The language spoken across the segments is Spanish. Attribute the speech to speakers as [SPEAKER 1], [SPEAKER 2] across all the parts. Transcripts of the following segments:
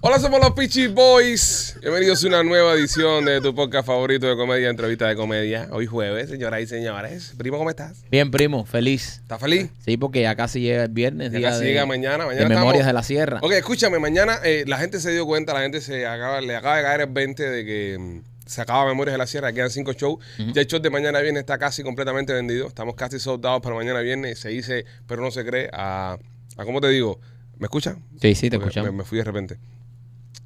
[SPEAKER 1] Hola, somos los Peachy Boys. Bienvenidos a una nueva edición de tu podcast favorito de comedia, entrevista de comedia. Hoy jueves, señoras y señores. Primo, ¿cómo estás?
[SPEAKER 2] Bien, primo, feliz.
[SPEAKER 1] ¿Estás feliz?
[SPEAKER 2] Sí, porque ya casi llega el viernes.
[SPEAKER 1] Ya
[SPEAKER 2] día
[SPEAKER 1] casi
[SPEAKER 2] de-
[SPEAKER 1] llega mañana, mañana
[SPEAKER 2] de
[SPEAKER 1] estamos-
[SPEAKER 2] Memorias de la Sierra.
[SPEAKER 1] Ok, escúchame, mañana eh, la gente se dio cuenta, la gente se acaba, le acaba de caer el 20 de que mm, se acaba Memorias de la Sierra, quedan cinco shows. Ya el show de mañana viernes está casi completamente vendido. Estamos casi soldados para mañana viernes. Se dice, pero no se cree, a, a ¿cómo te digo? ¿Me escuchas?
[SPEAKER 2] Sí, sí, te
[SPEAKER 1] Porque
[SPEAKER 2] escuchamos.
[SPEAKER 1] Me, me fui de repente.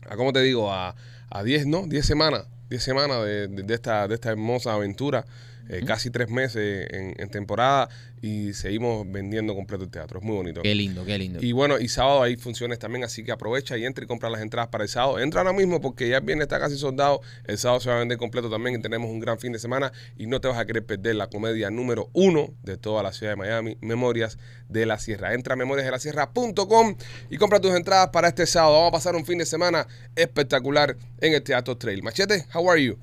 [SPEAKER 1] ¿A cómo te digo? A a 10, ¿no? 10 semanas. 10 semanas de, de- de esta, de esta hermosa aventura. eh, Casi tres meses en, en temporada y seguimos vendiendo completo el teatro. Es muy bonito.
[SPEAKER 2] Qué lindo, qué lindo.
[SPEAKER 1] Y bueno, y sábado hay funciones también, así que aprovecha y entra y compra las entradas para el sábado. Entra ahora mismo porque ya viene, está casi soldado. El sábado se va a vender completo también y tenemos un gran fin de semana y no te vas a querer perder la comedia número uno de toda la ciudad de Miami, Memorias de la Sierra. Entra a memoriasdelasierra.com y compra tus entradas para este sábado. Vamos a pasar un fin de semana espectacular en el Teatro Trail. Machete, how are you?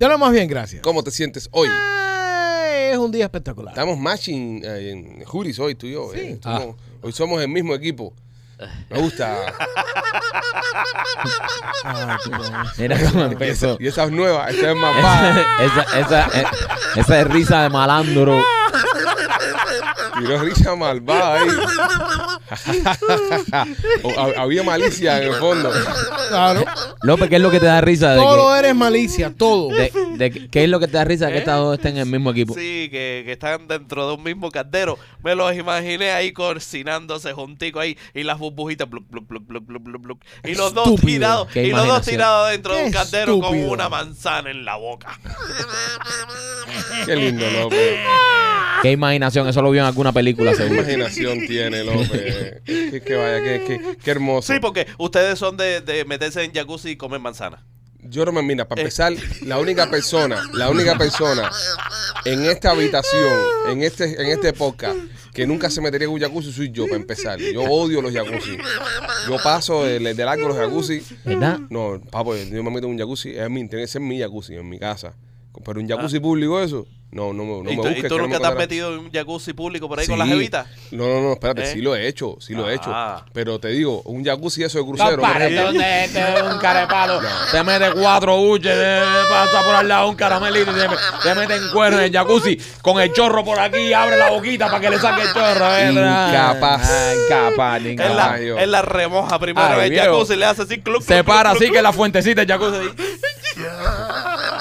[SPEAKER 3] Ya lo más bien, gracias.
[SPEAKER 1] ¿Cómo te sientes hoy?
[SPEAKER 3] Ay, es un día espectacular.
[SPEAKER 1] Estamos matching eh, en Juris hoy, tú y yo. eh. Tú
[SPEAKER 2] Ah.
[SPEAKER 1] no- Hoy somos el mismo equipo. Me gusta.
[SPEAKER 3] Ay, qué bueno.
[SPEAKER 2] Mira cómo
[SPEAKER 1] Y esa,
[SPEAKER 2] empezó.
[SPEAKER 1] y esa es nueva, esa es más baja.
[SPEAKER 2] esa, esa, eh, esa es risa de malandro.
[SPEAKER 1] Tiró risa malvada ahí. O- ha- había malicia en el fondo.
[SPEAKER 3] Claro.
[SPEAKER 2] López, ¿qué es lo que te da risa? De
[SPEAKER 3] Todo eres malicia, todo.
[SPEAKER 2] que, de- de que- ¿Qué es lo que te da risa de que estas dos estén en el mismo equipo?
[SPEAKER 4] Sí, que, que están dentro de un mismo caldero. Me los imaginé ahí cocinándose juntico ahí y las burbujitas. bluc, bluc, bluc, bluc, bluc, bluc, bluc. Y los dos
[SPEAKER 3] Estúpido.
[SPEAKER 4] tirados,
[SPEAKER 2] Qué
[SPEAKER 4] y los dos
[SPEAKER 2] imaginación.
[SPEAKER 4] tirados dentro de
[SPEAKER 3] Qué
[SPEAKER 4] un caldero con
[SPEAKER 3] estúpido.
[SPEAKER 4] una manzana en la boca.
[SPEAKER 1] Qué lindo, López.
[SPEAKER 2] Qué imaginación, eso lo vio en alguna película,
[SPEAKER 1] Qué
[SPEAKER 2] seguro.
[SPEAKER 1] imaginación tiene, López. Qué, qué vaya, qué, qué- qué hermoso.
[SPEAKER 4] Sí, porque ustedes son de, de meterse en jacuzzi y comer manzana.
[SPEAKER 1] Yo no me mira, para empezar, la única persona, la única persona en esta habitación, en este, en este podcast, que nunca se metería en un jacuzzi soy yo, para empezar. Yo odio los jacuzzi. Yo paso del de largo los jacuzzi.
[SPEAKER 2] ¿Verdad?
[SPEAKER 1] No, papo, yo me meto en un jacuzzi, es mi, tiene que ser mi jacuzzi, en mi casa. Pero un jacuzzi público eso, no, no, me- no
[SPEAKER 4] Ah. ¿Y,
[SPEAKER 1] me
[SPEAKER 4] tú, y
[SPEAKER 1] busques.
[SPEAKER 4] tú
[SPEAKER 1] que no me
[SPEAKER 4] nunca te has
[SPEAKER 1] encontrarás.
[SPEAKER 4] metido en un jacuzzi público por ahí
[SPEAKER 1] Sí.
[SPEAKER 4] con las jevitas?
[SPEAKER 1] No, no, no, espérate,
[SPEAKER 4] ¿Eh?
[SPEAKER 1] sí lo he hecho, sí lo he hecho.
[SPEAKER 4] Ah.
[SPEAKER 1] Pero te digo, un jacuzzi eso de crucero.
[SPEAKER 2] Compadre,
[SPEAKER 1] por ejemplo.
[SPEAKER 2] te- te- un carepalo. Te mete cuatro buches, te pasa por al lado un caramelito, te, te mete en cuero en el jacuzzi con el chorro por aquí, abre la boquita para que le saque el chorro. ¿eh?
[SPEAKER 1] Incapaz.
[SPEAKER 2] Ah, Incapaz,
[SPEAKER 4] Él
[SPEAKER 2] incapaz.
[SPEAKER 4] la,
[SPEAKER 1] Caballo.
[SPEAKER 4] él la remoja primero
[SPEAKER 2] Ay,
[SPEAKER 4] en el
[SPEAKER 2] viejo.
[SPEAKER 4] jacuzzi y le hace así club.
[SPEAKER 2] Se para así que la fuentecita del jacuzzi.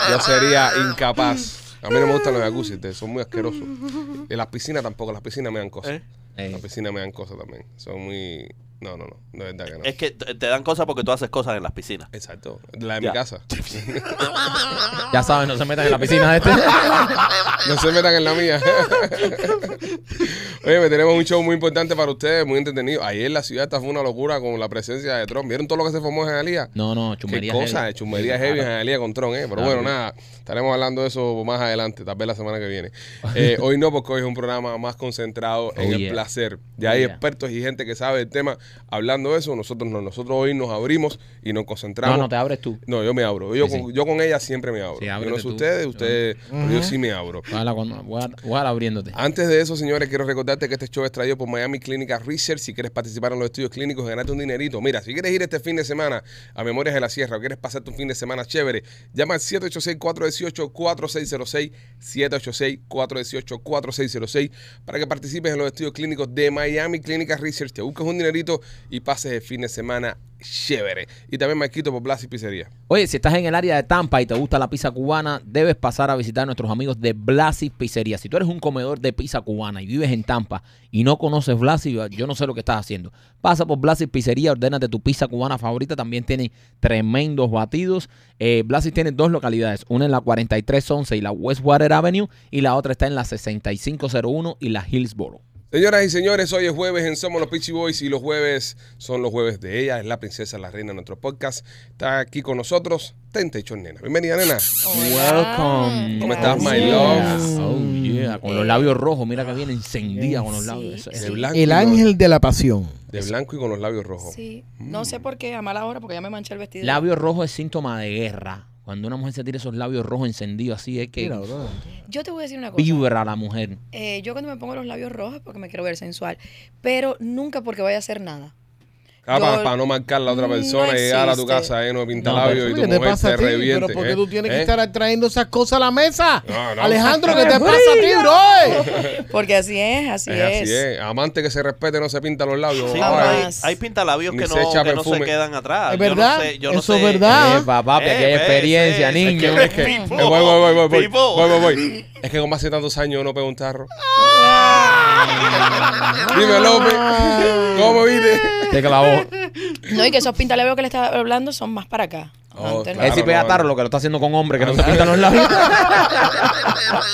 [SPEAKER 1] Yo sería incapaz. A mí no me gustan los jacuzzi, te- son muy asquerosos. Y las piscinas tampoco, las piscinas me dan cosas.
[SPEAKER 4] ¿Eh?
[SPEAKER 1] Las piscinas me dan cosas también. Son muy. No, no, no, de verdad que no.
[SPEAKER 4] Es que te te dan cosas porque tú haces cosas en las piscinas.
[SPEAKER 1] Exacto, la de mi
[SPEAKER 4] Ya.
[SPEAKER 1] casa.
[SPEAKER 2] Ya saben, no se metan en la piscina de este.
[SPEAKER 1] No se metan en la mía. Oye, tenemos un show muy importante para ustedes, muy entretenido. Ayer la ciudad esta fue una locura con la presencia de Tron. ¿Vieron todo lo que se formó en Jalía?
[SPEAKER 2] No, no,
[SPEAKER 1] Qué
[SPEAKER 2] chumería.
[SPEAKER 1] cosa, chumería heavy en Jalía con Tron, ¿eh? Pero bueno,
[SPEAKER 2] Ah,
[SPEAKER 1] nada, estaremos hablando de eso más adelante, tal vez la semana que viene. Eh, hoy no, porque hoy es un programa más concentrado en
[SPEAKER 2] Oh,
[SPEAKER 1] el
[SPEAKER 2] yeah.
[SPEAKER 1] placer. Ya
[SPEAKER 2] Oh,
[SPEAKER 1] hay
[SPEAKER 2] yeah.
[SPEAKER 1] expertos y gente que sabe el tema hablando de eso. Nosotros no, nosotros hoy nos abrimos y nos
[SPEAKER 2] No,
[SPEAKER 1] concentramos.
[SPEAKER 2] no, te abres tú.
[SPEAKER 1] No, yo me abro. Yo,
[SPEAKER 2] Sí, sí.
[SPEAKER 1] con, yo con ella siempre me abro.
[SPEAKER 2] Sí,
[SPEAKER 1] yo no
[SPEAKER 2] ábrete
[SPEAKER 1] sé
[SPEAKER 2] tú.
[SPEAKER 1] ustedes,
[SPEAKER 2] Yo-
[SPEAKER 1] ustedes, pero yo sí me abro.
[SPEAKER 2] Ojalá cuando- voy a- ojalá abriéndote.
[SPEAKER 1] Antes de eso, señores, quiero recordarte que este show es traído por Miami Clinical Research. Si quieres participar en los estudios clínicos, ganarte un dinerito. Mira, si quieres ir este fin de semana a Memorias de la Sierra o quieres pasarte un fin de semana chévere, llama al 786-418-4606, 786-418-4606, para que participes en los estudios clínicos de Miami Clinical Research. Te buscas un dinerito y pases el fin de semana chévere. Y también me quito por Blas y Pizzería.
[SPEAKER 2] Oye, si estás en el área de Tampa y te gusta la pizza cubana, debes pasar a visitar a nuestros amigos de Blasi Pizzería. Si tú eres un comedor de pizza cubana y vives en Tampa y no conoces Blasi, yo no sé lo que estás haciendo. Pasa por Blasi Pizzería, ordénate tu pizza cubana favorita. También tiene tremendos batidos. Eh, Blasi tiene dos localidades, una en la 4311 y la Westwater Avenue y la otra está en la 6501 y la Hillsboro.
[SPEAKER 1] Señoras y señores, hoy es jueves en Somos los Peachy Boys y los jueves son los jueves de ella, es la princesa, la reina de nuestro podcast. Está aquí con nosotros, Tente Chon Nena. Bienvenida, nena.
[SPEAKER 5] Oh,
[SPEAKER 2] Welcome.
[SPEAKER 1] ¿Cómo estás, my
[SPEAKER 2] Yeah.
[SPEAKER 1] love?
[SPEAKER 2] Oh, yeah. Con los labios rojos, mira que viene encendida con los labios. Eso es-
[SPEAKER 1] De blanco. y
[SPEAKER 3] El
[SPEAKER 1] con-
[SPEAKER 3] ángel de la pasión.
[SPEAKER 1] De blanco y con los labios rojos.
[SPEAKER 5] Sí.
[SPEAKER 1] Mm.
[SPEAKER 5] No sé por qué a mala hora, porque ya me manché el vestido.
[SPEAKER 2] Labio rojo es síntoma de guerra. Cuando una mujer se tira esos labios rojos encendidos así, es que
[SPEAKER 3] Mira, bro.
[SPEAKER 5] Yo te voy a decir una cosa.
[SPEAKER 2] vibra la mujer.
[SPEAKER 5] Eh, yo cuando me pongo los labios rojos es porque me quiero ver sensual, pero nunca porque voy a hacer nada.
[SPEAKER 1] Ah,
[SPEAKER 5] Yo-
[SPEAKER 1] para, para no marcar a la otra
[SPEAKER 5] No
[SPEAKER 1] persona y llegar a tu
[SPEAKER 5] existe.
[SPEAKER 1] casa eh, lleno de
[SPEAKER 3] No,
[SPEAKER 1] pintalabios
[SPEAKER 3] pero
[SPEAKER 1] y tu
[SPEAKER 3] ¿qué te
[SPEAKER 1] mujer
[SPEAKER 3] pasa
[SPEAKER 1] te
[SPEAKER 3] a ti?
[SPEAKER 1] reviente.
[SPEAKER 3] Pero porque
[SPEAKER 1] ¿eh?
[SPEAKER 3] tú tienes
[SPEAKER 1] ¿Eh?
[SPEAKER 3] que estar trayendo esas cosas a la mesa.
[SPEAKER 1] No, no.
[SPEAKER 3] Alejandro, ¿qué te pasa a ti, bro?
[SPEAKER 5] Porque así es, así
[SPEAKER 1] Es
[SPEAKER 5] es.
[SPEAKER 1] así es. Amante que se respete no se pinta los labios.
[SPEAKER 4] Sí,
[SPEAKER 1] Ay,
[SPEAKER 4] pero hay,
[SPEAKER 5] Jamás.
[SPEAKER 4] hay pintalabios
[SPEAKER 1] Ni
[SPEAKER 4] que, no,
[SPEAKER 1] se echa
[SPEAKER 4] que no se
[SPEAKER 1] perfume.
[SPEAKER 4] quedan atrás.
[SPEAKER 3] Es
[SPEAKER 4] Yo no
[SPEAKER 3] verdad,
[SPEAKER 4] sé- yo no
[SPEAKER 3] eso es
[SPEAKER 4] sé.
[SPEAKER 3] verdad.
[SPEAKER 2] Epa, papi, aquí hay
[SPEAKER 4] Eh,
[SPEAKER 2] experiencia,
[SPEAKER 4] eh, eh,
[SPEAKER 2] niño.
[SPEAKER 4] es que-
[SPEAKER 1] Eh,
[SPEAKER 4] Pipo,
[SPEAKER 1] voy, voy, voy, voy, voy.
[SPEAKER 4] Pipo.
[SPEAKER 1] Voy, voy, voy. Es que como hace tantos años no pego un tarro.
[SPEAKER 5] Ah.
[SPEAKER 1] Dime, López. ¿Cómo viste?
[SPEAKER 2] Te clavó.
[SPEAKER 5] No, y que esos pintalabios que le estaba hablando son más para acá.
[SPEAKER 1] Oh,
[SPEAKER 5] Antes no.
[SPEAKER 1] claro.
[SPEAKER 2] es si pega
[SPEAKER 1] no,
[SPEAKER 2] tarro
[SPEAKER 1] no.
[SPEAKER 2] lo que lo está haciendo con hombre que no se pintan los labios.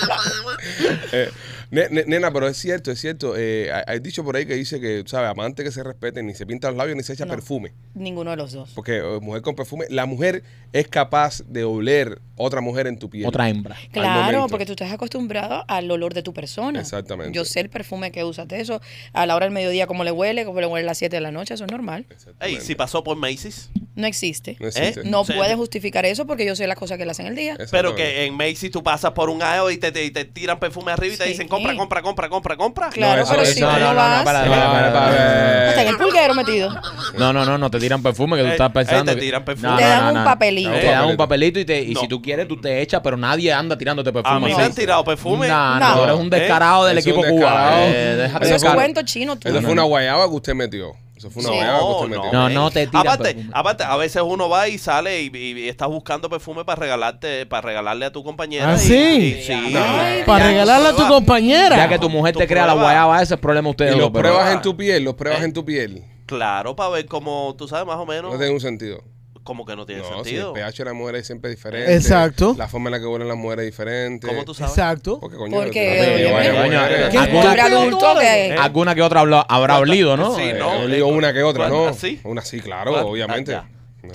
[SPEAKER 1] Eh, ne- ne- nena, pero es cierto, es cierto. Eh, hay- hay dicho por ahí que dice que, ¿sabes? Amante que se respete, ni se pinta los labios, ni se echa
[SPEAKER 5] No.
[SPEAKER 1] perfume.
[SPEAKER 5] Ninguno de los dos.
[SPEAKER 1] Porque eh, mujer con perfume, la mujer es capaz de oler otra mujer en tu piel.
[SPEAKER 2] Otra hembra.
[SPEAKER 5] Claro,
[SPEAKER 1] momento.
[SPEAKER 5] porque tú estás acostumbrado al olor de tu persona.
[SPEAKER 1] Exactamente.
[SPEAKER 5] Yo sé el perfume que usas, de eso, a la hora del mediodía, cómo le huele, cómo le huele a las 7 de la noche, eso es normal.
[SPEAKER 4] eh, Ey, si pasó por Macy's.
[SPEAKER 5] No existe.
[SPEAKER 1] No existe.
[SPEAKER 4] ¿Eh?
[SPEAKER 5] No
[SPEAKER 4] Sí.
[SPEAKER 5] puedes justificar eso porque yo sé las cosas que le hacen el día.
[SPEAKER 4] Pero
[SPEAKER 1] Exactamente.
[SPEAKER 4] que eh, en Macy's tú pasas por un aisle y te, te- te tiran perfume arriba y te
[SPEAKER 5] Sí.
[SPEAKER 4] dicen compra, compra, compra, compra, compra.
[SPEAKER 5] Claro,
[SPEAKER 1] eso-
[SPEAKER 5] pero
[SPEAKER 1] eso
[SPEAKER 5] si
[SPEAKER 1] no,
[SPEAKER 5] tú
[SPEAKER 1] no,
[SPEAKER 5] no,
[SPEAKER 1] no,
[SPEAKER 5] vas,
[SPEAKER 2] para,
[SPEAKER 1] No,
[SPEAKER 2] para, para, para.
[SPEAKER 5] hasta en el pulguero metido.
[SPEAKER 2] No, no, no, no te tiran perfume que tú
[SPEAKER 4] Eh,
[SPEAKER 2] estás
[SPEAKER 4] eh,
[SPEAKER 2] pensando.
[SPEAKER 4] te
[SPEAKER 2] que-
[SPEAKER 4] tiran perfume.
[SPEAKER 2] No,
[SPEAKER 5] Te
[SPEAKER 2] no,
[SPEAKER 5] dan
[SPEAKER 2] no,
[SPEAKER 5] un
[SPEAKER 2] no.
[SPEAKER 5] papelito.
[SPEAKER 2] Te dan un
[SPEAKER 1] Papelito.
[SPEAKER 2] papelito y, te, y
[SPEAKER 4] No.
[SPEAKER 2] si tú quieres, tú te echas, pero nadie anda tirándote perfume.
[SPEAKER 4] A mí
[SPEAKER 2] así.
[SPEAKER 4] me han tirado perfume. Eh,
[SPEAKER 2] No,
[SPEAKER 5] No.
[SPEAKER 2] no, tú eres un descarado del
[SPEAKER 1] Es un
[SPEAKER 2] equipo
[SPEAKER 1] descarado.
[SPEAKER 2] cubano. Eh, déjate
[SPEAKER 1] Eso
[SPEAKER 5] Eso
[SPEAKER 2] de
[SPEAKER 5] es
[SPEAKER 1] claro.
[SPEAKER 2] cara.
[SPEAKER 5] cuento chino tú.
[SPEAKER 1] Eso fue una guayaba que usted metió. Eso fue una guayaba que usted metió.
[SPEAKER 2] No, no te tiran
[SPEAKER 4] aparte,
[SPEAKER 2] perfume.
[SPEAKER 4] aparte, a veces uno va y sale y, y- y estás buscando perfume para regalarte, para regalarle a tu compañera.
[SPEAKER 3] ¿Ah,
[SPEAKER 4] y-
[SPEAKER 3] sí?
[SPEAKER 4] y- sí.
[SPEAKER 5] Ay,
[SPEAKER 3] Para
[SPEAKER 5] Ya,
[SPEAKER 3] regalarla a tu
[SPEAKER 4] prueba.
[SPEAKER 3] compañera.
[SPEAKER 2] Ya que tu mujer
[SPEAKER 4] Tú
[SPEAKER 2] te crea la
[SPEAKER 4] prueba.
[SPEAKER 2] guayaba, ese es problema de ustedes.
[SPEAKER 1] Y los
[SPEAKER 2] dos, pero-
[SPEAKER 1] pruebas en
[SPEAKER 4] Ah.
[SPEAKER 1] tu piel, los
[SPEAKER 4] Eh.
[SPEAKER 1] pruebas en tu piel.
[SPEAKER 4] Claro, para ver cómo, tú sabes, más o menos,
[SPEAKER 1] No tiene un sentido.
[SPEAKER 4] como que no tiene
[SPEAKER 1] No, si el
[SPEAKER 4] sentido.
[SPEAKER 1] pH de las mujeres es siempre diferente.
[SPEAKER 3] Exacto.
[SPEAKER 1] La forma en la que huelen las mujeres es diferente.
[SPEAKER 4] ¿Cómo tú sabes?
[SPEAKER 3] Exacto.
[SPEAKER 1] Porque coño.
[SPEAKER 5] Porque,
[SPEAKER 1] yo tengo
[SPEAKER 5] oye,
[SPEAKER 1] varias
[SPEAKER 2] coño,
[SPEAKER 1] mujeres.
[SPEAKER 2] ¿qué?
[SPEAKER 5] Un hombre adulto que...
[SPEAKER 2] eh, Alguna que otra habla- habrá olido, ¿no?
[SPEAKER 4] Sí,
[SPEAKER 1] Eh,
[SPEAKER 4] no,
[SPEAKER 1] he olido
[SPEAKER 4] eh,
[SPEAKER 1] una que otra, ¿no?
[SPEAKER 4] ¿cuántas sí?
[SPEAKER 1] Una sí, claro,
[SPEAKER 4] ¿Cuántas?
[SPEAKER 1] obviamente. Eh,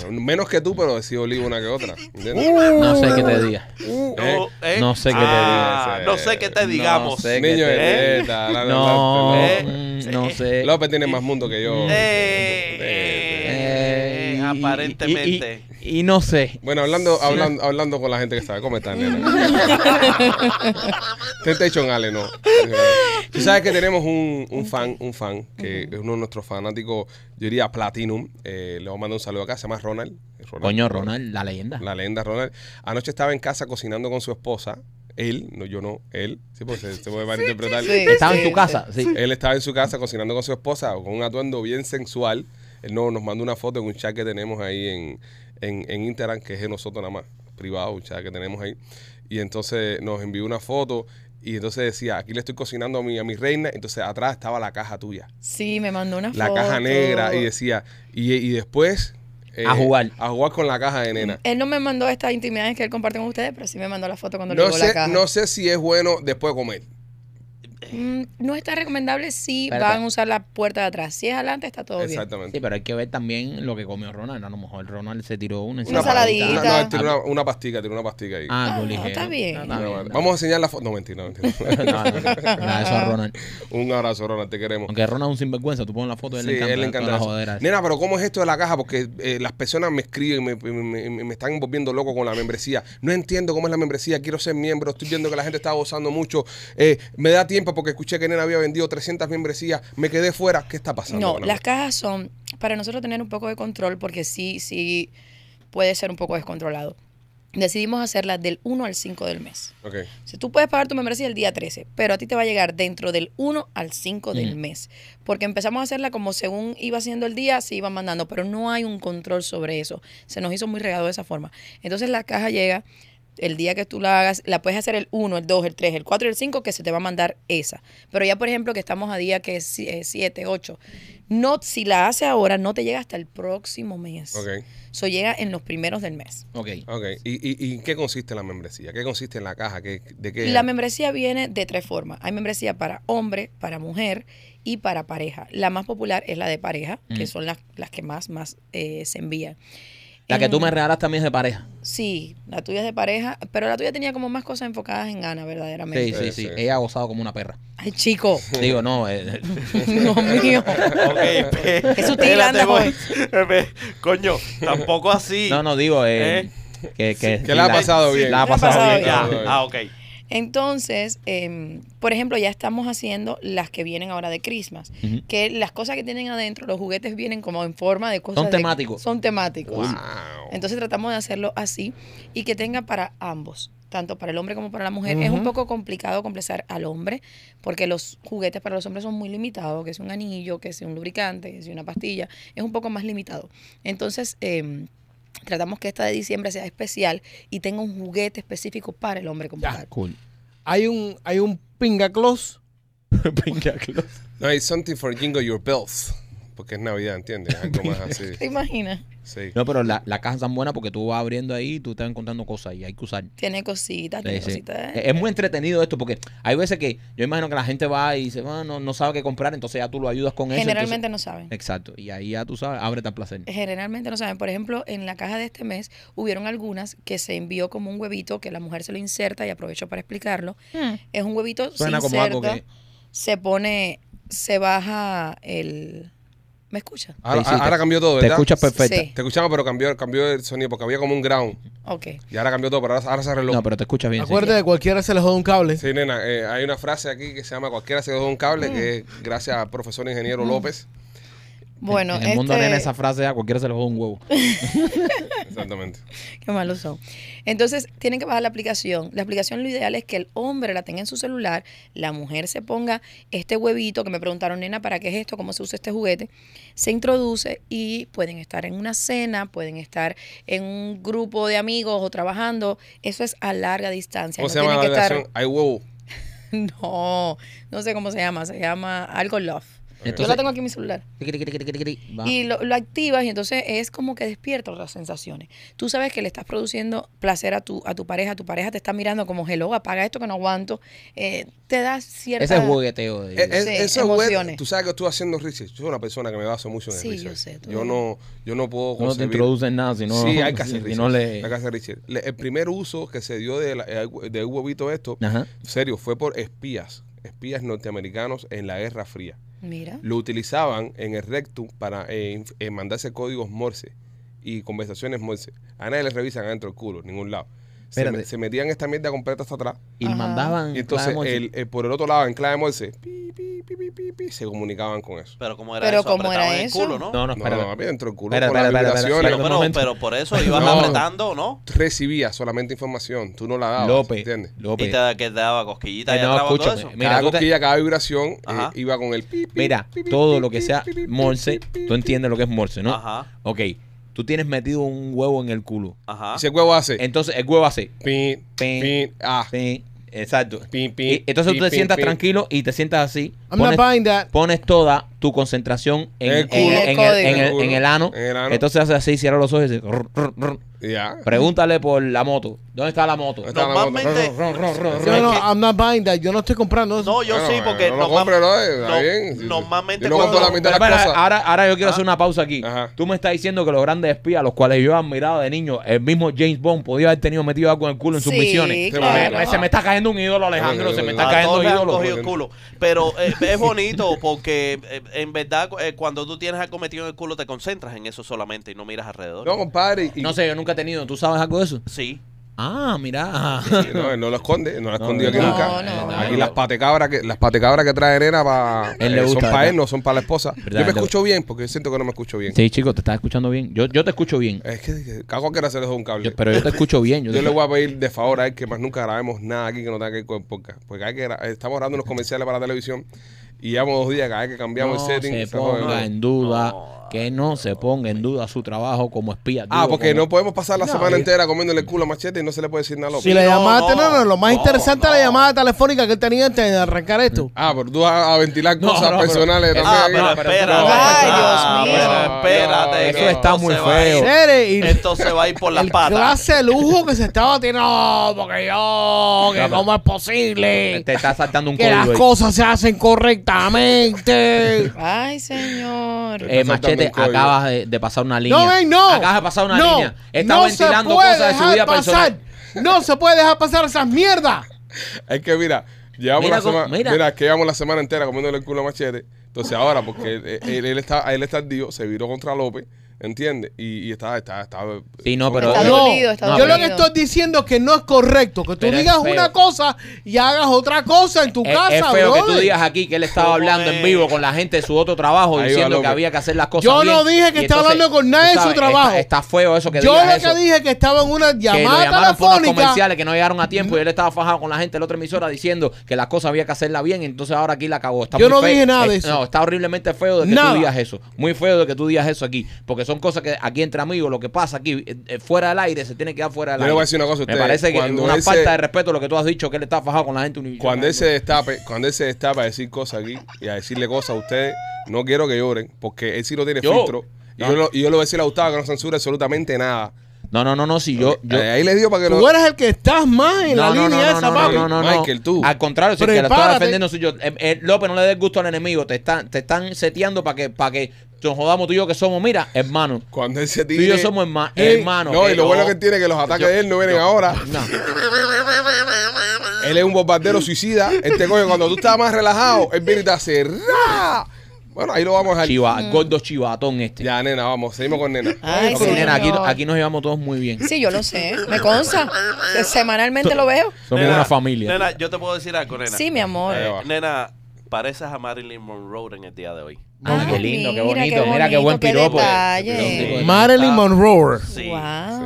[SPEAKER 4] Ah,
[SPEAKER 1] Menos que tú, pero sí olivo una que otra. ¿entiendes?
[SPEAKER 2] No sé qué te diga.
[SPEAKER 4] Uh, No, eh.
[SPEAKER 2] No sé qué te
[SPEAKER 4] Ah,
[SPEAKER 1] digas, eh.
[SPEAKER 4] No sé qué te
[SPEAKER 2] No
[SPEAKER 4] digamos.
[SPEAKER 2] sé qué
[SPEAKER 1] Niño de
[SPEAKER 4] ¿Eh?
[SPEAKER 1] dieta, la- la- la-
[SPEAKER 2] No,
[SPEAKER 1] López.
[SPEAKER 2] mm, no sé.
[SPEAKER 1] López tiene más mundo que yo.
[SPEAKER 4] Eh,
[SPEAKER 1] Eh,
[SPEAKER 2] Eh,
[SPEAKER 4] eh,
[SPEAKER 2] y-
[SPEAKER 4] aparentemente.
[SPEAKER 2] Y, y- y no sé.
[SPEAKER 1] Bueno, hablando, hablando, hablando con la gente que sabe. ¿Cómo están, nena? Temptation Ale, no. Tú sabes que tenemos un, un fan, un fan, que es uno de nuestros fanáticos, yo diría Platinum. Eh, le voy a mandar un saludo acá, se llama Ronald. Ronald.
[SPEAKER 2] Coño, Ronald, la leyenda.
[SPEAKER 1] La leyenda Ronald. Anoche estaba en casa cocinando con su esposa. Él, no yo no, él. Sí, porque se, se puede malinterpretar.
[SPEAKER 5] sí.
[SPEAKER 2] Estaba en
[SPEAKER 5] Sí,
[SPEAKER 2] tu casa, sí.
[SPEAKER 1] Él estaba en su casa cocinando con su esposa con un atuendo bien sensual. Él no, nos mandó una foto en un chat que tenemos ahí en, en, en Instagram, que es de nosotros nada más, privado, un chat que tenemos ahí. Y entonces nos envió una foto y entonces decía, aquí le estoy cocinando a mi, a mi reina. Entonces atrás estaba la caja tuya,
[SPEAKER 5] Sí, me mandó una foto.
[SPEAKER 1] la caja negra. Y decía, y, y después... eh,
[SPEAKER 2] A jugar.
[SPEAKER 1] A jugar con la caja de nena.
[SPEAKER 5] Él no me mandó estas intimidades que él comparte con ustedes, pero sí me mandó la foto cuando le
[SPEAKER 1] No
[SPEAKER 5] llegó la
[SPEAKER 1] sé,
[SPEAKER 5] caja.
[SPEAKER 1] no sé si es bueno después de comer.
[SPEAKER 5] Mm, no está recomendable si
[SPEAKER 2] Espérate.
[SPEAKER 5] van a usar la puerta de atrás. Si es adelante, está todo bien.
[SPEAKER 1] Exactamente.
[SPEAKER 2] Sí, pero hay que ver también lo que comió Ronald. A lo mejor Ronald se tiró una
[SPEAKER 5] Una
[SPEAKER 2] ensaladita.
[SPEAKER 5] saladita.
[SPEAKER 1] Una, no, tiene una, una pastica, tiene una pastica ahí.
[SPEAKER 2] Ah,
[SPEAKER 5] Ah,
[SPEAKER 2] algo
[SPEAKER 5] no,
[SPEAKER 2] ligero.
[SPEAKER 5] está bien.
[SPEAKER 2] Ah,
[SPEAKER 1] Bueno,
[SPEAKER 2] bien.
[SPEAKER 1] vale. Vamos a enseñar la foto. No, mentira, mentira.
[SPEAKER 2] No, no, no. Nada, eso a Ronald.
[SPEAKER 1] Un abrazo, Ronald, te queremos.
[SPEAKER 2] Aunque Ronald es un sinvergüenza, tú pones la foto de él,
[SPEAKER 1] Sí,
[SPEAKER 2] le encanta,
[SPEAKER 1] él le encanta
[SPEAKER 2] toda la
[SPEAKER 1] eso.
[SPEAKER 2] jodera esa.
[SPEAKER 1] Nena, pero ¿cómo es esto de la caja? Porque eh, las personas me escriben, me, me- me- me están volviendo loco con la membresía. No entiendo cómo es la membresía, quiero ser miembro, estoy viendo que la gente está gozando mucho. Eh, me da tiempo porque escuché que Nena había vendido 300 membresías, me quedé fuera. ¿Qué está pasando?
[SPEAKER 5] No,
[SPEAKER 1] con la
[SPEAKER 5] las
[SPEAKER 1] membresía?
[SPEAKER 5] cajas son para nosotros tener un poco de control porque sí, sí puede ser un poco descontrolado. Decidimos hacerlas del 1 al 5 del mes.
[SPEAKER 1] Ok.
[SPEAKER 5] O sea, tú puedes pagar tu membresía el día 13, pero a ti te va a llegar dentro del 1 al 5 del
[SPEAKER 2] Ujú.
[SPEAKER 5] mes. Porque empezamos a hacerla como según iba siendo el día, se iban mandando, pero no hay un control sobre eso. Se nos hizo muy regado de esa forma. Entonces la caja llega el día que tú la hagas, la puedes hacer el 1, el 2, el 3, el 4 y el 5, que se te va a mandar esa. Pero ya, por ejemplo, que estamos a día que es 7, 8, no, si la haces ahora, no te llega hasta el próximo mes.
[SPEAKER 1] Ok,
[SPEAKER 5] Eso llega en los primeros del mes.
[SPEAKER 2] Ok.
[SPEAKER 1] ok. ¿Y, y, y qué consiste la membresía? ¿Qué consiste en la caja? ¿Qué, ¿De qué?
[SPEAKER 5] La membresía viene de tres formas. Hay membresía para hombre, para mujer y para pareja. La más popular es la de pareja,
[SPEAKER 2] Mm.
[SPEAKER 5] que son las, las que más, más eh, se envían.
[SPEAKER 2] La que
[SPEAKER 5] En-
[SPEAKER 2] tú me regalaste también es de pareja.
[SPEAKER 5] Sí, la tuya es de pareja, pero la tuya tenía como más cosas enfocadas en Ana, verdaderamente.
[SPEAKER 2] Sí,
[SPEAKER 1] Sí,
[SPEAKER 2] sí, sí.
[SPEAKER 1] sí.
[SPEAKER 2] Ella ha gozado como una perra.
[SPEAKER 5] Ay, chico,
[SPEAKER 2] Digo, no. eh,
[SPEAKER 5] Dios mío.
[SPEAKER 4] Ok, espe-
[SPEAKER 5] Qué sutil pues.
[SPEAKER 4] espérate,
[SPEAKER 5] andas
[SPEAKER 4] voy.
[SPEAKER 5] hoy.
[SPEAKER 4] Espe- Coño, tampoco así.
[SPEAKER 2] no, no, digo. eh,
[SPEAKER 4] ¿Eh?
[SPEAKER 2] Que, que,
[SPEAKER 1] Que la ha pasado bien.
[SPEAKER 2] La ha pasado bien.
[SPEAKER 5] Ya.
[SPEAKER 4] Ya, ah, ok.
[SPEAKER 5] Entonces, em, por ejemplo, ya estamos haciendo las que vienen ahora de Christmas,
[SPEAKER 2] Ujú.
[SPEAKER 5] que las cosas que tienen adentro, los juguetes vienen como en forma de cosas. de-
[SPEAKER 2] temáticos.
[SPEAKER 5] son temáticos.
[SPEAKER 1] Wow.
[SPEAKER 5] Entonces tratamos de hacerlo así y que tenga para ambos, tanto para el hombre como para la mujer. Es un
[SPEAKER 3] Ujú.
[SPEAKER 5] poco complicado complacer al hombre porque los juguetes para los hombres son muy limitados, que es un anillo, que es un lubricante, que es una pastilla, es un poco más limitado. Entonces, eh, tratamos que esta de diciembre sea especial y tenga un juguete específico para el hombre como
[SPEAKER 3] Ya.
[SPEAKER 5] tal.
[SPEAKER 2] Cool.
[SPEAKER 3] Hay un, hay un pingaclos.
[SPEAKER 1] No, hay something for jingle your bells. Porque es Navidad, ¿entiendes? Algo más así.
[SPEAKER 5] ¿Te imaginas?
[SPEAKER 1] Sí.
[SPEAKER 2] No, pero la, la caja es tan buena porque tú vas abriendo ahí y tú estás encontrando cosas y hay que usar.
[SPEAKER 5] Tiene cositas, tiene
[SPEAKER 2] Sí, Eh, sí.
[SPEAKER 5] cositas. ¿eh?
[SPEAKER 2] Es muy entretenido esto porque hay veces que yo imagino que la gente va y dice, "Ah, no, no sabe qué comprar, entonces ya tú lo ayudas con eso.
[SPEAKER 5] Generalmente
[SPEAKER 2] entonces-
[SPEAKER 5] no saben.
[SPEAKER 2] Exacto. Y ahí ya tú sabes, ábrete al placer.
[SPEAKER 5] generalmente no saben. Por ejemplo, en la caja de este mes hubieron algunas que se envió como un huevito que la mujer se lo inserta y aprovecho para explicarlo. Es un huevito
[SPEAKER 2] Suena
[SPEAKER 5] se
[SPEAKER 2] como algo
[SPEAKER 5] inserta,
[SPEAKER 2] que-
[SPEAKER 5] se pone, se baja el, ¿me escucha?
[SPEAKER 1] Ahora,
[SPEAKER 2] Sí, sí, te-
[SPEAKER 1] ahora cambió todo,
[SPEAKER 2] Te
[SPEAKER 1] ¿verdad?
[SPEAKER 2] escuchas perfecto.
[SPEAKER 5] Sí.
[SPEAKER 1] Te escuchamos, pero cambió, cambió el sonido porque había como un ground.
[SPEAKER 5] Ok.
[SPEAKER 1] Y ahora cambió todo, pero ahora, ahora se arregló.
[SPEAKER 2] No, pero te escuchas bien. sí.
[SPEAKER 3] Acuérdate que cualquiera se le jode un cable.
[SPEAKER 1] Sí, nena, eh, hay una frase aquí que se llama Cualquiera se dejó un cable, que es gracias al profesor ingeniero López.
[SPEAKER 5] Bueno,
[SPEAKER 2] en el mundo
[SPEAKER 5] este-
[SPEAKER 2] arena esa frase a cualquiera se le joda un huevo.
[SPEAKER 1] Exactamente.
[SPEAKER 5] Qué malos son. Entonces, tienen que bajar la aplicación. La aplicación lo ideal es que el hombre la tenga en su celular, la mujer se ponga este huevito que me preguntaron, nena, ¿para qué es esto? ¿Cómo se usa este juguete? Se introduce y pueden estar en una cena, pueden estar en un grupo de amigos o trabajando. Eso es a larga distancia.
[SPEAKER 1] ¿Cómo
[SPEAKER 5] no
[SPEAKER 1] se llama la
[SPEAKER 5] tienen que estar-
[SPEAKER 1] relación? Hay huevo.
[SPEAKER 5] No, no sé cómo se llama. Se llama algo love. Yo
[SPEAKER 2] Entonces-
[SPEAKER 5] la tengo aquí en mi celular.
[SPEAKER 2] Va.
[SPEAKER 5] Y lo, lo activas y entonces es como que despierta otras sensaciones. Tú sabes que le estás produciendo placer a tu, a tu pareja, tu pareja te está mirando como hello, apaga esto que no aguanto. Eh, te da cierta...
[SPEAKER 2] Ese es jugueteo. de-
[SPEAKER 1] Eh, eh,
[SPEAKER 5] Sí,
[SPEAKER 1] eso es bueno.
[SPEAKER 5] emociones.
[SPEAKER 1] Tú sabes que estoy haciendo research. Yo soy una persona que me baso mucho en el
[SPEAKER 5] Sí,
[SPEAKER 1] research.
[SPEAKER 5] yo sé, tú
[SPEAKER 1] Yo
[SPEAKER 5] eres.
[SPEAKER 1] no, yo no puedo
[SPEAKER 2] no te
[SPEAKER 1] concebir-
[SPEAKER 2] introducen nada, sino,
[SPEAKER 1] sí, hay que hacer
[SPEAKER 2] si
[SPEAKER 1] research.
[SPEAKER 2] no le...
[SPEAKER 1] Hay que hacer research. Le- el primer uso que se dio de, la- eh, de huevito esto,
[SPEAKER 2] Ajá.
[SPEAKER 1] serio, fue por espías. Espías norteamericanos en la Guerra Fría.
[SPEAKER 5] Mira.
[SPEAKER 1] Lo utilizaban en el rectum para eh, inf- eh, mandarse códigos morse y conversaciones morse. A nadie les revisan adentro el culo, en ningún lado. Se,
[SPEAKER 2] Espérate. Mm,
[SPEAKER 1] me- se metían esta mierda completa hasta atrás.
[SPEAKER 2] Y le
[SPEAKER 5] Ajá.
[SPEAKER 2] mandaban...
[SPEAKER 1] Y entonces,
[SPEAKER 2] clavemos-
[SPEAKER 1] el, el- por el otro lado, en clave morse, pi, pi, pi, pi, pi, pi, se comunicaban con eso.
[SPEAKER 4] Pero como era
[SPEAKER 5] Pero
[SPEAKER 4] eso,
[SPEAKER 5] ¿cómo
[SPEAKER 4] apretaban
[SPEAKER 5] era
[SPEAKER 4] el
[SPEAKER 5] eso?
[SPEAKER 4] culo, ¿no?
[SPEAKER 2] No, no,
[SPEAKER 1] No,
[SPEAKER 2] espera.
[SPEAKER 1] no, papi, dentro del culo
[SPEAKER 2] Espera,
[SPEAKER 1] por las
[SPEAKER 2] espera, espera,
[SPEAKER 1] vibraciones.
[SPEAKER 4] Pero,
[SPEAKER 2] espera,
[SPEAKER 4] pero-
[SPEAKER 2] momento.
[SPEAKER 4] pero por eso ibas
[SPEAKER 1] No.
[SPEAKER 4] apretando, ¿no?
[SPEAKER 1] Recibía solamente información, tú no la dabas,
[SPEAKER 2] López.
[SPEAKER 1] ¿entiendes?
[SPEAKER 4] Y
[SPEAKER 2] López.
[SPEAKER 4] te, que te daba cosquillitas
[SPEAKER 2] Eh,
[SPEAKER 4] y
[SPEAKER 2] no,
[SPEAKER 4] atrás, todo
[SPEAKER 2] escúchame,
[SPEAKER 4] eso.
[SPEAKER 2] mira,
[SPEAKER 1] cada
[SPEAKER 2] tú te-
[SPEAKER 1] cosquilla, cada vibración eh,
[SPEAKER 4] Ajá.
[SPEAKER 1] iba con el pi, pi,
[SPEAKER 2] Mira,
[SPEAKER 1] pi, pi,
[SPEAKER 2] todo
[SPEAKER 1] pi,
[SPEAKER 2] lo que
[SPEAKER 1] pi,
[SPEAKER 2] sea
[SPEAKER 1] pi, pi, pi,
[SPEAKER 2] morse,
[SPEAKER 1] pi, pi,
[SPEAKER 2] tú
[SPEAKER 1] pi.
[SPEAKER 2] entiendes lo que es morse, ¿no?
[SPEAKER 4] Ajá,
[SPEAKER 2] Ok, tú tienes metido un huevo en el culo.
[SPEAKER 4] ajá.
[SPEAKER 1] Ese huevo hace
[SPEAKER 2] Entonces el huevo hace...
[SPEAKER 1] pin,
[SPEAKER 2] Pin.
[SPEAKER 1] pin, ah,
[SPEAKER 2] Sí, exacto.
[SPEAKER 1] pin, pin.
[SPEAKER 2] Y entonces tú
[SPEAKER 1] pin,
[SPEAKER 2] te
[SPEAKER 1] pin,
[SPEAKER 2] sientas
[SPEAKER 1] pin.
[SPEAKER 2] tranquilo y te sientas así.
[SPEAKER 3] I'm not
[SPEAKER 2] Pones,
[SPEAKER 3] buying that.
[SPEAKER 2] pones toda tu concentración en,
[SPEAKER 1] El
[SPEAKER 2] en-
[SPEAKER 1] culo.
[SPEAKER 2] en
[SPEAKER 5] En el
[SPEAKER 2] el,
[SPEAKER 5] código.
[SPEAKER 2] en el- en el ano.
[SPEAKER 1] En el ano.
[SPEAKER 2] Entonces haces así, cierra los ojos y dices... "Rr, rr, rr".
[SPEAKER 1] Ya.
[SPEAKER 2] Pregúntale por la moto. ¿Dónde está la moto?
[SPEAKER 1] ¿Dónde está la moto?
[SPEAKER 4] Normalmente...
[SPEAKER 3] Yo no, I'm not buying that. Yo no estoy comprando eso.
[SPEAKER 4] No, yo
[SPEAKER 1] Bueno,
[SPEAKER 4] sí, porque
[SPEAKER 1] no lo
[SPEAKER 4] norma-
[SPEAKER 1] compre, ¿no? Está
[SPEAKER 4] no-
[SPEAKER 1] bien.
[SPEAKER 4] normalmente
[SPEAKER 1] Yo no compro
[SPEAKER 4] cuando-
[SPEAKER 1] la mitad de
[SPEAKER 2] Espera,
[SPEAKER 1] las
[SPEAKER 2] espera,
[SPEAKER 1] cosas.
[SPEAKER 2] ahora, ahora yo quiero hacer una pausa aquí.
[SPEAKER 1] Ajá.
[SPEAKER 2] Tú me estás diciendo que los grandes espías, los cuales yo he admirado de niño, el mismo James Bond podía haber tenido metido algo en el culo en sus
[SPEAKER 5] Sí,
[SPEAKER 2] misiones.
[SPEAKER 1] claro.
[SPEAKER 2] Me- me- se me está cayendo un ídolo, Alejandro. Se me está
[SPEAKER 4] A
[SPEAKER 2] cayendo
[SPEAKER 4] todos
[SPEAKER 2] un
[SPEAKER 4] le han
[SPEAKER 2] ídolo.
[SPEAKER 4] cogido el culo. Pero eh, es bonito porque eh, en verdad eh, cuando tú tienes algo metido en el culo te concentras en eso solamente y no miras alrededor.
[SPEAKER 1] No, compadre. y-
[SPEAKER 2] No sé, yo nunca he tenido. ¿Tú sabes algo de eso?
[SPEAKER 4] Sí.
[SPEAKER 2] Ah, mira.
[SPEAKER 1] No, él no lo esconde, no lo ha escondido aquí
[SPEAKER 5] no,
[SPEAKER 1] nunca.
[SPEAKER 5] no, no.
[SPEAKER 1] aquí las patecabras que las patecabras que trae Nena pa-
[SPEAKER 2] Él le
[SPEAKER 1] eh, son
[SPEAKER 2] gusta,
[SPEAKER 1] para
[SPEAKER 2] ¿verdad?
[SPEAKER 1] él, no son para la esposa.
[SPEAKER 2] ¿Verdad?
[SPEAKER 1] Yo me
[SPEAKER 2] Él le-
[SPEAKER 1] escucho bien porque yo siento que no me escucho bien.
[SPEAKER 2] Sí, chicos, te estás escuchando bien. Yo, yo te escucho bien.
[SPEAKER 1] Es que, que a cualquiera se le da un cable.
[SPEAKER 2] Yo- pero yo te escucho bien. Yo,
[SPEAKER 1] Eh, Yo
[SPEAKER 2] te-
[SPEAKER 1] le voy a pedir de favor a él que más nunca grabemos nada aquí que no tenga que ver con el podcast. Porque hay que gra- estamos grabando unos comerciales para la televisión y llevamos dos días cada vez que
[SPEAKER 2] no
[SPEAKER 1] cambiamos el setting.
[SPEAKER 2] se
[SPEAKER 1] se jode,
[SPEAKER 2] ponga
[SPEAKER 1] ¿no?
[SPEAKER 2] en duda.
[SPEAKER 4] No.
[SPEAKER 2] Que no se ponga en duda su trabajo como espía.
[SPEAKER 1] Ah,
[SPEAKER 2] Digo,
[SPEAKER 1] porque
[SPEAKER 2] como-
[SPEAKER 1] no podemos pasar la
[SPEAKER 3] No,
[SPEAKER 1] semana
[SPEAKER 3] y-
[SPEAKER 1] entera comiéndole el culo a machete y no se le puede decir nada a López.
[SPEAKER 3] Si la
[SPEAKER 4] no,
[SPEAKER 3] llamaste, no, no, lo más
[SPEAKER 4] no,
[SPEAKER 3] interesante es la
[SPEAKER 4] no.
[SPEAKER 3] llamada telefónica que él tenía antes de arrancar esto.
[SPEAKER 1] Ah, pero tú vas a ventilar
[SPEAKER 2] No,
[SPEAKER 1] cosas
[SPEAKER 2] no, pero-
[SPEAKER 1] personales
[SPEAKER 2] Eso-
[SPEAKER 4] Ah,
[SPEAKER 1] también.
[SPEAKER 4] pero
[SPEAKER 2] no, pero tú
[SPEAKER 4] espérate.
[SPEAKER 2] no.
[SPEAKER 5] Ay, Dios
[SPEAKER 4] Ah,
[SPEAKER 5] mío.
[SPEAKER 4] pero espérate.
[SPEAKER 1] No,
[SPEAKER 4] que
[SPEAKER 1] eso
[SPEAKER 2] está
[SPEAKER 4] esto
[SPEAKER 2] muy
[SPEAKER 4] se va a ir-
[SPEAKER 2] feo.
[SPEAKER 3] Eres y
[SPEAKER 4] Esto se va a ir por las
[SPEAKER 3] el
[SPEAKER 4] patas.
[SPEAKER 3] clase de lujo que se estaba tirando. No, porque yo, que
[SPEAKER 2] No, pero-
[SPEAKER 3] cómo es posible.
[SPEAKER 2] Te está saltando Este un
[SPEAKER 3] Que las
[SPEAKER 2] código. ahí.
[SPEAKER 3] cosas se hacen correctamente.
[SPEAKER 5] Ay, señor.
[SPEAKER 2] Eh,
[SPEAKER 1] Está saltando
[SPEAKER 2] machete,
[SPEAKER 1] un código.
[SPEAKER 2] acabas de, de pasar una línea.
[SPEAKER 3] No, ven, no.
[SPEAKER 2] Acabas de pasar una
[SPEAKER 3] No,
[SPEAKER 2] línea. Está
[SPEAKER 3] no se
[SPEAKER 2] ventilando
[SPEAKER 3] puede
[SPEAKER 2] cosas de su
[SPEAKER 3] dejar
[SPEAKER 2] vida
[SPEAKER 3] pasar.
[SPEAKER 2] personal.
[SPEAKER 3] No se puede dejar pasar esas mierdas.
[SPEAKER 1] Es que mira, llevamos
[SPEAKER 2] Mira
[SPEAKER 1] la
[SPEAKER 2] cómo-
[SPEAKER 1] semana, mira.
[SPEAKER 2] mira.
[SPEAKER 1] es que llevamos la semana entera comiéndole el culo a machete. Entonces ahora, porque él, él- él está, él está ardido, se viró contra López. ¿Entiendes? Y, y está, está, está.
[SPEAKER 2] Sí, no, pero-
[SPEAKER 5] Está
[SPEAKER 2] No,
[SPEAKER 5] dolido, está
[SPEAKER 2] no,
[SPEAKER 5] dolido.
[SPEAKER 2] pero-
[SPEAKER 3] Yo lo que estoy diciendo es que no es correcto que tú
[SPEAKER 2] Pero es
[SPEAKER 3] digas
[SPEAKER 2] feo.
[SPEAKER 3] una cosa y hagas otra cosa en tu
[SPEAKER 2] Es,
[SPEAKER 3] casa,
[SPEAKER 2] es feo que tú
[SPEAKER 3] brother.
[SPEAKER 2] digas aquí que él estaba
[SPEAKER 4] ¿Cómo
[SPEAKER 2] hablando en
[SPEAKER 4] es?
[SPEAKER 2] vivo con la gente de su otro trabajo
[SPEAKER 1] Ahí va,
[SPEAKER 2] diciendo que
[SPEAKER 1] loco.
[SPEAKER 2] había que hacer las cosas
[SPEAKER 3] Yo
[SPEAKER 2] bien.
[SPEAKER 3] no dije que
[SPEAKER 2] Y
[SPEAKER 3] estaba
[SPEAKER 2] entonces,
[SPEAKER 3] hablando con nadie
[SPEAKER 2] tú
[SPEAKER 3] de su
[SPEAKER 2] sabes,
[SPEAKER 3] trabajo.
[SPEAKER 2] Está, está feo eso que
[SPEAKER 3] Yo
[SPEAKER 2] digas
[SPEAKER 3] lo
[SPEAKER 2] eso.
[SPEAKER 3] que dije que estaba en una
[SPEAKER 2] que lo
[SPEAKER 3] llamada
[SPEAKER 2] llamaron por unos
[SPEAKER 3] telefónica.
[SPEAKER 2] comerciales que no llegaron a tiempo y él estaba fajado con la gente de la otra emisora diciendo que las cosas había que hacerla bien, entonces ahora aquí la cagó. Está
[SPEAKER 3] Yo
[SPEAKER 2] muy
[SPEAKER 3] no
[SPEAKER 2] feo.
[SPEAKER 3] dije nada de
[SPEAKER 2] Eh,
[SPEAKER 3] eso.
[SPEAKER 2] No, está horriblemente feo de que
[SPEAKER 3] Nada.
[SPEAKER 2] tú digas eso. Muy feo de que tú digas eso aquí, porque son cosas que aquí entre amigos, lo que pasa aquí eh, eh, fuera del aire se tiene que dar fuera del
[SPEAKER 1] Yo le
[SPEAKER 2] aire.
[SPEAKER 1] voy a decir una cosa a
[SPEAKER 2] Me
[SPEAKER 1] ustedes.
[SPEAKER 2] parece que
[SPEAKER 1] Cuando
[SPEAKER 2] una
[SPEAKER 1] ese-
[SPEAKER 2] falta de respeto lo que tú has dicho que él está fajado con la gente univisional.
[SPEAKER 1] Cuando él se destape, cuando él se destape a decir cosas aquí y a decirle cosas a ustedes, no quiero que lloren, porque él sí lo tiene
[SPEAKER 2] Yo.
[SPEAKER 1] filtro. Y,
[SPEAKER 2] No.
[SPEAKER 1] yo, lo- y yo le voy a decir a Gustavo que no censure absolutamente nada.
[SPEAKER 2] No, no, no, no, si yo yo
[SPEAKER 1] Eh, ahí les digo para que lo.
[SPEAKER 3] Tú eres el que estás más en la
[SPEAKER 2] no, no,
[SPEAKER 3] línea
[SPEAKER 2] no,
[SPEAKER 3] esa,
[SPEAKER 2] no, no,
[SPEAKER 3] papi.
[SPEAKER 2] No, no, no.
[SPEAKER 1] Michael, tú.
[SPEAKER 2] Al contrario, si el que lo estaba
[SPEAKER 3] Prepárate.
[SPEAKER 2] defendiendo soy yo. Eh, eh, López, no le des gusto al enemigo. Te están, te están seteando para que, para que nos jodamos tú y yo que somos, mira, hermano.
[SPEAKER 1] Cuando él se
[SPEAKER 2] Tú
[SPEAKER 1] tire.
[SPEAKER 2] y yo somos herma-
[SPEAKER 3] Ey,
[SPEAKER 2] hermanos.
[SPEAKER 1] no, y
[SPEAKER 2] eh,
[SPEAKER 1] lo bueno que
[SPEAKER 2] no.
[SPEAKER 1] tiene es que los ataques
[SPEAKER 2] Yo-
[SPEAKER 1] de él no vienen
[SPEAKER 2] yo-
[SPEAKER 1] ahora.
[SPEAKER 2] No.
[SPEAKER 1] Él es un bombardero suicida. Este coño, cuando tú estás más relajado, él viene y te hace. "Ra". Bueno, ahí lo vamos a dejar.
[SPEAKER 2] Chiva, gordo chivatón este.
[SPEAKER 1] Ya, nena, vamos, seguimos con nena.
[SPEAKER 5] Mm. Ay,
[SPEAKER 2] Ok,
[SPEAKER 5] sí,
[SPEAKER 2] nena, aquí,
[SPEAKER 5] señor.
[SPEAKER 2] aquí nos llevamos todos muy bien.
[SPEAKER 5] Sí, yo lo sé. Me consta. Se- Semanalmente lo veo.
[SPEAKER 2] Somos
[SPEAKER 4] Nena,
[SPEAKER 2] una familia.
[SPEAKER 4] Nena, yo te puedo decir algo, nena. Eh,
[SPEAKER 5] Sí, mi amor.
[SPEAKER 2] Eh,
[SPEAKER 1] Ahí va.
[SPEAKER 4] Nena, pareces a Marilyn Monroe en el día de hoy.
[SPEAKER 5] Ay,
[SPEAKER 2] qué lindo, qué bonito, mira qué buen piropo.
[SPEAKER 5] detalle.
[SPEAKER 2] Sí.
[SPEAKER 3] Marilyn Monroe.
[SPEAKER 1] Ah,
[SPEAKER 4] Sí.
[SPEAKER 1] Sí,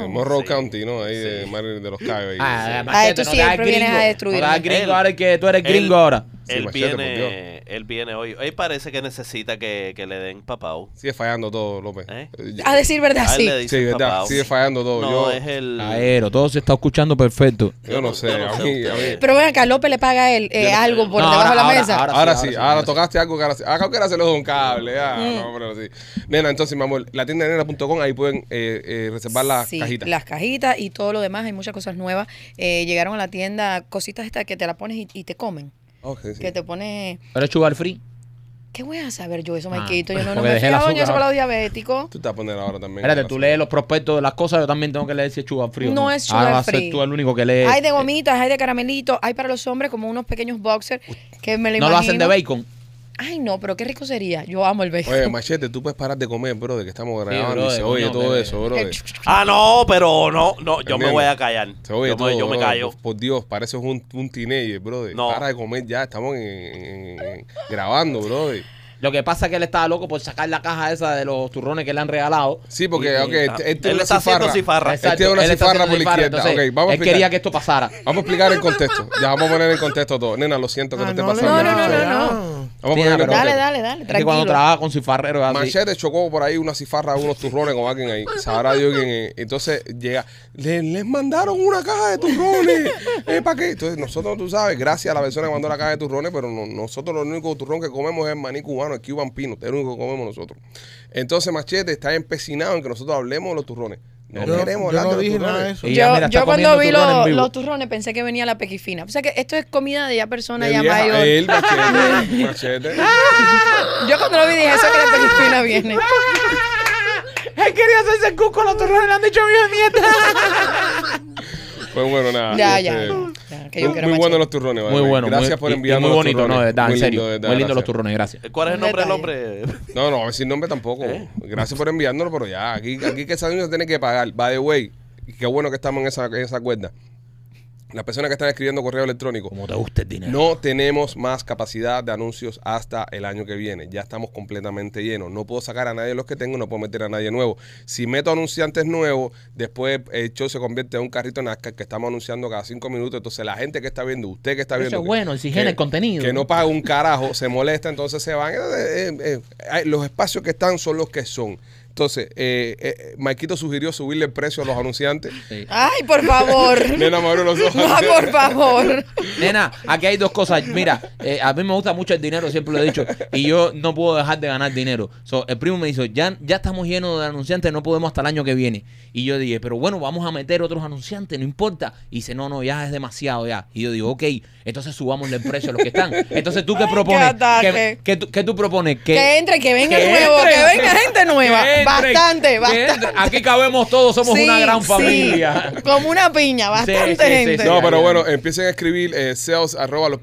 [SPEAKER 5] Wow.
[SPEAKER 1] Monroe
[SPEAKER 4] Sí.
[SPEAKER 1] County, ¿no? Ahí de
[SPEAKER 4] Sí.
[SPEAKER 1] Maryland de los Cayos. ahí.
[SPEAKER 2] Ah,
[SPEAKER 1] Sí.
[SPEAKER 2] machete,
[SPEAKER 5] Ah, tú
[SPEAKER 2] no te hagas
[SPEAKER 5] siempre vienes
[SPEAKER 2] gringo.
[SPEAKER 5] a destruirme.
[SPEAKER 2] No te hagas
[SPEAKER 4] Él-
[SPEAKER 2] gringo ahora que tú eres
[SPEAKER 4] él-
[SPEAKER 2] gringo ahora.
[SPEAKER 1] Sí,
[SPEAKER 4] él,
[SPEAKER 1] machete, por
[SPEAKER 4] viene, él viene hoy. Hoy parece que necesita que, que le den papau.
[SPEAKER 1] Sigue fallando todo, López.
[SPEAKER 4] ¿Eh?
[SPEAKER 1] Eh,
[SPEAKER 5] A decir verdad,
[SPEAKER 4] A él
[SPEAKER 5] sí.
[SPEAKER 4] Ah, le
[SPEAKER 1] Sí,
[SPEAKER 4] dicen
[SPEAKER 1] verdad,
[SPEAKER 4] papau.
[SPEAKER 1] sigue fallando todo.
[SPEAKER 4] No,
[SPEAKER 1] yo,
[SPEAKER 4] es el...
[SPEAKER 2] Aero, todo se está escuchando perfecto.
[SPEAKER 1] yo no sé, a mí, a mí.
[SPEAKER 5] Pero ven acá, López le paga a él eh, algo por
[SPEAKER 2] No,
[SPEAKER 5] debajo de la
[SPEAKER 2] ahora-
[SPEAKER 5] mesa.
[SPEAKER 2] ahora-
[SPEAKER 1] Ahora, sí, ahora, tocaste algo que ahora sí. Acá quiero hacerlo con cable. ya, no, pero sí. Nena, entonces, mi amor, la tienda de nena.com, ahí pueden eh, eh, reservar las
[SPEAKER 5] Sí,
[SPEAKER 1] cajitas.
[SPEAKER 5] Las cajitas y todo lo demás. Hay muchas cosas nuevas. Eh, llegaron a la tienda cositas estas que te la pones y, y te comen.
[SPEAKER 1] Ok, sí.
[SPEAKER 5] Que te pones.
[SPEAKER 2] Pero es chubar free.
[SPEAKER 5] ¿Qué voy a saber yo eso,
[SPEAKER 2] Ah,
[SPEAKER 5] Maikito? Yo no, no
[SPEAKER 2] porque
[SPEAKER 5] me he
[SPEAKER 2] dejé el
[SPEAKER 5] fijado en
[SPEAKER 2] azúcar
[SPEAKER 5] eso para
[SPEAKER 2] ahora.
[SPEAKER 5] los diabéticos.
[SPEAKER 1] Tú te vas a poner ahora también.
[SPEAKER 2] Espérate, tú lees los prospectos de las cosas, yo también tengo que leer si es chuba frío.
[SPEAKER 5] No es sugar
[SPEAKER 2] Ahora va a
[SPEAKER 5] free.
[SPEAKER 2] ser tú el único que lee.
[SPEAKER 5] Hay de gomitas, hay de caramelitos, hay para los hombres como unos pequeños boxers que me lo
[SPEAKER 2] no lo hacen de
[SPEAKER 5] imagino.
[SPEAKER 2] bacon.
[SPEAKER 5] Ay, no, pero qué rico sería. Yo amo el bacon.
[SPEAKER 1] Oye, machete, tú puedes parar de comer, bro, de que estamos grabando y
[SPEAKER 2] brother,
[SPEAKER 1] se oye
[SPEAKER 2] coño,
[SPEAKER 1] todo
[SPEAKER 2] que-
[SPEAKER 1] eso, bro.
[SPEAKER 5] Que-
[SPEAKER 4] Ah, no, pero no, no, yo me
[SPEAKER 1] ¿Entiendes?
[SPEAKER 4] voy a callar.
[SPEAKER 1] Se
[SPEAKER 4] Yo
[SPEAKER 1] oye
[SPEAKER 4] me,
[SPEAKER 1] todo,
[SPEAKER 4] yo me
[SPEAKER 1] brother.
[SPEAKER 4] callo.
[SPEAKER 1] Por, por Dios, pareces un, un teenager, brother.
[SPEAKER 4] No.
[SPEAKER 1] Para de comer ya, estamos en- en- en- grabando, brother.
[SPEAKER 2] Lo que pasa es que él estaba loco por sacar la caja esa de los turrones que le han regalado.
[SPEAKER 1] Sí, porque, ok,
[SPEAKER 4] Ah,
[SPEAKER 1] este- este
[SPEAKER 4] él
[SPEAKER 1] una
[SPEAKER 4] está haciendo
[SPEAKER 1] cifarra.
[SPEAKER 4] cifarra.
[SPEAKER 1] Exacto. tiene una
[SPEAKER 2] él está
[SPEAKER 1] cifarra por
[SPEAKER 2] haciendo
[SPEAKER 1] la
[SPEAKER 2] cifarra,
[SPEAKER 1] izquierda.
[SPEAKER 2] entonces,
[SPEAKER 1] Ok, vamos a
[SPEAKER 2] él
[SPEAKER 1] explicar.
[SPEAKER 2] quería que esto pasara.
[SPEAKER 1] Vamos a explicar el contexto. Ya vamos a poner en contexto todo. Nena, lo siento que
[SPEAKER 3] Ah,
[SPEAKER 1] no te
[SPEAKER 3] no,
[SPEAKER 1] pasando.
[SPEAKER 5] no, no,
[SPEAKER 1] nada.
[SPEAKER 5] no, no, no.
[SPEAKER 1] Vamos a
[SPEAKER 2] Nena,
[SPEAKER 1] poner en
[SPEAKER 2] pero-
[SPEAKER 5] Dale,
[SPEAKER 1] contexto.
[SPEAKER 5] dale, dale,
[SPEAKER 2] Es que cuando
[SPEAKER 5] tranquilo.
[SPEAKER 2] trabaja con cifarreros así.
[SPEAKER 1] Machete chocó por ahí una cifarra, unos turrones con alguien ahí. Sabrá Dios quién es. Entonces llega, le- les mandaron una caja de turrones. ¿Para qué? Entonces nosotros, tú sabes, gracias a la persona que mandó la caja de turrones, pero no- nosotros lo único turrón que comemos es el maní cubano, el cuban pino, es lo único que comemos nosotros. Entonces Machete está empecinado en que nosotros hablemos de los turrones. No
[SPEAKER 3] Yo-
[SPEAKER 1] queremos
[SPEAKER 3] yo
[SPEAKER 1] hablar
[SPEAKER 3] no
[SPEAKER 1] de los
[SPEAKER 3] dije
[SPEAKER 1] turrones.
[SPEAKER 3] nada de eso.
[SPEAKER 2] Y ya,
[SPEAKER 5] Yo,
[SPEAKER 2] mira, está
[SPEAKER 5] yo cuando
[SPEAKER 2] comiendo
[SPEAKER 5] vi
[SPEAKER 2] turrón en
[SPEAKER 5] los-
[SPEAKER 2] vivo.
[SPEAKER 5] los turrones pensé que venía la pequifina. O sea que esto es comida de ya persona
[SPEAKER 1] De
[SPEAKER 5] ya
[SPEAKER 1] vieja,
[SPEAKER 5] mayor.
[SPEAKER 1] él, Machete, Machete.
[SPEAKER 5] Yo cuando lo vi dije eso es que la pequifina viene.
[SPEAKER 2] Él quería hacerse el cuco, los turrones le han dicho mi mierda.
[SPEAKER 1] Pues bueno, nada.
[SPEAKER 5] Ya, ya,
[SPEAKER 1] este,
[SPEAKER 5] ya, que yo
[SPEAKER 1] muy muy
[SPEAKER 5] quiero machete.
[SPEAKER 1] buenos los turrones,
[SPEAKER 2] Muy
[SPEAKER 1] vale.
[SPEAKER 2] bueno,
[SPEAKER 1] eh, Gracias
[SPEAKER 2] muy-
[SPEAKER 1] por
[SPEAKER 2] y- y
[SPEAKER 1] enviarnos
[SPEAKER 2] Muy
[SPEAKER 1] los
[SPEAKER 2] bonito,
[SPEAKER 1] turrones.
[SPEAKER 2] no, de verdad, en
[SPEAKER 1] Muy
[SPEAKER 2] serio.
[SPEAKER 1] lindo, de verdad,
[SPEAKER 2] Muy lindo los
[SPEAKER 1] gracias.
[SPEAKER 2] turrones, gracias.
[SPEAKER 4] ¿Cuál es el
[SPEAKER 5] Un
[SPEAKER 4] nombre del
[SPEAKER 5] detalle.
[SPEAKER 4] hombre?
[SPEAKER 1] No, no, a ver si nombre tampoco.
[SPEAKER 2] Eh.
[SPEAKER 1] Gracias por enviándolo, pero ya, aquí, aquí que esa se tiene que pagar. By the way, y qué bueno que estamos en esa, en esa cuerda. Las personas que están escribiendo correo electrónico,
[SPEAKER 2] Como te gusta el dinero.
[SPEAKER 1] no tenemos más capacidad de anuncios hasta el año que viene. Ya estamos completamente llenos. No puedo sacar a nadie de los que tengo, no puedo meter a nadie nuevo. Si meto anunciantes nuevos, después el show se convierte en un carrito NASCAR que estamos anunciando cada cinco minutos. Entonces la gente que está viendo, usted que está
[SPEAKER 2] Eso
[SPEAKER 1] viendo...
[SPEAKER 2] es
[SPEAKER 1] que-
[SPEAKER 2] bueno, exigen
[SPEAKER 1] que-
[SPEAKER 2] el contenido.
[SPEAKER 1] Que no paga un carajo, se molesta, entonces se van. Eh, eh, eh, eh, los espacios que están son los que son. Entonces, eh, eh, eh, Marquito sugirió subirle el precio a los anunciantes.
[SPEAKER 5] Ay, por favor.
[SPEAKER 1] Nena, me abrió los ojos.
[SPEAKER 2] Ah,
[SPEAKER 5] No, por favor.
[SPEAKER 2] Nena, aquí hay dos cosas. Mira, eh, a mí me gusta mucho el dinero, siempre lo he dicho, y yo no puedo dejar de ganar dinero. So, el primo me dijo, ya, ya estamos llenos de anunciantes, no podemos hasta el año que viene. Y yo dije, pero bueno, vamos a meter otros anunciantes, no importa. Y dice, no, no, ya es demasiado ya. Y yo digo, ok, entonces subámosle el precio a los que están. Entonces, ¿tú qué propones?
[SPEAKER 5] ataque.
[SPEAKER 2] ¿Qué, qué tú, qué tú propones?
[SPEAKER 5] Que
[SPEAKER 2] Que,
[SPEAKER 5] entre, que venga
[SPEAKER 2] que
[SPEAKER 5] nuevo,
[SPEAKER 2] entre.
[SPEAKER 5] que venga gente nueva.
[SPEAKER 2] Que Drake.
[SPEAKER 5] Bastante, bastante.
[SPEAKER 2] Bien, Aquí cabemos todos, somos
[SPEAKER 5] Sí,
[SPEAKER 2] una gran
[SPEAKER 5] sí.
[SPEAKER 2] familia.
[SPEAKER 5] Como una piña, bastante
[SPEAKER 2] Sí, sí, sí,
[SPEAKER 5] gente.
[SPEAKER 2] sí.
[SPEAKER 1] No,
[SPEAKER 2] Ya,
[SPEAKER 1] pero
[SPEAKER 2] ya.
[SPEAKER 1] bueno, empiecen a escribir eh, sales arroba los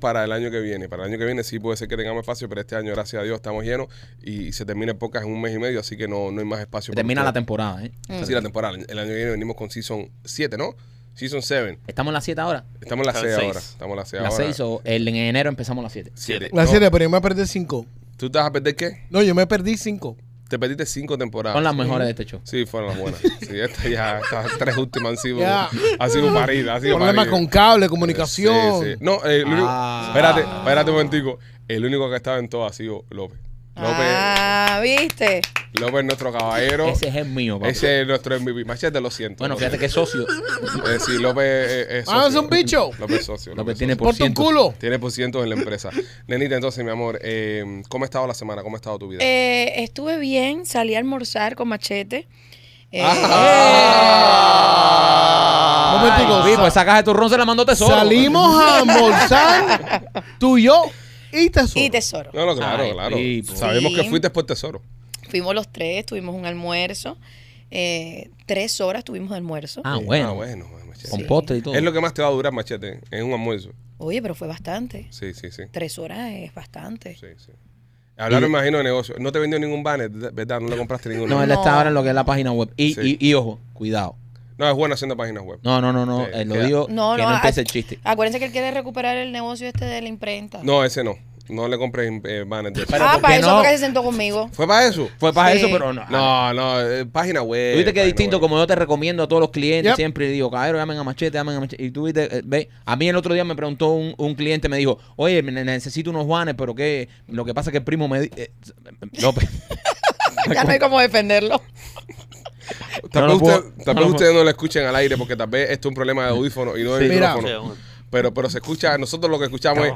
[SPEAKER 1] para el año que viene. Para el año que viene sí puede ser que tengamos espacio, pero este año, gracias a Dios, estamos llenos y se termina el podcast en un mes y medio, así que no, no hay más espacio.
[SPEAKER 2] Se Termina la
[SPEAKER 1] temporada.
[SPEAKER 2] temporada, ¿eh?
[SPEAKER 1] Sí, la temporada. El año que viene venimos con Season 7, ¿no? Season 7.
[SPEAKER 2] Estamos en las 7 ahora.
[SPEAKER 1] Estamos en la
[SPEAKER 4] Son
[SPEAKER 1] 6
[SPEAKER 4] seis.
[SPEAKER 1] ahora. Estamos en la 6
[SPEAKER 2] Las
[SPEAKER 1] ahora.
[SPEAKER 2] 6 o el, en enero empezamos las 7.
[SPEAKER 1] Siete.
[SPEAKER 4] Siete.
[SPEAKER 1] No,
[SPEAKER 6] La serie, pero yo me perdí cinco.
[SPEAKER 1] ¿Tú te vas a perder qué?
[SPEAKER 6] No, yo me perdí cinco.
[SPEAKER 1] Te perdiste 5 temporadas.
[SPEAKER 2] Son las mejores de este show.
[SPEAKER 1] Ah, Sí, fueron las buenas. Sí, estas ya, estas tres últimas han sido,
[SPEAKER 6] Ya.
[SPEAKER 1] han sido paridas. Han sido
[SPEAKER 6] Problemas
[SPEAKER 1] paridas.
[SPEAKER 6] con cable, comunicación.
[SPEAKER 1] eh, Sí, sí. No, el único.
[SPEAKER 2] Ah.
[SPEAKER 1] Espérate, espérate un momentico. El único que estaba en todo ha sido López.
[SPEAKER 2] pues.
[SPEAKER 1] López,
[SPEAKER 5] Ah, ¿viste?
[SPEAKER 1] López es nuestro caballero.
[SPEAKER 2] Ese es el mío, papi.
[SPEAKER 1] Ese es nuestro MVP. Machete, lo siento.
[SPEAKER 2] Bueno,
[SPEAKER 1] López.
[SPEAKER 2] fíjate que socio.
[SPEAKER 1] Eh, sí, López es, es
[SPEAKER 6] Ah, es un bicho.
[SPEAKER 1] López es socio.
[SPEAKER 2] López
[SPEAKER 1] es
[SPEAKER 2] tiene
[SPEAKER 1] socio.
[SPEAKER 2] por
[SPEAKER 6] Ponte un
[SPEAKER 2] ciento.
[SPEAKER 6] culo.
[SPEAKER 1] Tiene por ciento en la empresa. Nenita, entonces, mi amor, eh, ¿cómo ha estado la semana? ¿Cómo ha estado tu vida?
[SPEAKER 5] Eh, estuve bien, salí a almorzar con machete. Eh,
[SPEAKER 2] Ah.
[SPEAKER 6] Un momentico.
[SPEAKER 2] Pipo, Ah,
[SPEAKER 6] sa-
[SPEAKER 2] pues, esa caja de turrón se la mandó tesoro.
[SPEAKER 6] salimos a almorzar tú y yo y tesoro.
[SPEAKER 5] Y tesoro.
[SPEAKER 1] no, no, claro,
[SPEAKER 2] Ay,
[SPEAKER 1] claro.
[SPEAKER 2] Pipo.
[SPEAKER 1] Sabemos que
[SPEAKER 5] Sí.
[SPEAKER 1] fuiste por tesoro.
[SPEAKER 5] Fuimos los tres, tuvimos un almuerzo. eh, tres horas tuvimos de almuerzo.
[SPEAKER 2] Ah,
[SPEAKER 1] Ah,
[SPEAKER 2] bueno.
[SPEAKER 1] bueno, machete.
[SPEAKER 2] Con
[SPEAKER 5] Sí.
[SPEAKER 2] postre y todo.
[SPEAKER 1] Es lo que más te va a durar, machete. Es un almuerzo.
[SPEAKER 5] Oye, pero fue bastante.
[SPEAKER 1] Sí, sí, sí.
[SPEAKER 5] Tres horas es bastante.
[SPEAKER 1] Sí, sí. Hablaron, me imagino, de negocio. No te vendió ningún banner, ¿verdad? No le compraste ninguno.
[SPEAKER 2] No,
[SPEAKER 1] No,
[SPEAKER 2] él
[SPEAKER 5] No.
[SPEAKER 2] está ahora en lo que es la página web. Y,
[SPEAKER 1] Sí.
[SPEAKER 2] y, y ojo, cuidado.
[SPEAKER 1] es bueno haciendo páginas web.
[SPEAKER 2] No, no, no, no.
[SPEAKER 1] Sí,
[SPEAKER 2] eh, lo
[SPEAKER 1] queda-
[SPEAKER 2] digo
[SPEAKER 5] No,
[SPEAKER 2] que
[SPEAKER 5] no,
[SPEAKER 2] no empiece el
[SPEAKER 5] ah,
[SPEAKER 2] chiste.
[SPEAKER 5] Acuérdense que él quiere recuperar el negocio este de la imprenta.
[SPEAKER 1] No, ese no. No le compré eh, banner. de-
[SPEAKER 2] Pero
[SPEAKER 5] ah,
[SPEAKER 2] ¿por qué
[SPEAKER 5] para eso
[SPEAKER 2] no?
[SPEAKER 5] porque se sentó conmigo.
[SPEAKER 1] ¿Fue para eso?
[SPEAKER 2] Fue para
[SPEAKER 5] Sí.
[SPEAKER 2] eso, pero no.
[SPEAKER 1] No, no, eh, página web.
[SPEAKER 2] Tuviste que
[SPEAKER 1] página
[SPEAKER 2] es distinto,
[SPEAKER 1] web.
[SPEAKER 2] como yo te recomiendo a todos los clientes,
[SPEAKER 6] Yep.
[SPEAKER 2] siempre digo, cabrón, llamen a machete, llamen a machete. Y tú viste, eh, ve, a mí el otro día me preguntó un, un cliente, me dijo, oye, me- necesito unos guanes, pero qué, lo que pasa es que el primo me... di- eh, López.
[SPEAKER 5] Ya no hay cómo defenderlo.
[SPEAKER 1] Tal vez
[SPEAKER 2] No lo puedo-
[SPEAKER 1] usted- tal
[SPEAKER 2] no
[SPEAKER 1] vez
[SPEAKER 2] lo puedo-
[SPEAKER 1] ustedes no lo escuchen al aire porque tal vez esto es un problema de audífono y no de
[SPEAKER 6] Sí. Mira.
[SPEAKER 1] micrófono. Pero, pero se escucha, nosotros lo que escuchamos es.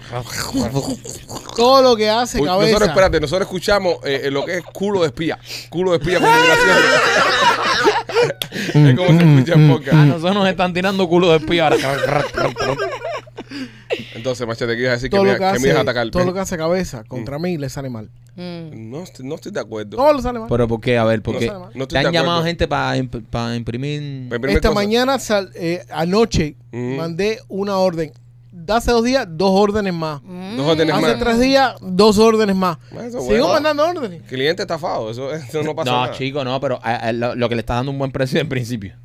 [SPEAKER 6] Todo lo que hace
[SPEAKER 1] Uy,
[SPEAKER 6] cabeza.
[SPEAKER 1] Nosotros, espérate, nosotros escuchamos eh, eh, lo que es culo de espía. Culo de espía con vibración. es como se escucha
[SPEAKER 6] Mm,
[SPEAKER 1] en
[SPEAKER 2] A
[SPEAKER 1] podcast.
[SPEAKER 2] nosotros nos están tirando culo de espía ahora.
[SPEAKER 1] Entonces, machete, ¿qué ibas a decir? Que
[SPEAKER 6] todo
[SPEAKER 1] me,
[SPEAKER 6] lo que,
[SPEAKER 1] que me
[SPEAKER 6] hace,
[SPEAKER 1] ibas a atacar.
[SPEAKER 6] todo lo que hace cabeza contra mí les sale mal.
[SPEAKER 5] Mm.
[SPEAKER 1] No, estoy- no estoy de acuerdo.
[SPEAKER 6] Todo les sale mal.
[SPEAKER 2] Pero ¿por qué? A ver,
[SPEAKER 1] No
[SPEAKER 2] porque
[SPEAKER 1] sé, no estoy
[SPEAKER 2] te han
[SPEAKER 1] de
[SPEAKER 2] llamado
[SPEAKER 1] acuerdo. Pues,
[SPEAKER 2] gente para imprimir...
[SPEAKER 1] Me primer
[SPEAKER 6] Esta
[SPEAKER 1] cosa-
[SPEAKER 6] mañana, sal- eh, anoche,
[SPEAKER 1] Mm.
[SPEAKER 6] mandé una orden. De hace dos días, dos órdenes más.
[SPEAKER 1] No órdenes
[SPEAKER 6] Hace
[SPEAKER 1] más.
[SPEAKER 6] tres días, dos órdenes más.
[SPEAKER 1] Bueno, eso
[SPEAKER 6] Sigo
[SPEAKER 1] bueno.
[SPEAKER 6] mandando órdenes.
[SPEAKER 1] Cliente estafado, eso, eso no pasa
[SPEAKER 2] No,
[SPEAKER 1] nada.
[SPEAKER 2] chico, no, pero eh, eh, lo, lo que le está dando un buen precio en principio.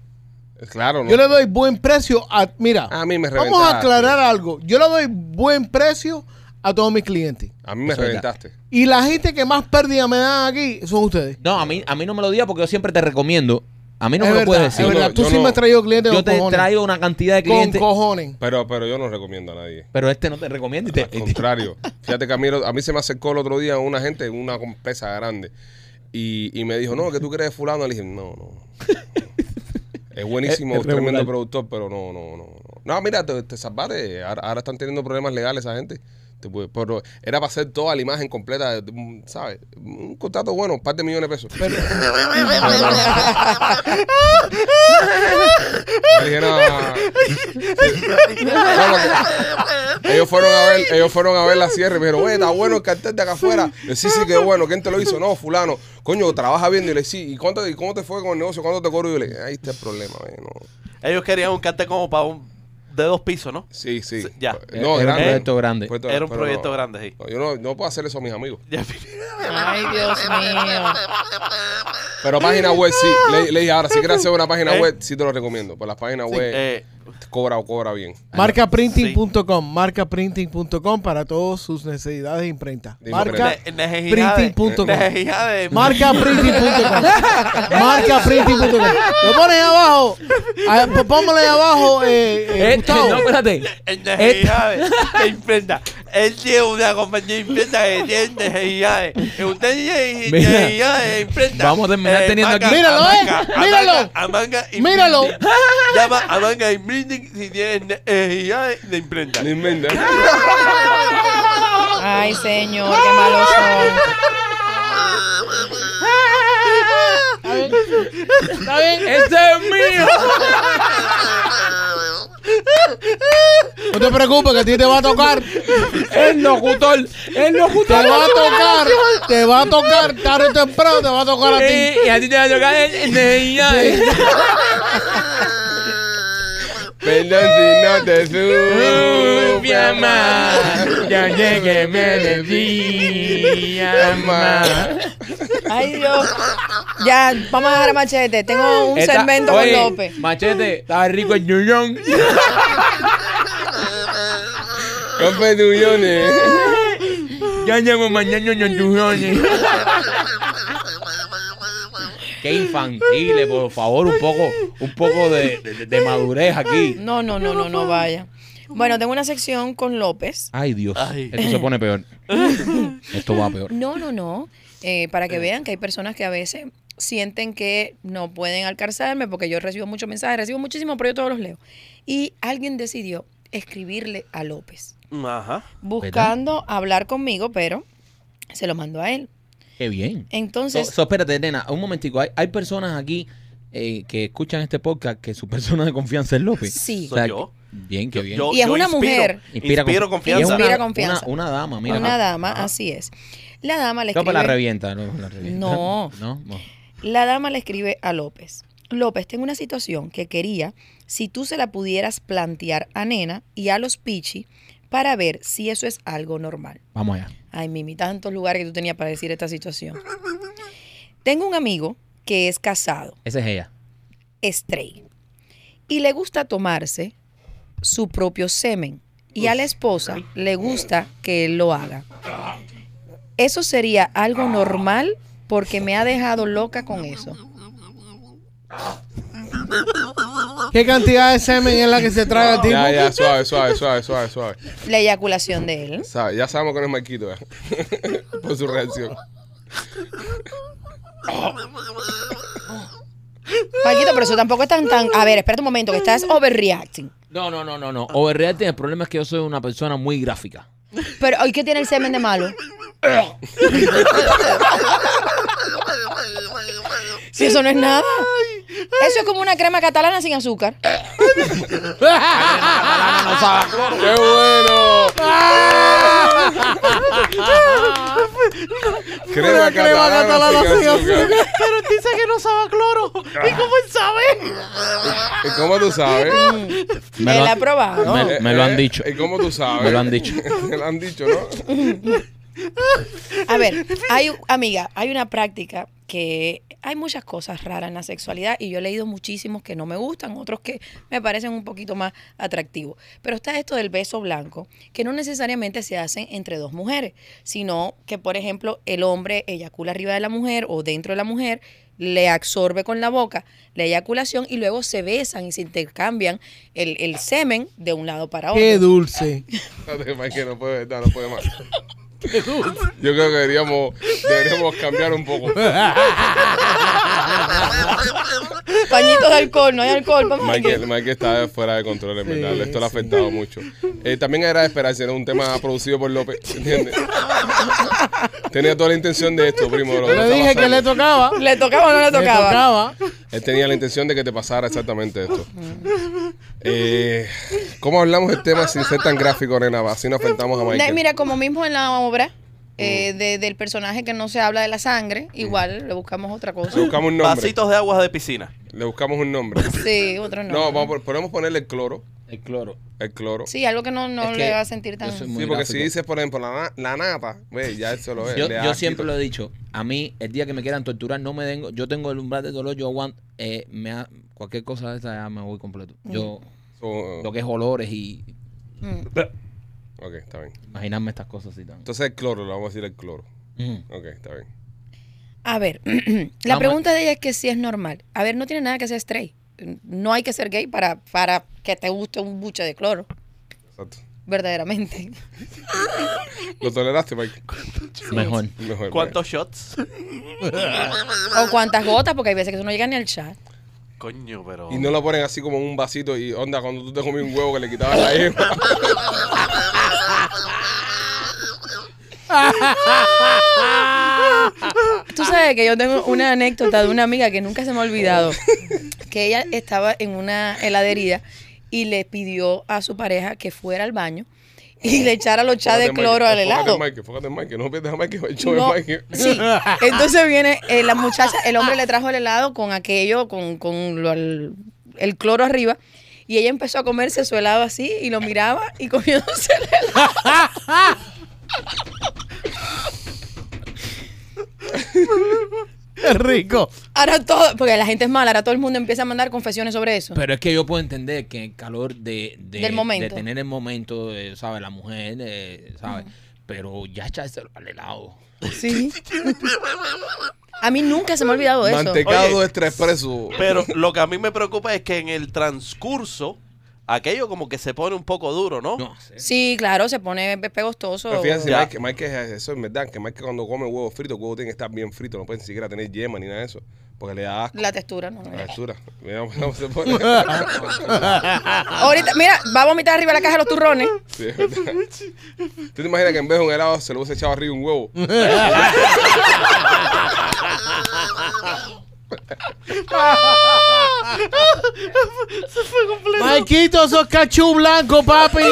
[SPEAKER 1] Claro, no.
[SPEAKER 6] Yo le doy buen precio a. Mira,
[SPEAKER 1] A mí me
[SPEAKER 6] vamos a
[SPEAKER 1] reventaste.
[SPEAKER 6] aclarar algo. Yo le doy buen precio a todos mis clientes.
[SPEAKER 1] A mí me
[SPEAKER 2] Eso es verdad.
[SPEAKER 1] reventaste.
[SPEAKER 6] Y la gente que más pérdida me dan aquí son ustedes.
[SPEAKER 2] No, a mí, a mí no me lo digas porque yo siempre te recomiendo. A mí no me
[SPEAKER 6] es
[SPEAKER 2] lo
[SPEAKER 6] verdad,
[SPEAKER 2] puedes
[SPEAKER 6] es
[SPEAKER 2] decir.
[SPEAKER 6] verdad.
[SPEAKER 1] Yo
[SPEAKER 6] Tú
[SPEAKER 1] no-
[SPEAKER 6] sí me has traído clientes
[SPEAKER 2] Yo
[SPEAKER 6] con
[SPEAKER 2] te
[SPEAKER 6] cojones.
[SPEAKER 2] traigo una cantidad de
[SPEAKER 6] con
[SPEAKER 2] clientes,
[SPEAKER 6] cojones.
[SPEAKER 1] Pero, pero yo no recomiendo a nadie.
[SPEAKER 2] pero este no te recomienda. y te-
[SPEAKER 1] Al contrario. Fíjate que a mí, a mí se me acercó el otro día una gente, una empresa grande, y, y me dijo, no, que tú crees fulano. Le dije, no, no. no. Es buenísimo,
[SPEAKER 2] Es-
[SPEAKER 1] es,
[SPEAKER 2] es
[SPEAKER 1] tremendo
[SPEAKER 2] regular.
[SPEAKER 1] productor, pero no, no, no. No, No, mira, te, te salvaste. Ahora, ahora están teniendo problemas legales esa gente. Te puede- Pero era para hacer toda la imagen completa, de- mm, ¿sabes? Un contrato bueno, un par de millones de pesos. Le dije, no, no, no. No, porque ellos fueron a ver, ellos fueron a ver la sierra y me dijeron, oye, está bueno el cartel de acá afuera. Yo, sí, sí, qué bueno, ¿quién te lo hizo? No, fulano, coño, trabaja bien. Y yo le sí, ¿y cuánto, y cómo te fue con el negocio? ¿Cuánto te cobro? Y yo le dije, ahí está el problema, eh, no.
[SPEAKER 4] Ellos querían un cante como para un de dos pisos, ¿no?
[SPEAKER 1] Sí, sí. Eh,
[SPEAKER 4] Sí, ya.
[SPEAKER 1] No,
[SPEAKER 2] Era un
[SPEAKER 1] grande. Pues,
[SPEAKER 2] proyecto grande.
[SPEAKER 1] Proyecto-
[SPEAKER 4] Era un
[SPEAKER 1] pero
[SPEAKER 4] proyecto
[SPEAKER 1] no. Eh,
[SPEAKER 4] grande, sí.
[SPEAKER 1] No, yo no, no puedo hacer eso a mis amigos.
[SPEAKER 4] Ya-
[SPEAKER 5] Ay, Dios mío.
[SPEAKER 1] Pero página web sí. Le, le dije, ahora si quieres hacer una página
[SPEAKER 4] Eh.
[SPEAKER 1] web, sí te lo recomiendo. Por las páginas web
[SPEAKER 4] eh,
[SPEAKER 1] te cobra o cobra bien.
[SPEAKER 6] Marcaprinting.com, marcaprinting.com para todas sus necesidades de imprenta.
[SPEAKER 1] De
[SPEAKER 6] Marca
[SPEAKER 4] ne- necesidad de-
[SPEAKER 6] Printing.com.
[SPEAKER 4] necesidad de-
[SPEAKER 6] marcaprinting.com. marcaprinting.com. Lo pones ahí abajo. Ah, p- Pónmelo ahí abajo, eh, eh,
[SPEAKER 2] Eh,
[SPEAKER 6] Gustavo.
[SPEAKER 2] no, espérate.
[SPEAKER 4] en necesidades de imprenta. Él tiene una compañía de imprenta que tiene necesidades. Y Usted tiene
[SPEAKER 2] Mira,
[SPEAKER 4] necesidades de imprenta.
[SPEAKER 2] vamos a terminar teniendo aquí-
[SPEAKER 6] Míralo, eh, míralo.
[SPEAKER 4] A manga y
[SPEAKER 6] Míralo.
[SPEAKER 4] Printing. Llama a manga y printing si tienes necesidades de imprenta.
[SPEAKER 1] Ni mente.
[SPEAKER 5] Ay, señor, qué malos son.
[SPEAKER 6] Está bien.
[SPEAKER 2] ¡Ese es mío!
[SPEAKER 6] No te preocupes que a ti te va a tocar.
[SPEAKER 2] El locutor, el
[SPEAKER 6] Te
[SPEAKER 2] locutor.
[SPEAKER 6] va a tocar. Te va a tocar. Tarde o temprano te va a tocar a ti.
[SPEAKER 2] Eh, Y a ti te va a tocar el- el de-
[SPEAKER 1] Perdón si no te supe
[SPEAKER 2] Rubia
[SPEAKER 1] amar.
[SPEAKER 2] más, ya llegué, me desvía más.
[SPEAKER 5] Ay, Dios. Ya, vamos a dejar a Machete. Tengo un
[SPEAKER 2] Está-
[SPEAKER 5] segmento
[SPEAKER 2] oye,
[SPEAKER 5] con López.
[SPEAKER 2] Machete, estaba rico el ñuñón.
[SPEAKER 1] Rompe tuyones.
[SPEAKER 2] Ya llego mañana ñuñones. Qué infantiles, por favor, un poco, un poco de, de- de madurez aquí.
[SPEAKER 5] No, no, no, no, no, vaya. Bueno, tengo una sección con López.
[SPEAKER 2] Ay, Dios,
[SPEAKER 4] Ay.
[SPEAKER 2] esto se pone peor. Esto va peor.
[SPEAKER 5] No, no, no. Eh, para que vean que hay personas que a veces sienten que no pueden alcanzarme porque yo recibo muchos mensajes, recibo muchísimos, pero yo todos los leo. Y alguien decidió escribirle a López,
[SPEAKER 4] Ajá.
[SPEAKER 5] buscando hablar conmigo, pero se lo mandó a él.
[SPEAKER 2] Qué bien.
[SPEAKER 5] Entonces,
[SPEAKER 2] So- so, espérate, nena, un momentico. Hay, hay personas aquí eh, que escuchan este podcast que su persona de confianza es López.
[SPEAKER 5] sí.
[SPEAKER 4] Soy yo.
[SPEAKER 2] Bien, qué bien.
[SPEAKER 5] Y es una mujer.
[SPEAKER 4] Inspiro
[SPEAKER 2] confi-
[SPEAKER 4] confianza.
[SPEAKER 2] y es una-
[SPEAKER 5] Inspira confianza.
[SPEAKER 2] Una, una dama, mira.
[SPEAKER 5] una
[SPEAKER 2] Ah,
[SPEAKER 5] dama,
[SPEAKER 2] ah.
[SPEAKER 5] así es. La dama le
[SPEAKER 2] López la
[SPEAKER 5] escribe.
[SPEAKER 2] revienta. No. la revienta.
[SPEAKER 5] No.
[SPEAKER 2] No, no.
[SPEAKER 5] La dama le escribe a López. López, tengo una situación que quería si tú se la pudieras plantear a Nena y a los Pichi para ver si eso es algo normal.
[SPEAKER 2] Vamos allá.
[SPEAKER 5] Ay, Mimi, tantos lugares que tú tenías para decir esta situación. Tengo un amigo que es casado,
[SPEAKER 2] Esa es ella.
[SPEAKER 5] straight, y le gusta tomarse su propio semen. Y a la esposa le gusta que él lo haga. Eso sería algo normal porque me ha dejado loca con eso.
[SPEAKER 6] ¿Qué cantidad de semen es la que se traga el tipo?
[SPEAKER 1] Ya, ya, suave, suave, suave, suave, suave.
[SPEAKER 5] la eyaculación de él.
[SPEAKER 1] Sabe, Ya sabemos que no es Marquito, ¿eh? Por su reacción.
[SPEAKER 5] Paquito, pero eso tampoco es tan tan. A ver, espérate un momento, que estás overreacting.
[SPEAKER 2] No, no, no, no, no.
[SPEAKER 5] Ah.
[SPEAKER 2] Overreacting, el problema es que yo soy una persona muy gráfica.
[SPEAKER 5] Pero hoy qué tiene el semen de malo. si eso no es nada. Eso es como una crema catalana sin azúcar.
[SPEAKER 1] ¡Qué bueno! crema
[SPEAKER 6] Una crema catalana
[SPEAKER 1] catalana sin
[SPEAKER 6] sin
[SPEAKER 1] azúcar.
[SPEAKER 3] Pero él dice que no sabe a cloro. ¿Y cómo él sabe?
[SPEAKER 1] ¿Y cómo tú sabes?
[SPEAKER 2] Me
[SPEAKER 5] Él
[SPEAKER 2] lo
[SPEAKER 5] ha
[SPEAKER 2] han-
[SPEAKER 5] probado.
[SPEAKER 2] me- me lo han dicho.
[SPEAKER 1] eh, ¿Y cómo tú sabes?
[SPEAKER 2] Me lo han dicho.
[SPEAKER 1] me lo han dicho, ¿no?
[SPEAKER 5] A ver, hay, amiga, hay una práctica que hay muchas cosas raras en la sexualidad y yo he leído muchísimos que no me gustan, otros que me parecen un poquito más atractivos. Pero está esto del beso blanco, que no necesariamente se hacen entre dos mujeres, sino que, por ejemplo, el hombre eyacula arriba de la mujer o dentro de la mujer, le absorbe con la boca la eyaculación y luego se besan y se intercambian el, el semen de un lado para otro.
[SPEAKER 6] Qué dulce.
[SPEAKER 1] No te que no puede, no, no puede más. Yo creo que deberíamos, deberíamos cambiar un poco.
[SPEAKER 5] Pañitos de alcohol, no hay alcohol. Vamos a
[SPEAKER 1] Michael, Michael está fuera de control, en verdad. Esto le ha afectado mucho. Eh, también era de esperarse, era un tema producido por López. ¿Entiendes? Tenía toda la intención de esto, primo. bro,
[SPEAKER 6] Yo
[SPEAKER 1] lo
[SPEAKER 6] le
[SPEAKER 1] está
[SPEAKER 6] dije que
[SPEAKER 1] pasando.
[SPEAKER 6] le tocaba.
[SPEAKER 5] ¿Le tocaba o no le
[SPEAKER 6] Le
[SPEAKER 5] tocaba?
[SPEAKER 6] tocaba.
[SPEAKER 1] Él tenía la intención de que te pasara exactamente esto. Eh, ¿Cómo hablamos del tema sin ser tan gráfico, nena? Así no afectamos a
[SPEAKER 5] Na-
[SPEAKER 1] Michael.
[SPEAKER 5] Mira, como mismo en la obra
[SPEAKER 2] Mm.
[SPEAKER 5] eh, de- del personaje que no se habla de la sangre, igual le buscamos otra cosa.
[SPEAKER 1] Le buscamos un nombre.
[SPEAKER 4] Vasitos de agua de piscina.
[SPEAKER 1] Le buscamos un nombre.
[SPEAKER 5] Sí, otro no.
[SPEAKER 1] No, vamos, a pon- podemos ponerle el cloro.
[SPEAKER 2] El cloro.
[SPEAKER 1] El cloro. Sí,
[SPEAKER 5] Sí, algo que no, no
[SPEAKER 2] Es que
[SPEAKER 5] le va a sentir tan.
[SPEAKER 2] yo soy muy-
[SPEAKER 1] porque
[SPEAKER 2] gráfico.
[SPEAKER 1] si dices, por ejemplo, la, na- la nata, ve, ya eso lo es.
[SPEAKER 2] Yo,
[SPEAKER 1] Pues, le
[SPEAKER 2] yo
[SPEAKER 1] da
[SPEAKER 2] siempre
[SPEAKER 1] asquito.
[SPEAKER 2] lo he dicho. A mí, el día que me quieran torturar, no me den. Yo tengo el umbral de dolor, yo aguanto. eh, me ha- cualquier cosa de esa ya me voy completo. Yo,
[SPEAKER 1] So,
[SPEAKER 2] lo que es olores y
[SPEAKER 5] Mm.
[SPEAKER 1] ok, está bien.
[SPEAKER 2] imaginarme estas cosas y tal.
[SPEAKER 1] Entonces el cloro, le vamos a decir el cloro.
[SPEAKER 2] Mm.
[SPEAKER 1] Ok, está bien.
[SPEAKER 5] A ver, la pregunta de ella es que si es normal. A ver, no tiene nada que ser straight. No hay que ser gay para, para que te guste un buche de cloro,
[SPEAKER 1] Exacto.
[SPEAKER 5] verdaderamente.
[SPEAKER 1] Lo toleraste, Mike.
[SPEAKER 2] Mejor.
[SPEAKER 1] Mejor. pues.
[SPEAKER 4] ¿Cuántos shots?
[SPEAKER 5] O cuántas gotas, porque hay veces que eso no llega ni al chat.
[SPEAKER 4] Coño, pero.
[SPEAKER 1] Y no lo ponen así como en un vasito y onda cuando tú te comías un huevo que le quitabas la yema.
[SPEAKER 5] Tú sabes que yo tengo una anécdota de una amiga que nunca se me ha olvidado, que ella estaba en una heladería y le pidió a su pareja que fuera al baño y le echara los chá de
[SPEAKER 1] Fócate en
[SPEAKER 5] cloro
[SPEAKER 1] Mike,
[SPEAKER 5] al helado.
[SPEAKER 1] Fócate en Mike, fócate en Mike, no pierdas a Mike, el show
[SPEAKER 5] No,
[SPEAKER 1] es Mike.
[SPEAKER 5] sí. Entonces viene eh, la muchacha, el hombre le trajo el helado con aquello, con, con lo- el, el cloro arriba. Y ella empezó a comerse su helado así y lo miraba y comiéndose el helado.
[SPEAKER 6] Es rico.
[SPEAKER 5] Ahora todo, porque la gente es mala, ahora todo el mundo empieza a mandar confesiones sobre eso.
[SPEAKER 2] Pero es que yo puedo entender que el calor de, de-
[SPEAKER 5] Del momento.
[SPEAKER 2] de tener el momento, eh, ¿sabes? La mujer, eh, ¿sabes? Pero ya echárselo al helado.
[SPEAKER 5] Sí. A mí nunca se me ha olvidado eso.
[SPEAKER 1] Mantecado
[SPEAKER 4] Oye.
[SPEAKER 1] de tres presos.
[SPEAKER 4] Pero lo que a mí me preocupa es que en el transcurso, aquello como que se pone un poco duro, ¿no?
[SPEAKER 2] No sé.
[SPEAKER 5] Sí, claro, se pone pe- pegostoso.
[SPEAKER 1] Pero fíjense, ah. Mike,
[SPEAKER 4] Ya.
[SPEAKER 1] Mike es eso, es verdad, que Mike cuando come huevo frito, el huevo tiene que estar bien frito, no puede ni siquiera tener yema ni nada de eso, porque le da asco
[SPEAKER 5] La textura, no.
[SPEAKER 1] a la textura. Mira cómo se pone. Ah.
[SPEAKER 5] Ahorita, mira, va a vomitar arriba la caja de los turrones.
[SPEAKER 1] Sí, es verdad. ¿Tú te imaginas que en vez de un helado se le hubiese echado arriba un huevo?
[SPEAKER 6] Maikito, sos cachú blanco, papi.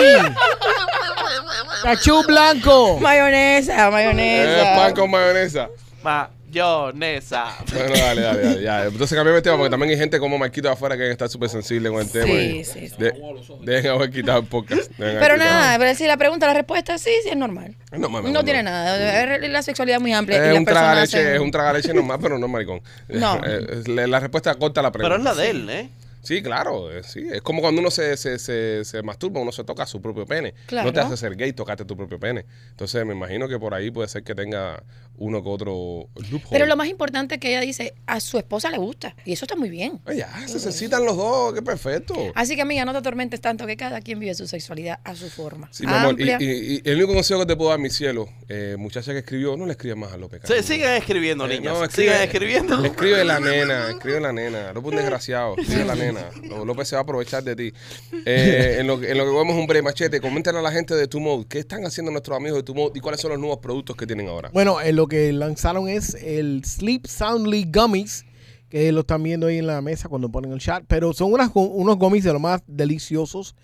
[SPEAKER 6] Cachú blanco.
[SPEAKER 5] Mayonesa,
[SPEAKER 1] Eh, pan
[SPEAKER 5] mayonesa.
[SPEAKER 1] con mayonesa.
[SPEAKER 4] Mayonesa.
[SPEAKER 1] Bueno, dale, dale, dale. Ya. Entonces cambiamos el tema porque también hay gente como Marquito de afuera que está súper sensible con el tema.
[SPEAKER 5] Sí,
[SPEAKER 1] y
[SPEAKER 5] sí, sí.
[SPEAKER 1] de- Dejen haber quitado el podcast. Dejen haber
[SPEAKER 5] Pero
[SPEAKER 1] quitado.
[SPEAKER 5] nada, pero si la pregunta, la respuesta sí, sí es normal.
[SPEAKER 1] No, mames,
[SPEAKER 5] No
[SPEAKER 1] no.
[SPEAKER 5] tiene nada. Es la sexualidad muy amplia. y
[SPEAKER 1] Es
[SPEAKER 5] las
[SPEAKER 1] Eh, un
[SPEAKER 5] personas
[SPEAKER 1] tragaleche,
[SPEAKER 5] hacen-
[SPEAKER 1] es un tragaleche normal, pero no maricón.
[SPEAKER 5] No.
[SPEAKER 1] Eh, eh, la- la respuesta corta a la
[SPEAKER 4] Pero
[SPEAKER 1] pregunta.
[SPEAKER 4] es la de él, ¿eh?
[SPEAKER 1] Sí, claro, eh, sí. Es como cuando uno se, se, se, se masturba, uno se toca su propio pene.
[SPEAKER 5] Claro.
[SPEAKER 1] No te hace ser gay tocarte tu propio pene. Entonces me imagino que por ahí puede ser que tenga uno que otro loophole.
[SPEAKER 5] Pero lo más importante es que ella dice, a su esposa le gusta. Y eso está muy bien.
[SPEAKER 1] Oye, ah, se necesitan los dos, qué perfecto.
[SPEAKER 5] Así que, amiga, no te atormentes tanto que cada quien vive su sexualidad a su forma.
[SPEAKER 1] Sí, mi amor. Y,
[SPEAKER 5] Amplia.
[SPEAKER 1] y- y el único consejo que te puedo dar, mi cielo, eh, muchacha que escribió, no le escribas más a López.
[SPEAKER 4] Sí,
[SPEAKER 1] Cariño.
[SPEAKER 4] sigan escribiendo,
[SPEAKER 1] Eh,
[SPEAKER 4] niños.
[SPEAKER 1] no,
[SPEAKER 4] sigan
[SPEAKER 1] escribe-
[SPEAKER 4] escribiendo.
[SPEAKER 1] Escribe la nena, escribe la nena. López un desgraciado, escribe la nena. Lo- López se va a aprovechar de ti. Eh, en, lo, que- en lo que vemos un breve machete, coméntale a la gente de tu mode. ¿Qué están haciendo nuestros amigos de tu mode y cuáles son los nuevos productos que tienen ahora?
[SPEAKER 6] Bueno, eh, lo que lanzaron es el Sleep Soundly Gummies, que lo están viendo ahí en la mesa cuando ponen el chat, pero son unas, gu- unos gummies de lo más deliciosos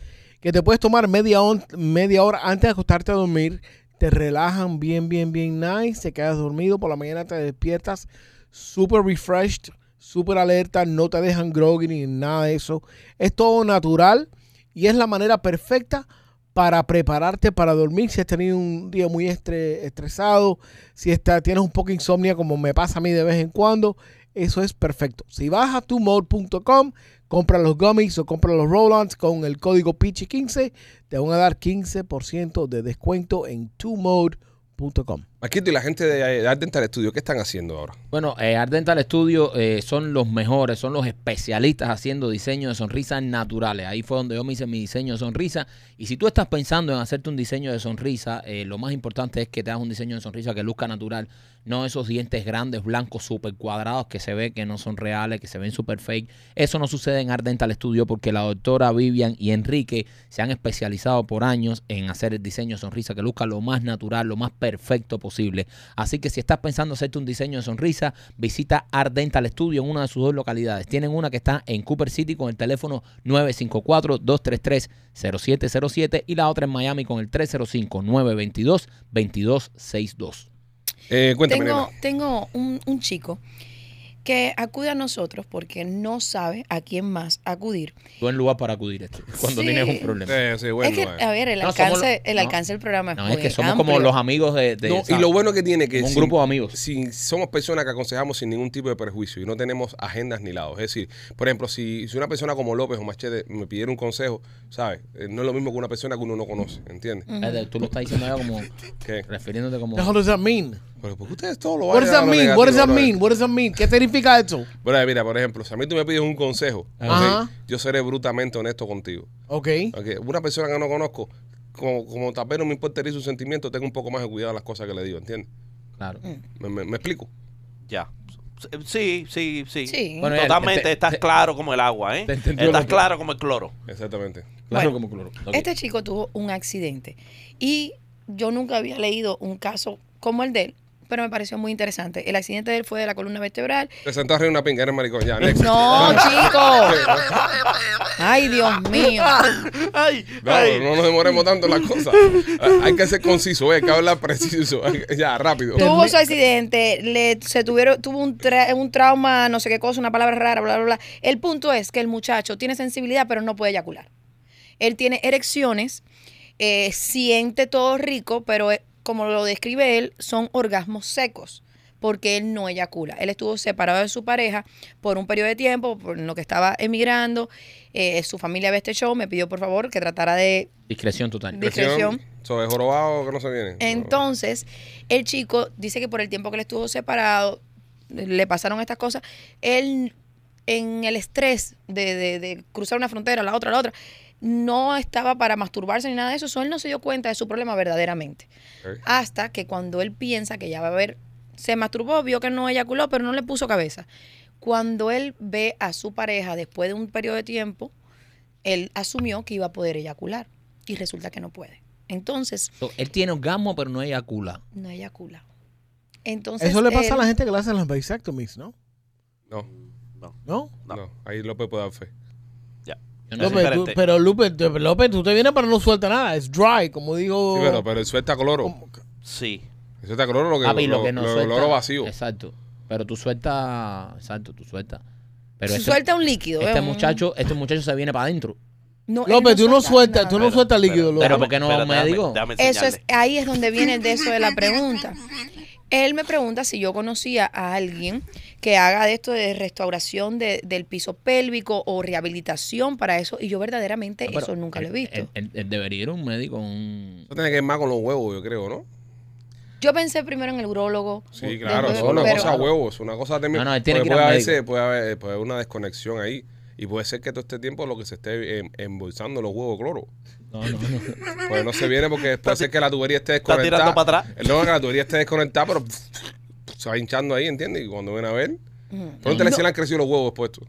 [SPEAKER 6] que te puedes tomar media, on- media hora antes de acostarte a dormir, te relajan bien, bien, bien nice, te quedas dormido, por la mañana te despiertas súper refreshed, súper alerta, no te dejan groggy ni nada de eso, es todo natural y es la manera perfecta para prepararte para dormir si has tenido un día muy estre- estresado, si está, tienes un poco de insomnio como me pasa a mí de vez en cuando, eso es perfecto. Si vas a tumode.com, compra los gummies o compra los roll-ons con el código PICHI15, te van a dar 15% de descuento en tumode.com.
[SPEAKER 1] Marquito y la gente de, de Art Dental Studio, ¿qué están haciendo ahora?
[SPEAKER 2] Bueno, eh, Art Dental Studio eh, son los mejores, son los especialistas haciendo diseño de sonrisas naturales. Ahí fue donde yo me hice mi diseño de sonrisa. Y si tú estás pensando en hacerte un diseño de sonrisa, eh, lo más importante es que te hagas un diseño de sonrisa que luzca natural, no esos dientes grandes, blancos, super cuadrados que se ve que no son reales, que se ven super fake. Eso no sucede en Art Dental Studio porque la doctora Vivian y Enrique se han especializado por años en hacer el diseño de sonrisa que luzca lo más natural, lo más perfecto posible. Así que si estás pensando hacerte un diseño de sonrisa, visita Art Dental Studio en una de sus dos localidades. Tienen una que está en Cooper City con el teléfono 954-233-0707 y la otra en Miami con el 305-922-2262.
[SPEAKER 1] Eh, cuéntame,
[SPEAKER 5] Tengo,
[SPEAKER 1] nena.
[SPEAKER 5] tengo un, un chico que acude a nosotros porque no sabe a quién más acudir.
[SPEAKER 2] Buen lugar para acudir este, cuando
[SPEAKER 5] Sí.
[SPEAKER 2] tienes un problema.
[SPEAKER 1] Eh, sí, bueno,
[SPEAKER 5] es que,
[SPEAKER 1] eh.
[SPEAKER 5] a ver, el
[SPEAKER 2] No,
[SPEAKER 5] alcance,
[SPEAKER 2] somos lo-
[SPEAKER 5] el
[SPEAKER 2] no.
[SPEAKER 5] alcance del programa es
[SPEAKER 2] No, es
[SPEAKER 5] muy
[SPEAKER 2] que somos como
[SPEAKER 5] amplio.
[SPEAKER 2] los amigos de... de-
[SPEAKER 1] No, y
[SPEAKER 2] ¿sabes?
[SPEAKER 1] lo bueno que tiene que
[SPEAKER 2] Como un
[SPEAKER 1] sin-
[SPEAKER 2] grupo de amigos.
[SPEAKER 1] sin- somos personas que aconsejamos sin ningún tipo de perjuicio y no tenemos agendas ni lados. Es decir, por ejemplo, si, si una persona como López o Machete me pidiera un consejo, ¿sabes? Eh, no es lo mismo que una persona que uno no conoce, ¿entiendes?
[SPEAKER 2] Espérate, Eh, Tú lo estás diciendo ahora como...
[SPEAKER 1] ¿Qué?
[SPEAKER 2] refiriéndote como...
[SPEAKER 6] What does that mean?
[SPEAKER 1] Pero porque ustedes todos lo
[SPEAKER 6] What does
[SPEAKER 1] vayan a
[SPEAKER 6] that
[SPEAKER 1] Oh, lo
[SPEAKER 6] mean? What does that
[SPEAKER 1] negativo,
[SPEAKER 6] mean? What does that mean? ¿Qué significa eso?
[SPEAKER 1] brother. Brother, mira, por ejemplo, si a mí tú me pides un consejo, ¿ok?
[SPEAKER 6] Ajá.
[SPEAKER 1] yo seré brutalmente honesto contigo.
[SPEAKER 6] Ok.
[SPEAKER 1] ¿ok? Una persona que no conozco, como, como tal vez no me importaría su sentimiento, tengo un poco más de cuidado en las cosas que le digo, ¿entiendes?
[SPEAKER 5] Mm.
[SPEAKER 2] Claro.
[SPEAKER 1] ¿Me, me- me explico?
[SPEAKER 4] Ya. Sí, sí, sí.
[SPEAKER 5] Sí.
[SPEAKER 2] Bueno, ya,
[SPEAKER 4] Totalmente,
[SPEAKER 2] te-
[SPEAKER 4] estás
[SPEAKER 2] te-
[SPEAKER 4] claro como el agua, ¿eh?
[SPEAKER 2] te entendió
[SPEAKER 4] Estás
[SPEAKER 2] lo que-
[SPEAKER 4] claro como el cloro.
[SPEAKER 1] Exactamente.
[SPEAKER 2] Claro
[SPEAKER 5] Bueno,
[SPEAKER 2] como cloro. Ok.
[SPEAKER 5] Este chico tuvo un accidente y yo nunca había leído un caso como el de él, pero me pareció muy interesante. El accidente de él fue de la columna vertebral.
[SPEAKER 1] Te sentó arriba de una pinga, eres maricón. Ya, next.
[SPEAKER 5] No,
[SPEAKER 1] Vamos.
[SPEAKER 5] chico. Ay, Dios mío.
[SPEAKER 4] Ay,
[SPEAKER 1] Vamos,
[SPEAKER 4] ay.
[SPEAKER 1] no nos demoremos tanto las cosas. Ah, Hay que ser conciso, eh, hay que hablar preciso. Ya, rápido.
[SPEAKER 5] Tuvo su accidente, le, se tuvieron, tuvo un, tra- un trauma, no sé qué cosa, una palabra rara, bla, bla, bla. El punto es que el muchacho tiene sensibilidad, pero no puede eyacular. Él tiene erecciones, eh, siente todo rico, pero eh, como lo describe él, son orgasmos secos porque él no eyacula. Él estuvo separado de su pareja por un periodo de tiempo, por en lo que estaba emigrando. Eh, su familia ve este show, me pidió por favor que tratara de
[SPEAKER 2] Discreción total.
[SPEAKER 5] Di- discreción.
[SPEAKER 1] Sobre jorobado que no se viene.
[SPEAKER 5] entonces, el chico dice que por el tiempo que él estuvo separado, le pasaron estas cosas. Él, en el estrés de, de- de cruzar una frontera, la otra, la otra, no estaba para masturbarse ni nada de eso. So, él no se dio cuenta de su problema verdaderamente.
[SPEAKER 1] Ok.
[SPEAKER 5] Hasta que cuando él piensa que ya va a haber, se masturbó, vio que no eyaculó, pero no le puso cabeza. Cuando él ve a su pareja después de un periodo de tiempo, él asumió que iba a poder eyacular y resulta que no puede. Entonces,
[SPEAKER 2] So, él tiene orgasmo, pero no eyacula.
[SPEAKER 5] no eyacula. Entonces, eh,
[SPEAKER 6] Eso le
[SPEAKER 5] él-
[SPEAKER 6] pasa a la gente que le hacen las vasectomies, ¿no?
[SPEAKER 1] No,
[SPEAKER 6] ¿No?
[SPEAKER 1] no, ahí López puede dar fe.
[SPEAKER 2] Yo no
[SPEAKER 4] Lo
[SPEAKER 2] sé.
[SPEAKER 4] me-
[SPEAKER 6] López, tú-
[SPEAKER 4] diferente.
[SPEAKER 6] pero López, tú- López, tú te vienes pero no suelta nada. Es dry, como digo.
[SPEAKER 5] Oh.
[SPEAKER 1] Sí, pero, pero el suelta coloro.
[SPEAKER 6] como-
[SPEAKER 4] Sí.
[SPEAKER 1] El suelta coloro lo que,
[SPEAKER 2] Papi,
[SPEAKER 1] lo,
[SPEAKER 2] lo que no
[SPEAKER 1] lo- lo
[SPEAKER 2] suelta-
[SPEAKER 1] oro vacío.
[SPEAKER 2] Exacto. Pero tú sueltas. Exacto, tú sueltas. Pero
[SPEAKER 5] se
[SPEAKER 2] este,
[SPEAKER 5] suelta un líquido.
[SPEAKER 2] este
[SPEAKER 5] ¿eh? Un-
[SPEAKER 2] muchacho, este muchacho se viene para adentro.
[SPEAKER 5] No, él
[SPEAKER 6] López, tú no sueltas,
[SPEAKER 5] nada.
[SPEAKER 6] tú no sueltas líquido,
[SPEAKER 2] pero-
[SPEAKER 6] López.
[SPEAKER 2] ¿por qué no va a un médico?
[SPEAKER 4] Déjame, déjame
[SPEAKER 5] Eso es,
[SPEAKER 4] enseñarle.
[SPEAKER 5] ahí es donde viene el de eso de la pregunta. Él me pregunta si yo conocía a alguien que haga de esto de restauración de- del piso pélvico o rehabilitación para eso, y yo verdaderamente
[SPEAKER 2] No, pero
[SPEAKER 5] eso nunca lo he
[SPEAKER 2] él-
[SPEAKER 5] visto.
[SPEAKER 2] Él, él- él debería ir a un médico. Un...
[SPEAKER 1] Eso tiene que ver más con los huevos, yo creo, ¿no?
[SPEAKER 5] yo pensé primero en el urólogo.
[SPEAKER 1] Sí, claro, eso
[SPEAKER 5] después-
[SPEAKER 1] es una
[SPEAKER 5] pero-
[SPEAKER 1] cosa a huevos, una cosa de mi-
[SPEAKER 2] No, no, él tiene
[SPEAKER 1] porque
[SPEAKER 2] que ir
[SPEAKER 1] puede
[SPEAKER 2] al
[SPEAKER 1] a
[SPEAKER 2] médico.
[SPEAKER 1] veces puede haber, puede haber una desconexión ahí y puede ser que todo este tiempo lo que se esté em, embolsando los huevos de cloro.
[SPEAKER 2] No, no, no.
[SPEAKER 1] Pues no se viene porque puede ser que la tubería esté
[SPEAKER 4] Está
[SPEAKER 1] desconectada.
[SPEAKER 4] tirando para atrás.
[SPEAKER 1] No, que la tubería esté desconectada, pero se va hinchando ahí, ¿entiendes? Y cuando ven a ver,
[SPEAKER 5] Mm.
[SPEAKER 1] pregúntale si le han crecido los huevos puestos.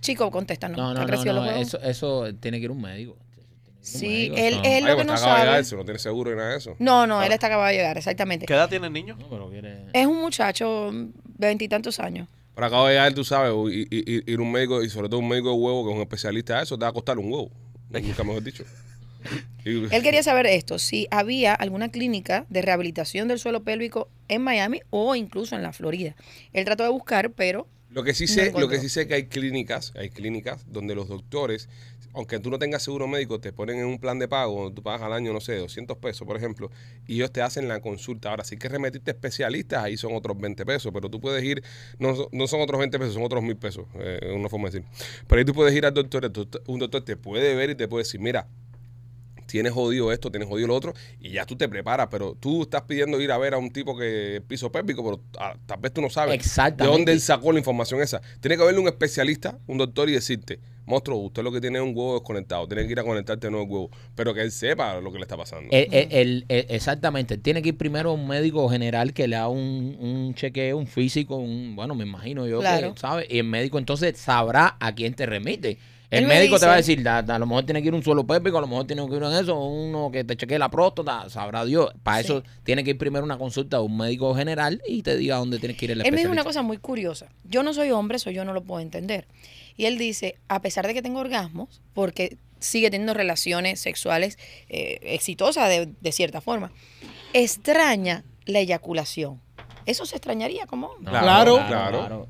[SPEAKER 5] Chico, contesta, no.
[SPEAKER 2] No,
[SPEAKER 5] ¿Te
[SPEAKER 2] no,
[SPEAKER 5] ha
[SPEAKER 2] no,
[SPEAKER 5] crecido
[SPEAKER 2] no,
[SPEAKER 5] los huevos?
[SPEAKER 2] Eso, eso tiene que ir a un médico. Tiene que ir a un
[SPEAKER 5] Sí,
[SPEAKER 2] médico,
[SPEAKER 5] él,
[SPEAKER 2] eso-
[SPEAKER 5] él lo que no
[SPEAKER 1] pues, está acabado de llegar
[SPEAKER 5] sabe.
[SPEAKER 1] eso, no tiene seguro ni nada de eso.
[SPEAKER 5] No, no, él está acabado de llegar, exactamente.
[SPEAKER 4] ¿Qué edad tiene el niño?
[SPEAKER 2] No, pero quiere-
[SPEAKER 5] Es un muchacho de veintitantos años.
[SPEAKER 1] Pero acabo de llegar, tú sabes, y- y- y- ir a un médico, y sobre todo un médico de huevo que es un especialista de eso, te va a costar un huevo. Nunca mejor dicho. Y-
[SPEAKER 5] Él quería saber esto, si había alguna clínica de rehabilitación del suelo pélvico en Miami o incluso en la Florida. Él trató de buscar, pero
[SPEAKER 1] Lo que sí
[SPEAKER 5] No
[SPEAKER 1] sé, lo
[SPEAKER 5] encuentro.
[SPEAKER 1] que sí sé que hay clínicas, hay clínicas donde los doctores, aunque tú no tengas seguro médico, te ponen en un plan de pago, donde tú pagas al año, no sé, 200 pesos, por ejemplo, y ellos te hacen la consulta. Ahora, si hay que remetiste a especialistas, ahí son otros 20 pesos, pero tú puedes ir, no, son- no son otros 20 pesos, son otros 1000 pesos, eh, una forma de decir. Pero ahí tú puedes ir al doctor, el doctor- un doctor te puede ver y te puede decir, mira, tienes jodido esto, tienes jodido lo otro, y ya tú te preparas, pero tú estás pidiendo ir a ver a un tipo que piso pélvico, pero ah, tal vez tú no sabes de
[SPEAKER 2] Exactamente.
[SPEAKER 1] dónde él sacó la información esa. Tiene que haberle un especialista, un doctor, y decirte, monstruo, usted lo que tiene es un huevo desconectado, tiene que ir a conectarte de nuevo el huevo, pero que él sepa lo que le está pasando.
[SPEAKER 2] Él- él- él- él- eh, exactamente, él tiene que ir primero a un médico general que le haga un, un chequeo, un físico, un, bueno, me imagino yo
[SPEAKER 5] Claro.
[SPEAKER 2] que sabe, y el médico entonces sabrá a quién te remite. El
[SPEAKER 5] Él me
[SPEAKER 2] médico te
[SPEAKER 5] dice-
[SPEAKER 2] va a decir, "Da- da, a lo mejor tiene que ir un suelo pélvico, a lo mejor tiene que ir en eso, uno que te chequee la próstata, sabrá Dios. Para
[SPEAKER 5] Sí.
[SPEAKER 2] eso tiene que ir primero a una consulta a un médico general y te diga dónde tienes que ir el
[SPEAKER 5] él me dijo
[SPEAKER 2] especialista.
[SPEAKER 5] una cosa muy curiosa. Yo no soy hombre, eso yo no lo puedo entender. Y él dice, a pesar de que tengo orgasmos, porque sigue teniendo relaciones sexuales eh, exitosas de, de cierta forma, extraña la eyaculación. Eso se extrañaría como hombre.
[SPEAKER 6] Claro.
[SPEAKER 1] Claro.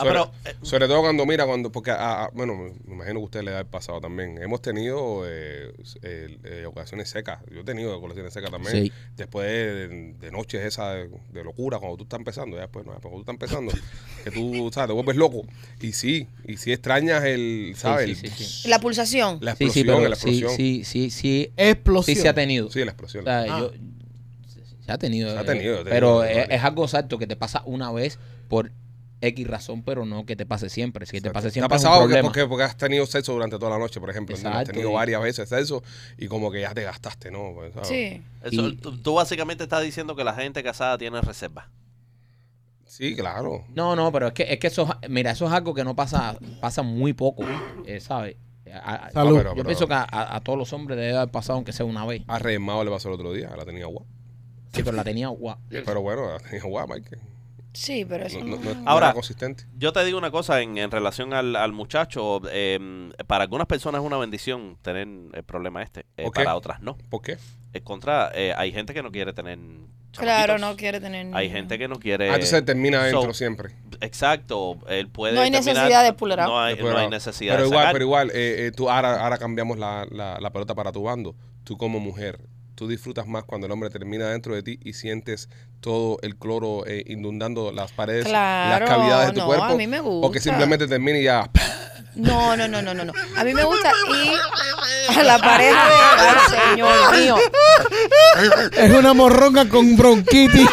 [SPEAKER 4] Ah,
[SPEAKER 1] sobre,
[SPEAKER 4] pero, eh,
[SPEAKER 1] sobre todo cuando mira, cuando porque, a- a- bueno, me me imagino que a usted le da el pasado también. Hemos tenido eh, eh, eh, ocasiones secas, yo he tenido ocasiones secas también.
[SPEAKER 2] Sí.
[SPEAKER 1] después de, de noches esas de, de locura, cuando tú estás empezando, ya después, no, ya cuando tú estás empezando, que tú, ¿sabes? Te vuelves loco. Y sí, y sí extrañas el, ¿sabes?
[SPEAKER 2] sí,
[SPEAKER 1] El-
[SPEAKER 2] sí, sí.
[SPEAKER 5] La pulsación.
[SPEAKER 1] La
[SPEAKER 2] Sí,
[SPEAKER 1] explosión,
[SPEAKER 2] sí, pero
[SPEAKER 1] la
[SPEAKER 2] sí,
[SPEAKER 1] explosión. Sí,
[SPEAKER 2] sí, sí, sí, sí
[SPEAKER 6] Explosión.
[SPEAKER 2] se ha tenido.
[SPEAKER 1] la explosión.
[SPEAKER 2] O sea,
[SPEAKER 6] Ah.
[SPEAKER 2] yo- se ha tenido.
[SPEAKER 1] Se ha
[SPEAKER 2] eh,
[SPEAKER 1] tenido, se ha
[SPEAKER 2] pero
[SPEAKER 1] tenido,
[SPEAKER 2] es,
[SPEAKER 1] vale.
[SPEAKER 2] es algo exacto que te pasa una vez por X razón, pero no que te pase siempre. Si te pase
[SPEAKER 1] ¿Te ha
[SPEAKER 2] siempre es un
[SPEAKER 1] pasado porque,
[SPEAKER 2] problema.
[SPEAKER 1] porque, porque has tenido sexo durante toda la noche, por ejemplo? ¿entiendes?
[SPEAKER 2] Exacto,
[SPEAKER 1] Has tenido
[SPEAKER 2] y-
[SPEAKER 1] varias veces sexo y como que ya te gastaste, ¿no? Pues, ¿sabes?
[SPEAKER 5] Sí.
[SPEAKER 4] eso-
[SPEAKER 2] y-
[SPEAKER 4] tú, tú básicamente estás diciendo que la gente casada tiene reserva.
[SPEAKER 1] Sí, claro.
[SPEAKER 2] No, no, pero es que, es que eso, es- mira, eso es algo que no pasa, pasa muy poco, eh, ¿sabes? A- a-
[SPEAKER 6] Salud.
[SPEAKER 2] yo
[SPEAKER 1] Pero, pero-
[SPEAKER 2] pienso que a, a- a todos los hombres debe haber pasado aunque sea una vez.
[SPEAKER 1] A Rey Mao le pasó el otro día, la tenía agua.
[SPEAKER 2] Sí, pero la tenía guapa.
[SPEAKER 1] Pero bueno, guau, Michael.
[SPEAKER 5] Sí, pero eso
[SPEAKER 1] No, no-
[SPEAKER 5] no-
[SPEAKER 1] no- no era
[SPEAKER 4] Ahora-
[SPEAKER 1] consistente.
[SPEAKER 4] Yo te digo una cosa en, en relación al, al muchacho. eh, para algunas personas es una bendición tener el problema este. eh,
[SPEAKER 1] Ok.
[SPEAKER 4] Para otras no.
[SPEAKER 1] ¿Por qué? Ah,
[SPEAKER 4] Es contra, eh, hay gente que no quiere tener.
[SPEAKER 5] Claro,
[SPEAKER 4] chamaquitos.
[SPEAKER 5] no quiere tener.
[SPEAKER 4] Hay gente que no quiere.
[SPEAKER 1] ah, entonces termina adentro
[SPEAKER 4] eh, so-
[SPEAKER 1] siempre.
[SPEAKER 4] Exacto. Él puede
[SPEAKER 5] No hay
[SPEAKER 4] terminar-
[SPEAKER 5] necesidad de pull it out.
[SPEAKER 4] No hay,
[SPEAKER 1] De
[SPEAKER 4] no
[SPEAKER 1] pull
[SPEAKER 4] hay
[SPEAKER 1] out.
[SPEAKER 4] necesidad
[SPEAKER 1] Pero
[SPEAKER 4] de
[SPEAKER 1] igual,
[SPEAKER 4] sacar.
[SPEAKER 1] pero igual, eh, eh, tú ahora, ahora cambiamos la, la- la pelota para tu bando. Tú como mujer, tú disfrutas más cuando el hombre termina dentro de ti y sientes todo el cloro eh, inundando las paredes,
[SPEAKER 5] Claro,
[SPEAKER 1] las cavidades de tu
[SPEAKER 5] no,
[SPEAKER 1] cuerpo.
[SPEAKER 5] a mí me
[SPEAKER 1] O que
[SPEAKER 5] gusta.
[SPEAKER 1] simplemente termine y ya.
[SPEAKER 5] No, no, no, no, no, no. A mí me gusta ir a la pareja de. Ay, señor mío.
[SPEAKER 6] Es una morronga con bronquitis.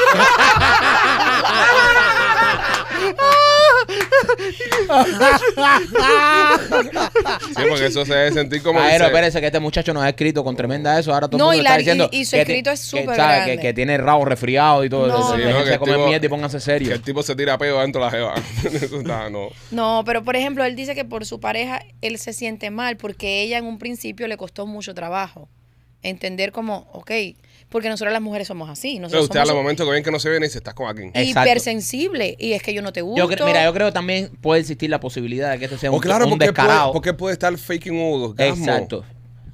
[SPEAKER 1] Sí, porque eso se debe sentir como. que
[SPEAKER 2] Pero
[SPEAKER 1] se-
[SPEAKER 2] espérese que este muchacho nos ha escrito con tremenda eso. Ahora todo
[SPEAKER 5] No,
[SPEAKER 2] el mundo
[SPEAKER 5] y
[SPEAKER 2] está
[SPEAKER 5] la-
[SPEAKER 2] diciendo.
[SPEAKER 5] y- y su
[SPEAKER 2] que ti-
[SPEAKER 5] escrito es
[SPEAKER 2] que,
[SPEAKER 5] súper
[SPEAKER 2] ¿sabe?
[SPEAKER 5] grande.
[SPEAKER 2] Que, que tiene rabo resfriado y todo
[SPEAKER 5] No,
[SPEAKER 2] eso.
[SPEAKER 5] Sí,
[SPEAKER 1] no,
[SPEAKER 2] Déjense
[SPEAKER 1] que el
[SPEAKER 2] comer
[SPEAKER 1] tipo-
[SPEAKER 2] mierda y pónganse
[SPEAKER 1] Que
[SPEAKER 2] serios.
[SPEAKER 1] el tipo se tira peo dentro de la jeva. Eso está, no.
[SPEAKER 5] No, pero por ejemplo, él dice que por su pareja él se siente mal porque ella en un principio le costó mucho trabajo entender como, ok, porque nosotras las mujeres somos así.
[SPEAKER 1] Pero
[SPEAKER 5] Nosotros
[SPEAKER 1] usted al
[SPEAKER 5] somos
[SPEAKER 1] momento que ven que no se ven y dice, estás con alguien.
[SPEAKER 2] Eh, Exacto.
[SPEAKER 5] hipersensible y es que yo no te gusto.
[SPEAKER 2] Yo creo, mira, yo creo también puede existir la posibilidad de que este sea un,
[SPEAKER 1] o Oh, claro,
[SPEAKER 2] un
[SPEAKER 1] porque, puede,
[SPEAKER 2] descarado.
[SPEAKER 1] porque puede estar faking un orgasmo.
[SPEAKER 2] Exacto.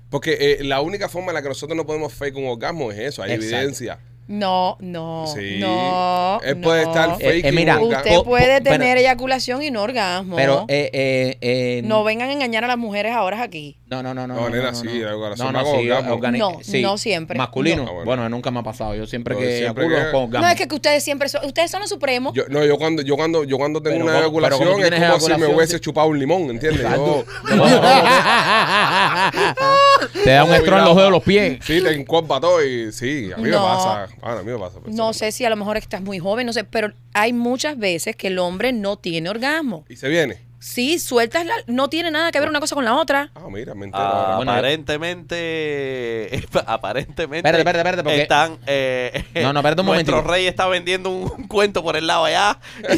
[SPEAKER 1] Porque eh, la única forma en la que nosotros no podemos fake un orgasmo es eso, hay
[SPEAKER 2] Exacto. Oh,
[SPEAKER 1] evidencia.
[SPEAKER 5] No, no,
[SPEAKER 1] Sí.
[SPEAKER 5] no.
[SPEAKER 1] Él puede
[SPEAKER 5] no.
[SPEAKER 1] estar
[SPEAKER 2] Eh, eh,
[SPEAKER 1] faking
[SPEAKER 2] mira,
[SPEAKER 1] un orgasmo.
[SPEAKER 5] Usted
[SPEAKER 2] O-
[SPEAKER 5] puede
[SPEAKER 2] o-
[SPEAKER 5] tener
[SPEAKER 2] pero-
[SPEAKER 5] eyaculación y no orgasmo.
[SPEAKER 2] Pero, eh, eh, eh,
[SPEAKER 5] no vengan a engañar a las mujeres ahora aquí.
[SPEAKER 2] No, no, no, no.
[SPEAKER 1] No, nena,
[SPEAKER 2] no,
[SPEAKER 1] sí,
[SPEAKER 2] no.
[SPEAKER 1] la oración
[SPEAKER 2] no, no,
[SPEAKER 1] va con
[SPEAKER 2] sí,
[SPEAKER 1] orgasmo.
[SPEAKER 2] organi-
[SPEAKER 5] No,
[SPEAKER 2] sí.
[SPEAKER 5] no siempre.
[SPEAKER 2] Masculino.
[SPEAKER 1] No.
[SPEAKER 2] bueno. nunca me ha pasado. Yo siempre
[SPEAKER 1] Yo
[SPEAKER 2] que
[SPEAKER 1] siempre
[SPEAKER 2] acudo
[SPEAKER 1] que-
[SPEAKER 2] con
[SPEAKER 5] No,
[SPEAKER 2] orgasmo.
[SPEAKER 5] es que que ustedes siempre son, ustedes son los supremos.
[SPEAKER 1] Yo, no, yo cuando, yo cuando, yo cuando tengo
[SPEAKER 2] Pero
[SPEAKER 1] una
[SPEAKER 2] cuando- pero cuando
[SPEAKER 1] eyaculación
[SPEAKER 2] tú
[SPEAKER 1] es como
[SPEAKER 2] tienes
[SPEAKER 1] si me
[SPEAKER 2] eyaculación,
[SPEAKER 1] hubiese
[SPEAKER 2] sí.
[SPEAKER 1] chupado un limón, ¿entiendes? Yo,
[SPEAKER 2] Te da un
[SPEAKER 1] Yo
[SPEAKER 2] estrón en
[SPEAKER 1] virado.
[SPEAKER 2] los dedos de los pies.
[SPEAKER 1] sí, te encorpa todo y sí, a mí me
[SPEAKER 5] No.
[SPEAKER 1] pasa. Bueno, a mí me pasa. pues,
[SPEAKER 5] No
[SPEAKER 1] sí.
[SPEAKER 5] sé si a lo mejor estás muy joven, no sé, pero hay muchas veces que el hombre no tiene orgasmo.
[SPEAKER 1] Y se viene.
[SPEAKER 5] Sí, sueltas la, no tiene nada que ver una cosa con la otra.
[SPEAKER 1] Ah, mira, me entero.
[SPEAKER 4] Ah,
[SPEAKER 1] ahora.
[SPEAKER 2] bueno,
[SPEAKER 4] aparentemente, aparentemente,
[SPEAKER 2] Espérate, espérate, espérate, porque-
[SPEAKER 4] están. eh,
[SPEAKER 2] No, no, espérate un
[SPEAKER 4] nuestro
[SPEAKER 2] momentico.
[SPEAKER 4] rey está vendiendo un, un cuento por el lado allá.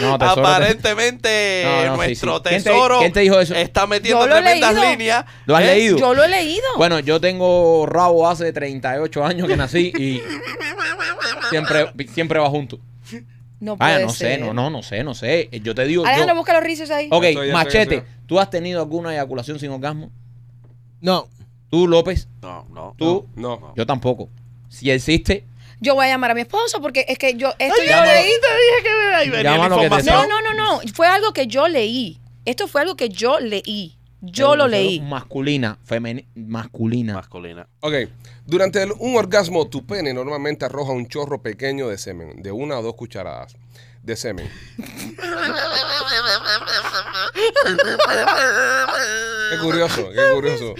[SPEAKER 2] No, tesoro, te-
[SPEAKER 4] aparentemente,
[SPEAKER 2] No, no, sí,
[SPEAKER 4] nuestro
[SPEAKER 2] sí. ¿Quién te-
[SPEAKER 4] tesoro
[SPEAKER 2] quién te dijo eso?
[SPEAKER 4] está metiendo
[SPEAKER 5] Yo lo he
[SPEAKER 4] tremendas
[SPEAKER 5] leído.
[SPEAKER 4] líneas.
[SPEAKER 2] ¿Lo has
[SPEAKER 4] ¿eh?
[SPEAKER 2] leído?
[SPEAKER 5] Yo lo he leído.
[SPEAKER 2] Bueno, yo tengo rabo hace 38 años que nací y siempre, siempre va junto.
[SPEAKER 5] no puede
[SPEAKER 2] Ah, no sé,
[SPEAKER 5] ser.
[SPEAKER 2] no, no, no sé, no sé. Yo te digo.
[SPEAKER 5] Alejandro,
[SPEAKER 2] yo- Oh.
[SPEAKER 5] busca los ricios ahí.
[SPEAKER 2] Ok,
[SPEAKER 1] Ya estoy, ya
[SPEAKER 2] machete,
[SPEAKER 1] estoy, ya
[SPEAKER 2] ¿tú has tenido alguna eyaculación sin orgasmo?
[SPEAKER 6] No.
[SPEAKER 2] Tú, López,
[SPEAKER 4] No, no.
[SPEAKER 2] tú,
[SPEAKER 1] No.
[SPEAKER 2] yo tampoco. Si existe,
[SPEAKER 5] Yo voy a llamar a mi esposo porque es que yo esto yo
[SPEAKER 2] llámalo.
[SPEAKER 5] lo leí.
[SPEAKER 4] te dije que me ahí venía la
[SPEAKER 2] Llámalo que te-
[SPEAKER 4] información.
[SPEAKER 5] No, no, no, no, fue algo que yo leí. Esto fue algo que yo leí. Yo lo leí.
[SPEAKER 2] Masculina, femenina, masculina.
[SPEAKER 4] Masculina.
[SPEAKER 1] Ok. Durante el- un orgasmo, tu pene normalmente arroja un chorro pequeño de semen, de una o dos cucharadas de semen. Qué curioso, qué curioso.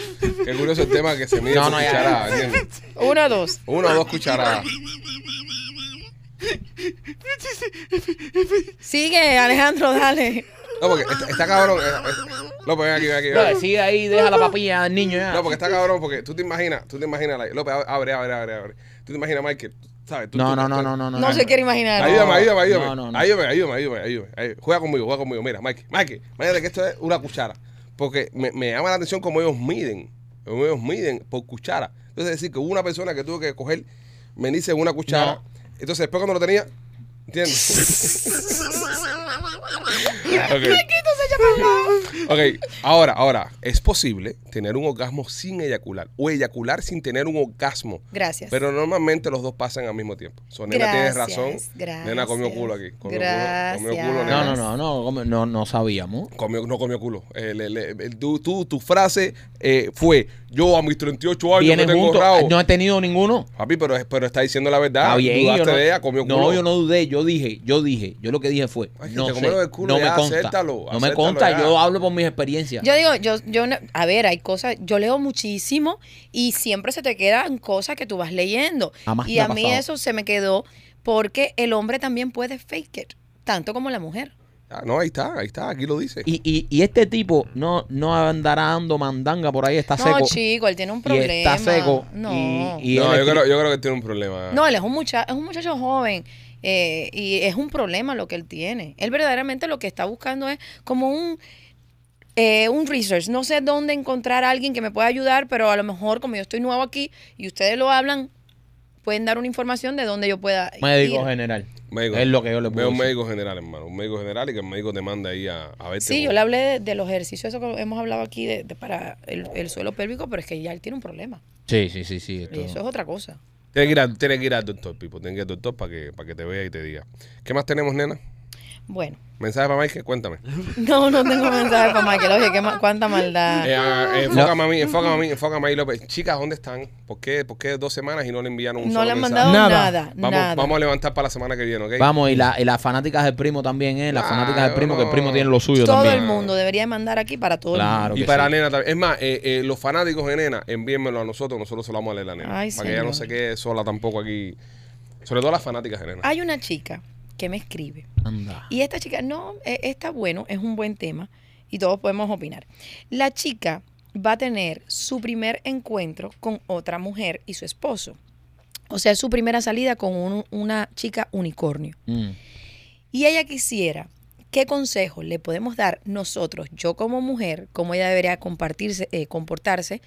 [SPEAKER 1] Qué curioso el tema que se mide
[SPEAKER 2] No,
[SPEAKER 1] por
[SPEAKER 2] no, ya.
[SPEAKER 1] cucharadas, ¿entiendes?
[SPEAKER 5] Una, dos.
[SPEAKER 1] Una o dos cucharadas.
[SPEAKER 5] Sigue, Alejandro, dale.
[SPEAKER 1] No, porque está, está cabrón. eh, eh, López, ven aquí, ven aquí. ven aquí.
[SPEAKER 2] No, sigue ahí, deja la papilla al niño ya.
[SPEAKER 1] No, porque está cabrón, porque tú te imaginas, tú te imaginas, like, López, abre, abre, abre, abre. Tú te imaginas, Michael, tú- ¿sabes? Tú-
[SPEAKER 2] No,
[SPEAKER 1] tú-
[SPEAKER 2] no, no,
[SPEAKER 1] tú-
[SPEAKER 2] no, no, no.
[SPEAKER 5] No se quiere imaginar.
[SPEAKER 1] Ayúdame, ayúdame,
[SPEAKER 2] No, no,
[SPEAKER 1] ayúdame. Ayúdame,
[SPEAKER 2] no.
[SPEAKER 1] ayúdame, ayúdame, ayúdame. Ayúdame. Juega conmigo, juega conmigo. Mira, Mike, Mike, imagínate que esto es una cuchara. Porque me, me llama la atención cómo ellos miden. Cómo ellos miden por cuchara. Entonces, es decir, que hubo una persona que tuvo que coger, me dice una cuchara.
[SPEAKER 2] No.
[SPEAKER 1] Entonces, después cuando lo tenía, ¿entiendes? ok. Ok, ahora, ahora, es posible tener un orgasmo sin eyacular o eyacular sin tener un orgasmo.
[SPEAKER 5] Gracias.
[SPEAKER 1] Pero normalmente los dos pasan al mismo tiempo. So, nena, tienes
[SPEAKER 5] Gracias,
[SPEAKER 1] razón. Nena comió
[SPEAKER 5] gracias.
[SPEAKER 1] culo aquí. Comió culo, comió
[SPEAKER 5] Gracias.
[SPEAKER 1] culo, nena.
[SPEAKER 2] No, no, no, no, come- no, no sabíamos.
[SPEAKER 1] Comió, no comió culo. Eh, le- le- el- tú, tú- tu frase eh, fue, yo a mis 38 años
[SPEAKER 2] Viene
[SPEAKER 1] no tengo
[SPEAKER 2] junto,
[SPEAKER 1] rabo.
[SPEAKER 2] no he tenido ninguno.
[SPEAKER 1] Papi, pero, es- pero está diciendo la verdad.
[SPEAKER 2] Está bien,
[SPEAKER 1] Dudaste
[SPEAKER 2] yo no,
[SPEAKER 1] de ella, comió culo.
[SPEAKER 2] no, yo no dudé, yo dije, yo dije, yo lo que dije fue,
[SPEAKER 1] Ay, que
[SPEAKER 2] no
[SPEAKER 1] te
[SPEAKER 2] sé,
[SPEAKER 1] comieron el culo,
[SPEAKER 2] no
[SPEAKER 1] ya,
[SPEAKER 2] me consta,
[SPEAKER 1] acéptalo,
[SPEAKER 2] no me
[SPEAKER 1] acéptalo
[SPEAKER 2] consta,
[SPEAKER 1] ya.
[SPEAKER 2] yo hablo por mis experiencias.
[SPEAKER 5] Yo digo, yo, yo, no- a ver, hay cosas, yo leo muchísimo y siempre se te quedan cosas que tú vas leyendo.
[SPEAKER 2] Jamás
[SPEAKER 5] y
[SPEAKER 2] me ha
[SPEAKER 5] a mí
[SPEAKER 2] pasado.
[SPEAKER 5] eso se me quedó porque el hombre también puede fake it, tanto como la mujer.
[SPEAKER 1] Ah, no, ahí está, ahí está, aquí lo dice.
[SPEAKER 2] Y, y, y este tipo no, no andará dando mandanga por ahí, está
[SPEAKER 5] no,
[SPEAKER 2] seco.
[SPEAKER 5] chico, él tiene un
[SPEAKER 2] y
[SPEAKER 5] problema.
[SPEAKER 2] está seco.
[SPEAKER 5] No.
[SPEAKER 2] Y, y
[SPEAKER 1] no, yo
[SPEAKER 2] él escri-
[SPEAKER 1] creo, yo creo que tiene un problema.
[SPEAKER 5] No, él es un muchacho, es un muchacho joven eh, y es un problema lo que él tiene. Él verdaderamente lo que está buscando es como un eh, un research. No sé dónde encontrar a alguien que me pueda ayudar, pero a lo mejor como yo estoy nuevo aquí y ustedes lo hablan, pueden dar una información de dónde yo pueda
[SPEAKER 2] Médico
[SPEAKER 5] ir.
[SPEAKER 2] general.
[SPEAKER 1] Médico.
[SPEAKER 2] Es lo que yo le
[SPEAKER 1] Veo
[SPEAKER 2] puedo
[SPEAKER 1] un
[SPEAKER 2] decir.
[SPEAKER 1] médico general, hermano. Un médico general y que el médico te manda ahí a, a verte.
[SPEAKER 5] Sí,
[SPEAKER 1] con-
[SPEAKER 5] yo le hablé de, de los ejercicios, eso que hemos hablado aquí de, de para el, el suelo pélvico, pero es que ya él tiene un problema.
[SPEAKER 2] Sí, sí, sí, sí.
[SPEAKER 5] Y
[SPEAKER 2] esto-
[SPEAKER 5] eso es otra cosa.
[SPEAKER 1] Tienes que ir al, tienes que ir al doctor, Pipo. Tienes que ir al doctor para que, para que te vea y te diga. ¿Qué más tenemos, nena?
[SPEAKER 5] Bueno,
[SPEAKER 1] Mensaje para Mike, cuéntame.
[SPEAKER 5] no, no tengo mensaje para Michael. Oye, qué ma- cuánta maldad.
[SPEAKER 1] Eh, ah, eh, enfócame a mí, enfócame a mí, enfócame ahí, López. Chicas, ¿dónde están? ¿Por qué, por qué dos semanas y no le enviaron un
[SPEAKER 5] no
[SPEAKER 1] solo
[SPEAKER 5] le han
[SPEAKER 1] mensaje?
[SPEAKER 5] mandado
[SPEAKER 6] Nada.
[SPEAKER 5] nada, nada.
[SPEAKER 1] Vamos, vamos a levantar para la semana que viene, ¿ok?
[SPEAKER 2] Vamos, y, la- y las fanáticas del primo también, ¿eh? Las
[SPEAKER 1] Ah,
[SPEAKER 2] fanáticas del primo, que el primo
[SPEAKER 1] no.
[SPEAKER 2] tiene lo suyo
[SPEAKER 5] todo
[SPEAKER 2] también.
[SPEAKER 5] el mundo debería mandar aquí para todo
[SPEAKER 2] Claro.
[SPEAKER 1] Y
[SPEAKER 2] que
[SPEAKER 1] para
[SPEAKER 2] sí.
[SPEAKER 1] nena también. Es más, eh, eh, los fanáticos de nena, envíenmelo a nosotros, nosotros se lo vamos a leer a nena.
[SPEAKER 5] Ay,
[SPEAKER 1] para que ella no
[SPEAKER 5] señor.
[SPEAKER 1] se quede sola tampoco aquí. Sobre todo las fanáticas de nena.
[SPEAKER 5] el mundo. Hay una chica que me escribe
[SPEAKER 2] Anda.
[SPEAKER 5] Y esta chica, no, eh, está bueno, es un buen tema y todos podemos opinar. La chica va a tener su primer encuentro con otra mujer y su esposo. O sea, es su primera salida con un- una chica unicornio.
[SPEAKER 2] Mm.
[SPEAKER 5] Y ella quisiera, ¿qué consejo le podemos dar nosotros, yo como mujer, cómo ella debería compartirse, eh, comportarse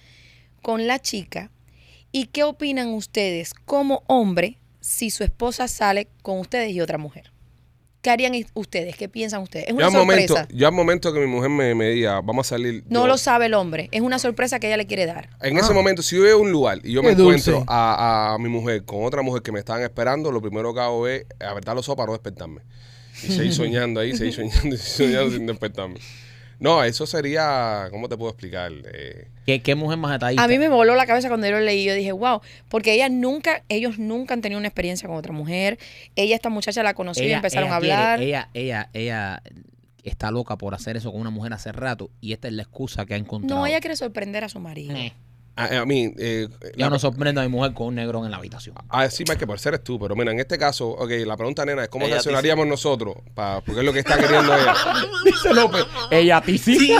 [SPEAKER 5] con la chica? ¿Y qué opinan ustedes como hombre si su esposa sale con ustedes y otra mujer? ¿Qué harían is- ustedes? ¿Qué piensan ustedes? Es
[SPEAKER 1] Yo
[SPEAKER 5] una
[SPEAKER 1] al, momento,
[SPEAKER 5] sorpresa.
[SPEAKER 1] yo al momento que mi mujer me, me diga, vamos a salir.
[SPEAKER 5] no
[SPEAKER 1] yo-
[SPEAKER 5] lo sabe el hombre. Es una sorpresa que ella le quiere dar.
[SPEAKER 1] En ese momento, si yo veo un lugar y yo me
[SPEAKER 6] Ah. Qué dulce.
[SPEAKER 1] encuentro a, a mi mujer con otra mujer que me estaban esperando, lo primero que hago es apretar los ojos para no despertarme. Y seguir soñando ahí, seguir soñando, y seguir soñando sin despertarme. No, eso sería, ¿cómo te puedo explicar? Eh,
[SPEAKER 2] ¿Qué, qué mujer más detallista?
[SPEAKER 5] A mí me voló la cabeza cuando yo lo leí. Yo dije, wow, porque ella nunca, ellos nunca han tenido una experiencia con otra mujer. Ella, esta muchacha la conoció y empezaron a
[SPEAKER 2] quiere-
[SPEAKER 5] hablar.
[SPEAKER 2] ella, ella, ella está loca por hacer eso con una mujer hace rato y esta es la excusa que ha encontrado. Eh,
[SPEAKER 5] no, ella quiere sorprender a su marido.
[SPEAKER 1] a, a mí, eh,
[SPEAKER 2] Yo no sorprendo a mi mujer con un negrón en la habitación.
[SPEAKER 1] Ah, sí, más que por ser es tú, pero mira, en este caso, ok, la pregunta, nena, es cómo
[SPEAKER 4] Ella
[SPEAKER 1] reaccionaríamos nosotros, pa- porque es lo que está queriendo ella.
[SPEAKER 2] Dice López. Ella a ti sí.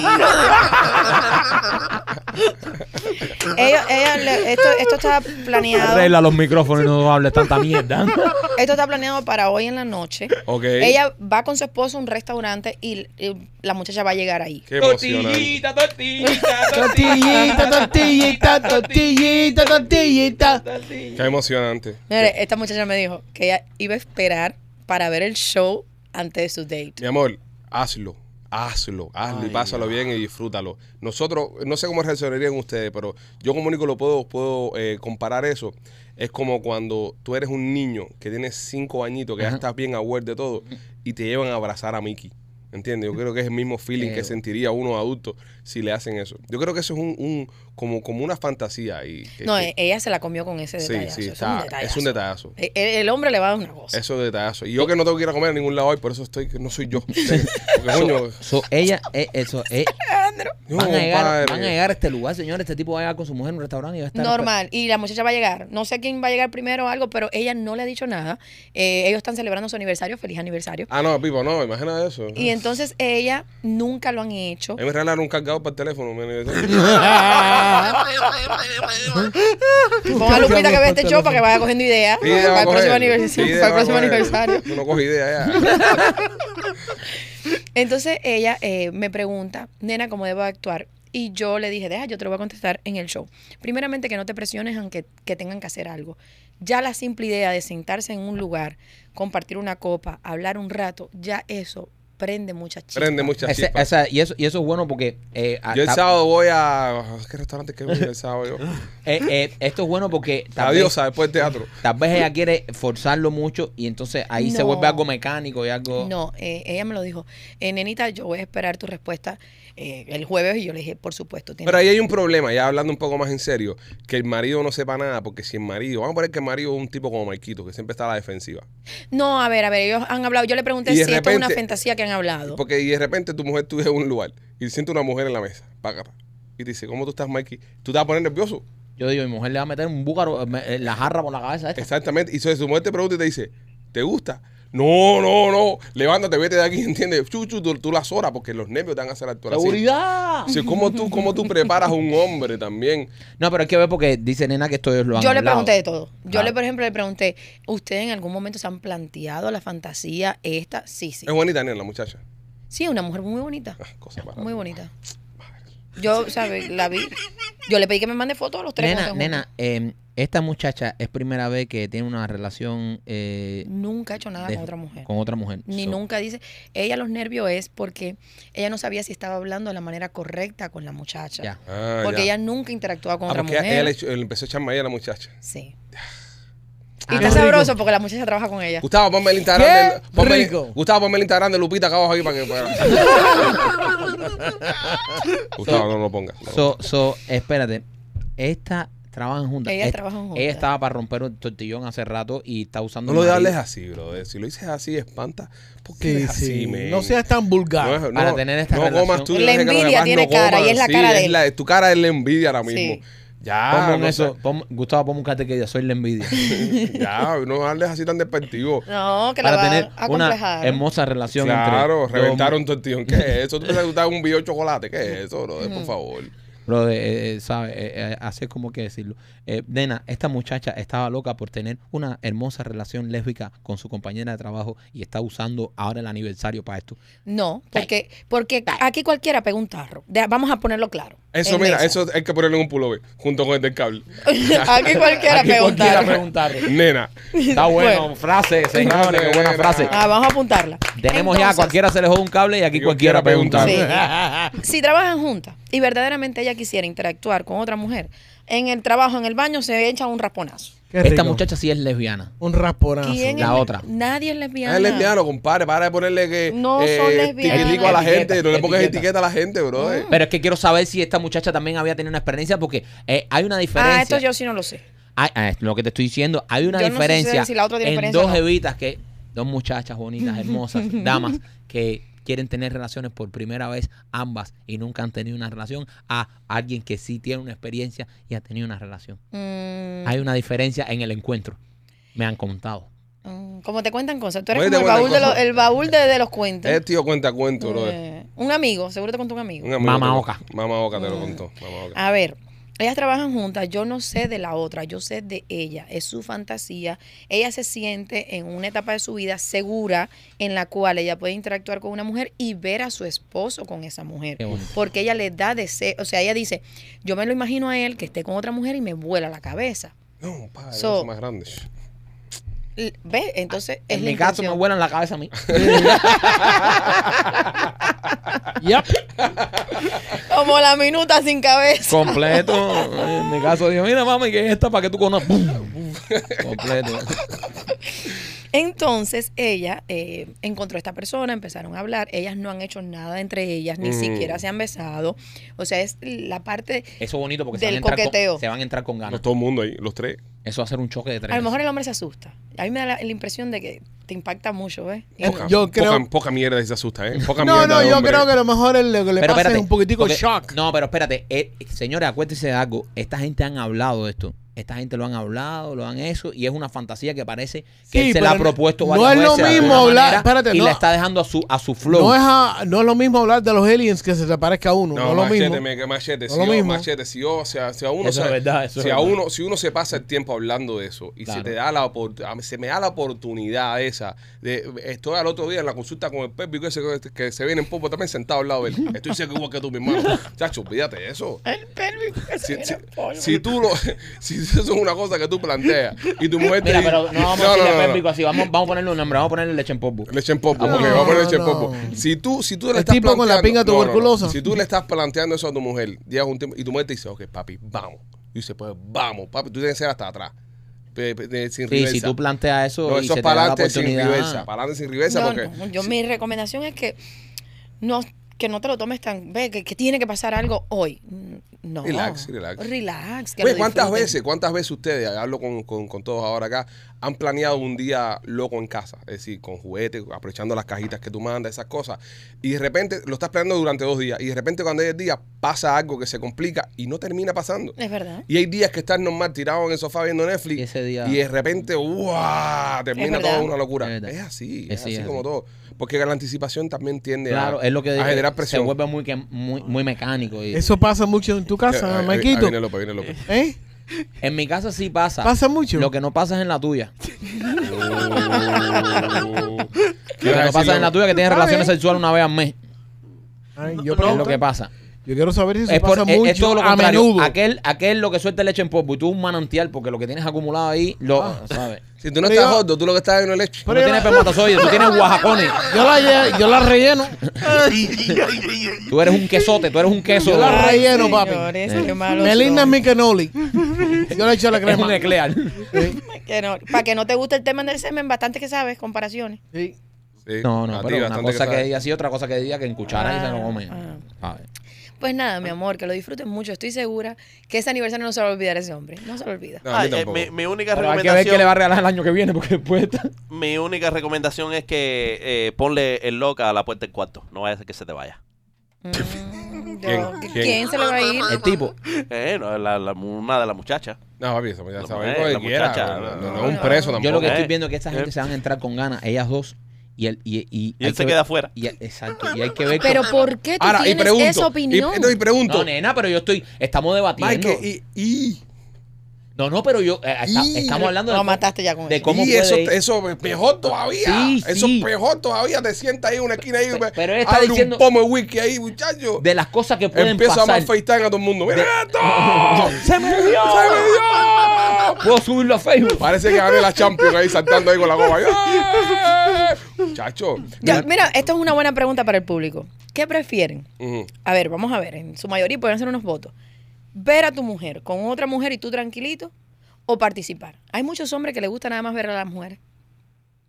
[SPEAKER 5] Ella- ella le- esto, esto está planeado.
[SPEAKER 2] Arregla los micrófonos y no hables tanta mierda.
[SPEAKER 5] Esto está planeado para hoy en la noche.
[SPEAKER 1] Ok.
[SPEAKER 5] Ella va con su esposo a un restaurante y, y la muchacha va a llegar ahí.
[SPEAKER 1] Qué emocionante.
[SPEAKER 4] tortillita,
[SPEAKER 6] Tortillita, tortillita, tortillita, tortillita.
[SPEAKER 1] Qué emocionante.
[SPEAKER 5] Mire, esta muchacha me dijo que ella iba a esperar para ver el show antes de su date.
[SPEAKER 1] Mi amor, hazlo, hazlo, hazlo y pásalo bien y disfrútalo. Nosotros, no sé cómo reaccionarían ustedes, pero yo como Nico lo puedo, puedo eh, comparar eso. Es como cuando tú eres un niño que tienes cinco añitos, que ya estás bien aware de todo, y te llevan a abrazar a Mickey. ¿Entiendes? Yo creo que es el mismo feeling que
[SPEAKER 2] Creo.
[SPEAKER 1] sentiría uno adulto si le hacen eso. Yo creo que eso es un, un- como, como una fantasía. Y, que-
[SPEAKER 5] No,
[SPEAKER 1] que-
[SPEAKER 5] e- ella se la comió con ese
[SPEAKER 1] sí,
[SPEAKER 5] detallazo.
[SPEAKER 1] sí,
[SPEAKER 5] Eso
[SPEAKER 1] está, es un detallazo.
[SPEAKER 5] E- El, el hombre le va a dar una cosa.
[SPEAKER 1] Eso es detallazo. Y yo que no tengo que ir a comer a ningún lado hoy, por eso estoy, que no soy yo. Porque, coño,
[SPEAKER 2] So, ella, eh, eso, eh,
[SPEAKER 1] No,
[SPEAKER 2] van, a llegar,
[SPEAKER 1] compadre.
[SPEAKER 2] van a llegar a este lugar, señor. Este tipo va a llegar con su mujer en un restaurante y va a estar.
[SPEAKER 5] Normal. Y la muchacha va a llegar. No sé quién va a llegar primero o algo, pero ella no le ha dicho nada. Eh, ellos están celebrando su aniversario. Feliz aniversario.
[SPEAKER 1] Ah, no, Pipo, no, imagina eso.
[SPEAKER 5] Y entonces ella nunca lo han hecho.
[SPEAKER 1] Ahí me regalaron un cargador para el teléfono. me-
[SPEAKER 5] Pon a Lupita que vea este show para que vaya cogiendo ideas
[SPEAKER 1] Sí, ya va
[SPEAKER 5] para
[SPEAKER 1] a
[SPEAKER 5] el próximo
[SPEAKER 1] coger.
[SPEAKER 5] aniversario.
[SPEAKER 1] Sí, ya va
[SPEAKER 5] para el
[SPEAKER 1] a
[SPEAKER 5] próximo
[SPEAKER 1] coger.
[SPEAKER 5] aniversario.
[SPEAKER 1] Tú no coges idea ya.
[SPEAKER 5] Entonces ella eh, me pregunta, nena, ¿cómo debo actuar? Y yo le dije, deja, yo te lo voy a contestar en el show. Primeramente, que no te presiones aunque que tengan que hacer algo. Ya la simple idea de sentarse en un lugar, compartir una copa, hablar un rato, ya eso prende muchas chicas.
[SPEAKER 1] Prende muchas
[SPEAKER 2] Ese-
[SPEAKER 1] chispas.
[SPEAKER 2] esa- y, eso, y eso es bueno porque. eh, a-
[SPEAKER 1] Yo el
[SPEAKER 2] ta-
[SPEAKER 1] sábado voy a. ah, ¿Qué restaurante que voy el sábado yo?
[SPEAKER 2] eh, eh, esto es bueno porque. tal vez-
[SPEAKER 1] Adiós, después del teatro.
[SPEAKER 2] Tal vez ella quiere forzarlo mucho y entonces ahí se
[SPEAKER 5] No.
[SPEAKER 2] vuelve algo mecánico y algo.
[SPEAKER 5] No, eh, ella me lo dijo, eh, nenita, yo voy a esperar tu respuesta eh, el jueves. Y yo le dije, por supuesto. tienes
[SPEAKER 1] Pero ahí hay un problema, ya hablando un poco más en serio, que el marido no sepa nada, porque si el marido, vamos a poner que el marido es un tipo como Maikito, que siempre está a la defensiva.
[SPEAKER 5] No, a ver, a ver, ellos han hablado. Yo le pregunté
[SPEAKER 1] Y
[SPEAKER 5] si
[SPEAKER 1] de
[SPEAKER 5] esto es una
[SPEAKER 1] repente-
[SPEAKER 5] fantasía que han hablado.
[SPEAKER 1] Porque y de repente tu mujer tú en un lugar y siente una mujer en la mesa, paca, pa, y te dice, ¿cómo tú estás, Mikey? ¿Tú te vas a poner nervioso?
[SPEAKER 2] Yo digo, mi mujer le va a meter un búcaro, eh, me- eh, la jarra por la cabeza. Esta.
[SPEAKER 1] Exactamente. Y entonces su mujer te pregunta y te dice, ¿te gusta? No, no, no. Levántate, vete de aquí, ¿entiendes? Chuchu, tú, tú las horas porque los nervios te van a hacer actuar así.
[SPEAKER 2] ¡Seguridad!
[SPEAKER 1] O sea, ¿cómo tú, cómo tú preparas a un hombre también?
[SPEAKER 2] No, pero hay que ver porque dice nena que esto ellos lo han
[SPEAKER 5] Yo le
[SPEAKER 2] hablado.
[SPEAKER 5] pregunté de todo. Yo
[SPEAKER 2] Claro.
[SPEAKER 1] Ah.
[SPEAKER 5] le, por ejemplo, le pregunté, ¿ustedes en algún momento se han planteado la fantasía esta? Sí, sí.
[SPEAKER 1] Es bonita, nena, la muchacha.
[SPEAKER 5] Sí, es una mujer muy bonita.
[SPEAKER 1] Ah, cosa barata.
[SPEAKER 5] Muy bonita. Yo, ¿sabes? La vi. Yo le pedí que me mande fotos de los tres.
[SPEAKER 2] Nena,
[SPEAKER 5] cuando estén juntos.
[SPEAKER 2] nena, eh, esta muchacha es primera vez que tiene una relación eh,
[SPEAKER 5] Nunca he hecho nada
[SPEAKER 2] de-
[SPEAKER 5] con otra mujer.
[SPEAKER 2] Con otra mujer.
[SPEAKER 5] Ni
[SPEAKER 2] So,
[SPEAKER 5] nunca dice. Ella los nervios es porque ella no sabía si estaba hablando de la manera correcta con la muchacha.
[SPEAKER 2] Ya.
[SPEAKER 1] Ah,
[SPEAKER 5] Porque
[SPEAKER 1] ya.
[SPEAKER 5] ella nunca interactuaba con
[SPEAKER 1] Ah,
[SPEAKER 5] otra
[SPEAKER 1] porque ella-
[SPEAKER 5] mujer.
[SPEAKER 1] ella le echó- le empezó a echar maíz a la muchacha.
[SPEAKER 5] Sí.
[SPEAKER 2] Ah,
[SPEAKER 5] Y está
[SPEAKER 6] no.
[SPEAKER 5] sabroso porque la muchacha trabaja con ella.
[SPEAKER 1] Gustavo, ponme el Instagram
[SPEAKER 6] ¡Qué
[SPEAKER 1] de ponme el-
[SPEAKER 6] rico!
[SPEAKER 1] Gustavo, ponme el Instagram de Lupita acá abajo ahí para que para- Gustavo, no lo pongas. no.
[SPEAKER 2] So, so, espérate. Esta trabajan juntas.
[SPEAKER 5] Ellas
[SPEAKER 2] Est-
[SPEAKER 5] trabajan juntas.
[SPEAKER 2] Ella estaba para romper un tortillón hace rato y está usando.
[SPEAKER 1] no lo
[SPEAKER 2] el marido
[SPEAKER 1] hables así, bro. Si lo dices así, espanta. ¿Por qué
[SPEAKER 6] Sí,
[SPEAKER 1] eres así,
[SPEAKER 6] sí.
[SPEAKER 1] man?
[SPEAKER 6] No seas tan vulgar.
[SPEAKER 1] No es-
[SPEAKER 2] Para
[SPEAKER 1] no-
[SPEAKER 2] tener esta
[SPEAKER 1] no
[SPEAKER 2] relación.
[SPEAKER 1] comas tú,
[SPEAKER 5] La
[SPEAKER 1] yo sé que los
[SPEAKER 5] envidia
[SPEAKER 1] demás
[SPEAKER 5] tiene
[SPEAKER 1] no
[SPEAKER 5] cara, y
[SPEAKER 1] coman,
[SPEAKER 5] es la
[SPEAKER 1] sí,
[SPEAKER 5] cara de
[SPEAKER 1] es
[SPEAKER 5] él.
[SPEAKER 1] la- tu cara es la envidia ahora mismo.
[SPEAKER 5] Sí.
[SPEAKER 1] Ya,
[SPEAKER 2] Ponme un
[SPEAKER 1] no
[SPEAKER 2] eso, pon- Gustavo, ponme un cate que ya soy la envidia.
[SPEAKER 1] sé. ya, no hables así tan despectivo.
[SPEAKER 5] No, que la
[SPEAKER 2] para
[SPEAKER 5] va
[SPEAKER 2] tener una
[SPEAKER 5] a complejar.
[SPEAKER 2] hermosa relación
[SPEAKER 1] Claro,
[SPEAKER 2] entre dos
[SPEAKER 1] reventaron tortillón. ¿Qué es eso? ¿Tú pensabas que gustaba un video de chocolate? ¿Qué es eso, bro? Por favor.
[SPEAKER 2] Bro, eh, eh, sabe, eh, eh, así es como hay que decirlo. Eh, nena, esta muchacha estaba loca por tener una hermosa relación lésbica con su compañera de trabajo y está usando ahora el aniversario para esto.
[SPEAKER 5] No, porque, porque aquí cualquiera pega un tarro. De- vamos a ponerlo claro.
[SPEAKER 1] Eso,
[SPEAKER 5] en
[SPEAKER 1] mira,
[SPEAKER 5] mesa.
[SPEAKER 1] eso hay que ponerle en un pullover junto con el del cable.
[SPEAKER 5] aquí cualquiera
[SPEAKER 2] Aquí
[SPEAKER 5] pega un
[SPEAKER 2] cualquiera
[SPEAKER 5] tarro.
[SPEAKER 2] preguntar.
[SPEAKER 1] Nena,
[SPEAKER 2] Está bueno,
[SPEAKER 5] Bueno.
[SPEAKER 2] frase, señores, qué buena frase.
[SPEAKER 5] Ah, vamos a apuntarla.
[SPEAKER 2] Tenemos ya,
[SPEAKER 5] Entonces,
[SPEAKER 2] cualquiera se le jode un cable y aquí
[SPEAKER 1] Yo
[SPEAKER 2] cualquiera
[SPEAKER 1] quiero
[SPEAKER 2] preguntar.
[SPEAKER 5] Si trabajan juntas y verdaderamente ella quisiera interactuar con otra mujer, en el trabajo, en el baño, se echa un rasponazo.
[SPEAKER 6] Qué rico.
[SPEAKER 2] Esta muchacha sí es lesbiana.
[SPEAKER 6] Un rasponazo.
[SPEAKER 5] ¿Quién
[SPEAKER 2] Ah, la
[SPEAKER 5] es-
[SPEAKER 2] otra.
[SPEAKER 5] Nadie es lesbiana.
[SPEAKER 1] es lesbiano, compadre. Para de ponerle que.
[SPEAKER 5] No son lesbianas.
[SPEAKER 1] tiquitico a la gente. No le pongas
[SPEAKER 2] Etiqueta.
[SPEAKER 1] etiqueta a la gente, bro. eh.
[SPEAKER 2] Pero es que quiero saber si esta muchacha también había tenido una experiencia porque eh, hay una diferencia.
[SPEAKER 5] Ah, esto yo sí no lo sé.
[SPEAKER 2] Hay- ah, es lo que te estoy diciendo, hay una
[SPEAKER 5] Yo no sé
[SPEAKER 2] diferencia
[SPEAKER 5] si la otra tiene
[SPEAKER 2] en
[SPEAKER 5] experiencia
[SPEAKER 2] dos
[SPEAKER 5] o no.
[SPEAKER 2] evitas que dos muchachas bonitas, hermosas, damas que quieren tener relaciones por primera vez ambas y nunca han tenido una relación a alguien que sí tiene una experiencia y ha tenido una relación.
[SPEAKER 5] Mm,
[SPEAKER 2] Hay una diferencia en el encuentro. Me han contado.
[SPEAKER 5] mm, como te cuentan cosas. Tú eres
[SPEAKER 1] Oye,
[SPEAKER 5] como el
[SPEAKER 1] te cuentan
[SPEAKER 5] baúl, de los,
[SPEAKER 1] cosas.
[SPEAKER 5] el baúl de, de los cuentos.
[SPEAKER 1] Es tío cuenta cuento, bro.
[SPEAKER 5] Ah. Eh, un amigo, seguro te contó un amigo.
[SPEAKER 1] Un amigo
[SPEAKER 2] Mama
[SPEAKER 1] te lo-
[SPEAKER 2] Oca.
[SPEAKER 1] Mama Oca te lo contó. Mama Oca.
[SPEAKER 5] A ver, ellas trabajan juntas, yo no sé de la otra, yo sé de ella, es su fantasía. Ella se siente en una etapa de su vida segura en la cual ella puede interactuar con una mujer y ver a su esposo con esa mujer.
[SPEAKER 2] Qué bonito.
[SPEAKER 5] Porque ella le da deseo, o sea, ella dice, yo me lo imagino a él que esté con otra mujer y me vuela la cabeza.
[SPEAKER 1] No, padre,
[SPEAKER 5] So-
[SPEAKER 1] es más grande.
[SPEAKER 5] L- ¿Ves? Entonces, es
[SPEAKER 2] en
[SPEAKER 5] la
[SPEAKER 2] mi caso me
[SPEAKER 5] intención.
[SPEAKER 2] vuelan la cabeza a mí.
[SPEAKER 6] Yep.
[SPEAKER 5] Como la minuta sin cabeza.
[SPEAKER 2] Completo. En mi caso digo, mira mami, que es esta para que tú conozcas. ¡Bum! Completo.
[SPEAKER 5] Entonces ella eh, encontró a esta persona, empezaron a hablar, ellas no han hecho nada entre ellas, ni
[SPEAKER 1] Mm.
[SPEAKER 5] siquiera se han besado. O sea, es la parte,
[SPEAKER 2] Eso es bonito porque se van,
[SPEAKER 5] Del
[SPEAKER 2] a entrar con-
[SPEAKER 5] coqueteo.
[SPEAKER 2] se van a entrar con ganas.
[SPEAKER 1] No, todo el mundo ahí, los tres.
[SPEAKER 2] Eso va a ser un choque de trenes.
[SPEAKER 5] a lo mejor el hombre se asusta. A mí me da la, la impresión de que te impacta mucho, ¿ves? Y
[SPEAKER 1] Poca,
[SPEAKER 6] Yo
[SPEAKER 1] poca-
[SPEAKER 6] creo-
[SPEAKER 1] poca mierda y se asusta, ¿eh? Poca
[SPEAKER 6] No,
[SPEAKER 1] mierda.
[SPEAKER 6] no,
[SPEAKER 1] de
[SPEAKER 6] yo
[SPEAKER 1] hombre.
[SPEAKER 6] creo que a lo mejor el- lo que le
[SPEAKER 2] pero
[SPEAKER 6] pasa
[SPEAKER 2] espérate,
[SPEAKER 6] es un poquitico
[SPEAKER 2] porque-
[SPEAKER 6] shock.
[SPEAKER 2] No, pero espérate. eh, señores, acuérdense de algo. Esta gente han hablado de esto. Esta gente lo han hablado, lo han eso, y es una fantasía que parece que
[SPEAKER 6] Sí,
[SPEAKER 2] él se la ha
[SPEAKER 6] pero
[SPEAKER 2] propuesto
[SPEAKER 6] no
[SPEAKER 2] varias
[SPEAKER 6] es lo
[SPEAKER 2] veces de
[SPEAKER 6] mismo
[SPEAKER 2] alguna
[SPEAKER 6] hablar-
[SPEAKER 2] manera
[SPEAKER 6] espérate,
[SPEAKER 2] y
[SPEAKER 6] no.
[SPEAKER 2] la está dejando a su, a su flow.
[SPEAKER 6] No es, a- no es lo mismo hablar de los aliens que se te parezca a uno. No,
[SPEAKER 1] No,
[SPEAKER 6] es lo
[SPEAKER 1] machete,
[SPEAKER 6] mismo.
[SPEAKER 1] me- machete,
[SPEAKER 6] No
[SPEAKER 1] si
[SPEAKER 6] lo
[SPEAKER 1] yo-
[SPEAKER 6] mismo.
[SPEAKER 1] machete, si yo, o sea, si a uno,
[SPEAKER 2] Eso
[SPEAKER 1] se-
[SPEAKER 2] es verdad, eso
[SPEAKER 1] si
[SPEAKER 2] es
[SPEAKER 1] a
[SPEAKER 2] verdad.
[SPEAKER 1] uno, si uno se pasa el tiempo hablando de eso y
[SPEAKER 2] Claro.
[SPEAKER 1] se te da la opor- a mí se me da la oportunidad esa, de, estoy al otro día en la consulta con el pépito ese que, que se viene en popo también sentado al lado de él, estoy seguro igual que tú, mi hermano, chacho, olvídate de eso.
[SPEAKER 5] El pelvis que
[SPEAKER 1] Si,
[SPEAKER 5] se
[SPEAKER 1] si-
[SPEAKER 5] viene polvo.
[SPEAKER 1] si tú lo, si eso es una cosa que tú planteas y tu mujer te
[SPEAKER 2] Mira,
[SPEAKER 1] dice-
[SPEAKER 2] pero no vamos a decirle pérdico así. Vamos, vamos a ponerle un nombre. Vamos a ponerle leche en polvo.
[SPEAKER 1] Leche en popo,
[SPEAKER 2] No,
[SPEAKER 1] ok, vamos a poner leche en
[SPEAKER 6] no.
[SPEAKER 1] popo. Si tú, si tú le
[SPEAKER 6] El
[SPEAKER 1] estás
[SPEAKER 6] tipo con la
[SPEAKER 1] planteando-
[SPEAKER 6] pinga
[SPEAKER 1] no, no, no.
[SPEAKER 6] tuberculosa.
[SPEAKER 1] Si tú le estás planteando eso a tu mujer, llegas un tiempo y tu mujer te dice, ok, papi, vamos. Y dice, pues vamos, papi, tú tienes que ser hasta atrás. Pe- pe- de- sin
[SPEAKER 2] Sí,
[SPEAKER 1] reversa.
[SPEAKER 2] si tú planteas eso
[SPEAKER 1] No,
[SPEAKER 2] y
[SPEAKER 1] eso
[SPEAKER 2] se
[SPEAKER 1] es
[SPEAKER 2] te da
[SPEAKER 1] para
[SPEAKER 2] la
[SPEAKER 1] adelante sin
[SPEAKER 2] oportunidad.
[SPEAKER 1] reversa. Para adelante sin reversa
[SPEAKER 5] No,
[SPEAKER 1] porque.
[SPEAKER 5] no, yo
[SPEAKER 1] si-
[SPEAKER 5] mi recomendación es que no que no te lo tomes tan ve que, que tiene que pasar algo hoy Mm, no
[SPEAKER 1] Relax, relax.
[SPEAKER 5] relax que
[SPEAKER 1] Oye,
[SPEAKER 5] lo
[SPEAKER 1] ¿cuántas
[SPEAKER 5] disfruten.
[SPEAKER 1] veces, cuántas veces ustedes, hablo con, con- con todos ahora acá, han planeado un día loco en casa? Es decir, con juguetes, aprovechando las cajitas que tú mandas, esas cosas. Y de repente lo estás planeando durante dos días. Y de repente cuando es el día pasa algo que se complica y no termina pasando.
[SPEAKER 5] es verdad
[SPEAKER 1] Y hay días que estás normal tirado en el sofá viendo Netflix.
[SPEAKER 2] Y ese día-
[SPEAKER 1] y de repente, ¡guau! Termina
[SPEAKER 5] Es
[SPEAKER 1] todo
[SPEAKER 5] verdad.
[SPEAKER 1] una locura.
[SPEAKER 2] Es
[SPEAKER 1] Es,
[SPEAKER 2] verdad.
[SPEAKER 1] así,
[SPEAKER 2] Es
[SPEAKER 1] es,
[SPEAKER 2] sí,
[SPEAKER 1] así
[SPEAKER 2] es
[SPEAKER 1] como
[SPEAKER 2] así.
[SPEAKER 1] todo. Porque la anticipación también tiende
[SPEAKER 2] Claro,
[SPEAKER 1] a,
[SPEAKER 2] es lo que
[SPEAKER 1] a
[SPEAKER 2] digo,
[SPEAKER 1] generar
[SPEAKER 2] Se
[SPEAKER 1] presión.
[SPEAKER 2] vuelve muy, que- muy, muy mecánico. y-
[SPEAKER 6] Eso pasa mucho en tu
[SPEAKER 1] Ahí-
[SPEAKER 6] casa,
[SPEAKER 1] ahí- ahí
[SPEAKER 6] Maquito.
[SPEAKER 1] viene López, viene López.
[SPEAKER 6] ¿Eh?
[SPEAKER 2] En mi casa sí pasa.
[SPEAKER 6] ¿Pasa mucho?
[SPEAKER 2] Lo que no pasa es en la tuya.
[SPEAKER 1] ¿Qué
[SPEAKER 2] Lo
[SPEAKER 1] vas
[SPEAKER 2] que
[SPEAKER 1] a
[SPEAKER 2] no pasa
[SPEAKER 1] decirle?
[SPEAKER 2] es en la tuya que tienes
[SPEAKER 6] A
[SPEAKER 2] relaciones
[SPEAKER 6] ver.
[SPEAKER 2] sexuales una vez al mes.
[SPEAKER 6] Ay, yo
[SPEAKER 2] Es
[SPEAKER 6] pregunto-
[SPEAKER 2] lo que pasa.
[SPEAKER 6] yo Yo quiero saber si eso
[SPEAKER 2] Es, por-
[SPEAKER 6] pasa
[SPEAKER 2] es- es
[SPEAKER 6] mucho
[SPEAKER 2] todo lo
[SPEAKER 6] a
[SPEAKER 2] contrario.
[SPEAKER 6] menudo.
[SPEAKER 2] Aquel, aquel lo que suelta leche en polvo y tú un manantial porque lo que tienes acumulado ahí, lo,
[SPEAKER 6] Ah.
[SPEAKER 2] ¿sabes?
[SPEAKER 1] Si tú no
[SPEAKER 6] Pero
[SPEAKER 1] estás
[SPEAKER 6] yo-
[SPEAKER 1] gordo, tú lo que estás es una leche.
[SPEAKER 2] Tú no tienes espermatozoides, tú tienes guajacones.
[SPEAKER 6] Yo la, lle- yo la relleno.
[SPEAKER 2] Tú eres un quesote, tú eres un queso.
[SPEAKER 6] Yo la
[SPEAKER 5] Ay,
[SPEAKER 6] relleno, papi.
[SPEAKER 5] señores, qué malos
[SPEAKER 6] Melinda es
[SPEAKER 5] son.
[SPEAKER 6] mi cannoli. Yo le echo la
[SPEAKER 2] Es
[SPEAKER 6] crema.
[SPEAKER 2] un eclear.
[SPEAKER 6] Sí,
[SPEAKER 5] Que no- para que no te guste el tema del semen, bastante que sabes, comparaciones.
[SPEAKER 6] sí.
[SPEAKER 1] Sí,
[SPEAKER 2] No, no,
[SPEAKER 1] a ti
[SPEAKER 2] pero una
[SPEAKER 1] bastante
[SPEAKER 2] cosa que,
[SPEAKER 1] sabes.
[SPEAKER 2] diga así, otra cosa que diga que en cuchara y se lo come.
[SPEAKER 5] Ah,
[SPEAKER 2] ¿sabes?
[SPEAKER 5] Pues nada, mi amor, que lo disfruten mucho. Estoy segura que ese aniversario no se va a olvidar ese hombre. No se lo olvida.
[SPEAKER 1] No, a mí
[SPEAKER 4] Ay, eh,
[SPEAKER 1] tampoco.
[SPEAKER 4] mi, mi única
[SPEAKER 2] Pero hay que ver qué le
[SPEAKER 4] recomendación
[SPEAKER 2] va a regalar el año que viene porque después está-
[SPEAKER 4] mi única recomendación es que eh, ponle el loca a la puerta del cuarto. No vaya a ser que se te vaya.
[SPEAKER 5] Mm,
[SPEAKER 1] ¿Quién?
[SPEAKER 5] yo-
[SPEAKER 1] ¿Quién?
[SPEAKER 5] ¿Quién? se le va a ir?
[SPEAKER 2] El tipo.
[SPEAKER 4] Eh, no, la- la- una de las muchachas.
[SPEAKER 1] No, papi, eso ya
[SPEAKER 4] La
[SPEAKER 1] saben
[SPEAKER 4] mujer,
[SPEAKER 1] lo
[SPEAKER 4] la
[SPEAKER 1] que quiera.
[SPEAKER 4] muchacha,
[SPEAKER 1] No, no, no
[SPEAKER 5] no,
[SPEAKER 1] es un
[SPEAKER 5] no.
[SPEAKER 1] preso tampoco.
[SPEAKER 2] Yo lo que
[SPEAKER 4] Eh,
[SPEAKER 2] estoy viendo es que esta gente
[SPEAKER 4] eh.
[SPEAKER 2] se van a entrar con ganas, ellas dos. Y él, y, y,
[SPEAKER 4] Y
[SPEAKER 2] hay
[SPEAKER 4] él se
[SPEAKER 2] que
[SPEAKER 4] queda
[SPEAKER 2] ver-
[SPEAKER 4] afuera.
[SPEAKER 2] y- exacto. Y hay que ver.
[SPEAKER 5] Pero
[SPEAKER 2] que-
[SPEAKER 5] ¿por qué tú
[SPEAKER 1] Ahora, y
[SPEAKER 5] tienes
[SPEAKER 1] pregunto.
[SPEAKER 5] esa
[SPEAKER 1] y-
[SPEAKER 5] opinión?
[SPEAKER 1] no, y pregunto.
[SPEAKER 2] No, nena, pero yo estoy. Estamos debatiendo.
[SPEAKER 1] Mike, y, y,
[SPEAKER 2] No, no, pero yo. eh, está-
[SPEAKER 1] Y-
[SPEAKER 2] estamos hablando de.
[SPEAKER 5] Lo mataste ya con
[SPEAKER 2] de
[SPEAKER 5] eso.
[SPEAKER 2] cómo
[SPEAKER 1] y
[SPEAKER 2] puede
[SPEAKER 1] eso,
[SPEAKER 2] ir.
[SPEAKER 1] eso es mejor todavía.
[SPEAKER 2] Sí,
[SPEAKER 1] eso
[SPEAKER 2] sí.
[SPEAKER 1] es mejor todavía. Te sientas ahí en una esquina ahí.
[SPEAKER 2] Pe-
[SPEAKER 1] me-
[SPEAKER 2] pero él está
[SPEAKER 1] abre
[SPEAKER 2] diciendo-
[SPEAKER 1] un pomo de whisky ahí, muchacho.
[SPEAKER 2] de las cosas que pueden
[SPEAKER 1] Empieza a
[SPEAKER 2] pasar.
[SPEAKER 1] más FaceTime a todo el mundo. ¡Mira esto!
[SPEAKER 2] ¡Se me dio!
[SPEAKER 1] ¡Se me dio!
[SPEAKER 2] Puedo subirlo a Facebook.
[SPEAKER 1] Parece que gané la Champions ahí saltando ahí con la copa. ¡Eh! Muchacho.
[SPEAKER 5] Ya, mira, esto es una buena pregunta para el público. ¿Qué prefieren?
[SPEAKER 1] Ujú.
[SPEAKER 5] A ver, vamos a ver. En su mayoría pueden hacer unos votos. Ver a tu mujer con otra mujer y tú tranquilito o participar. Hay muchos hombres que les gusta nada más ver a las mujeres.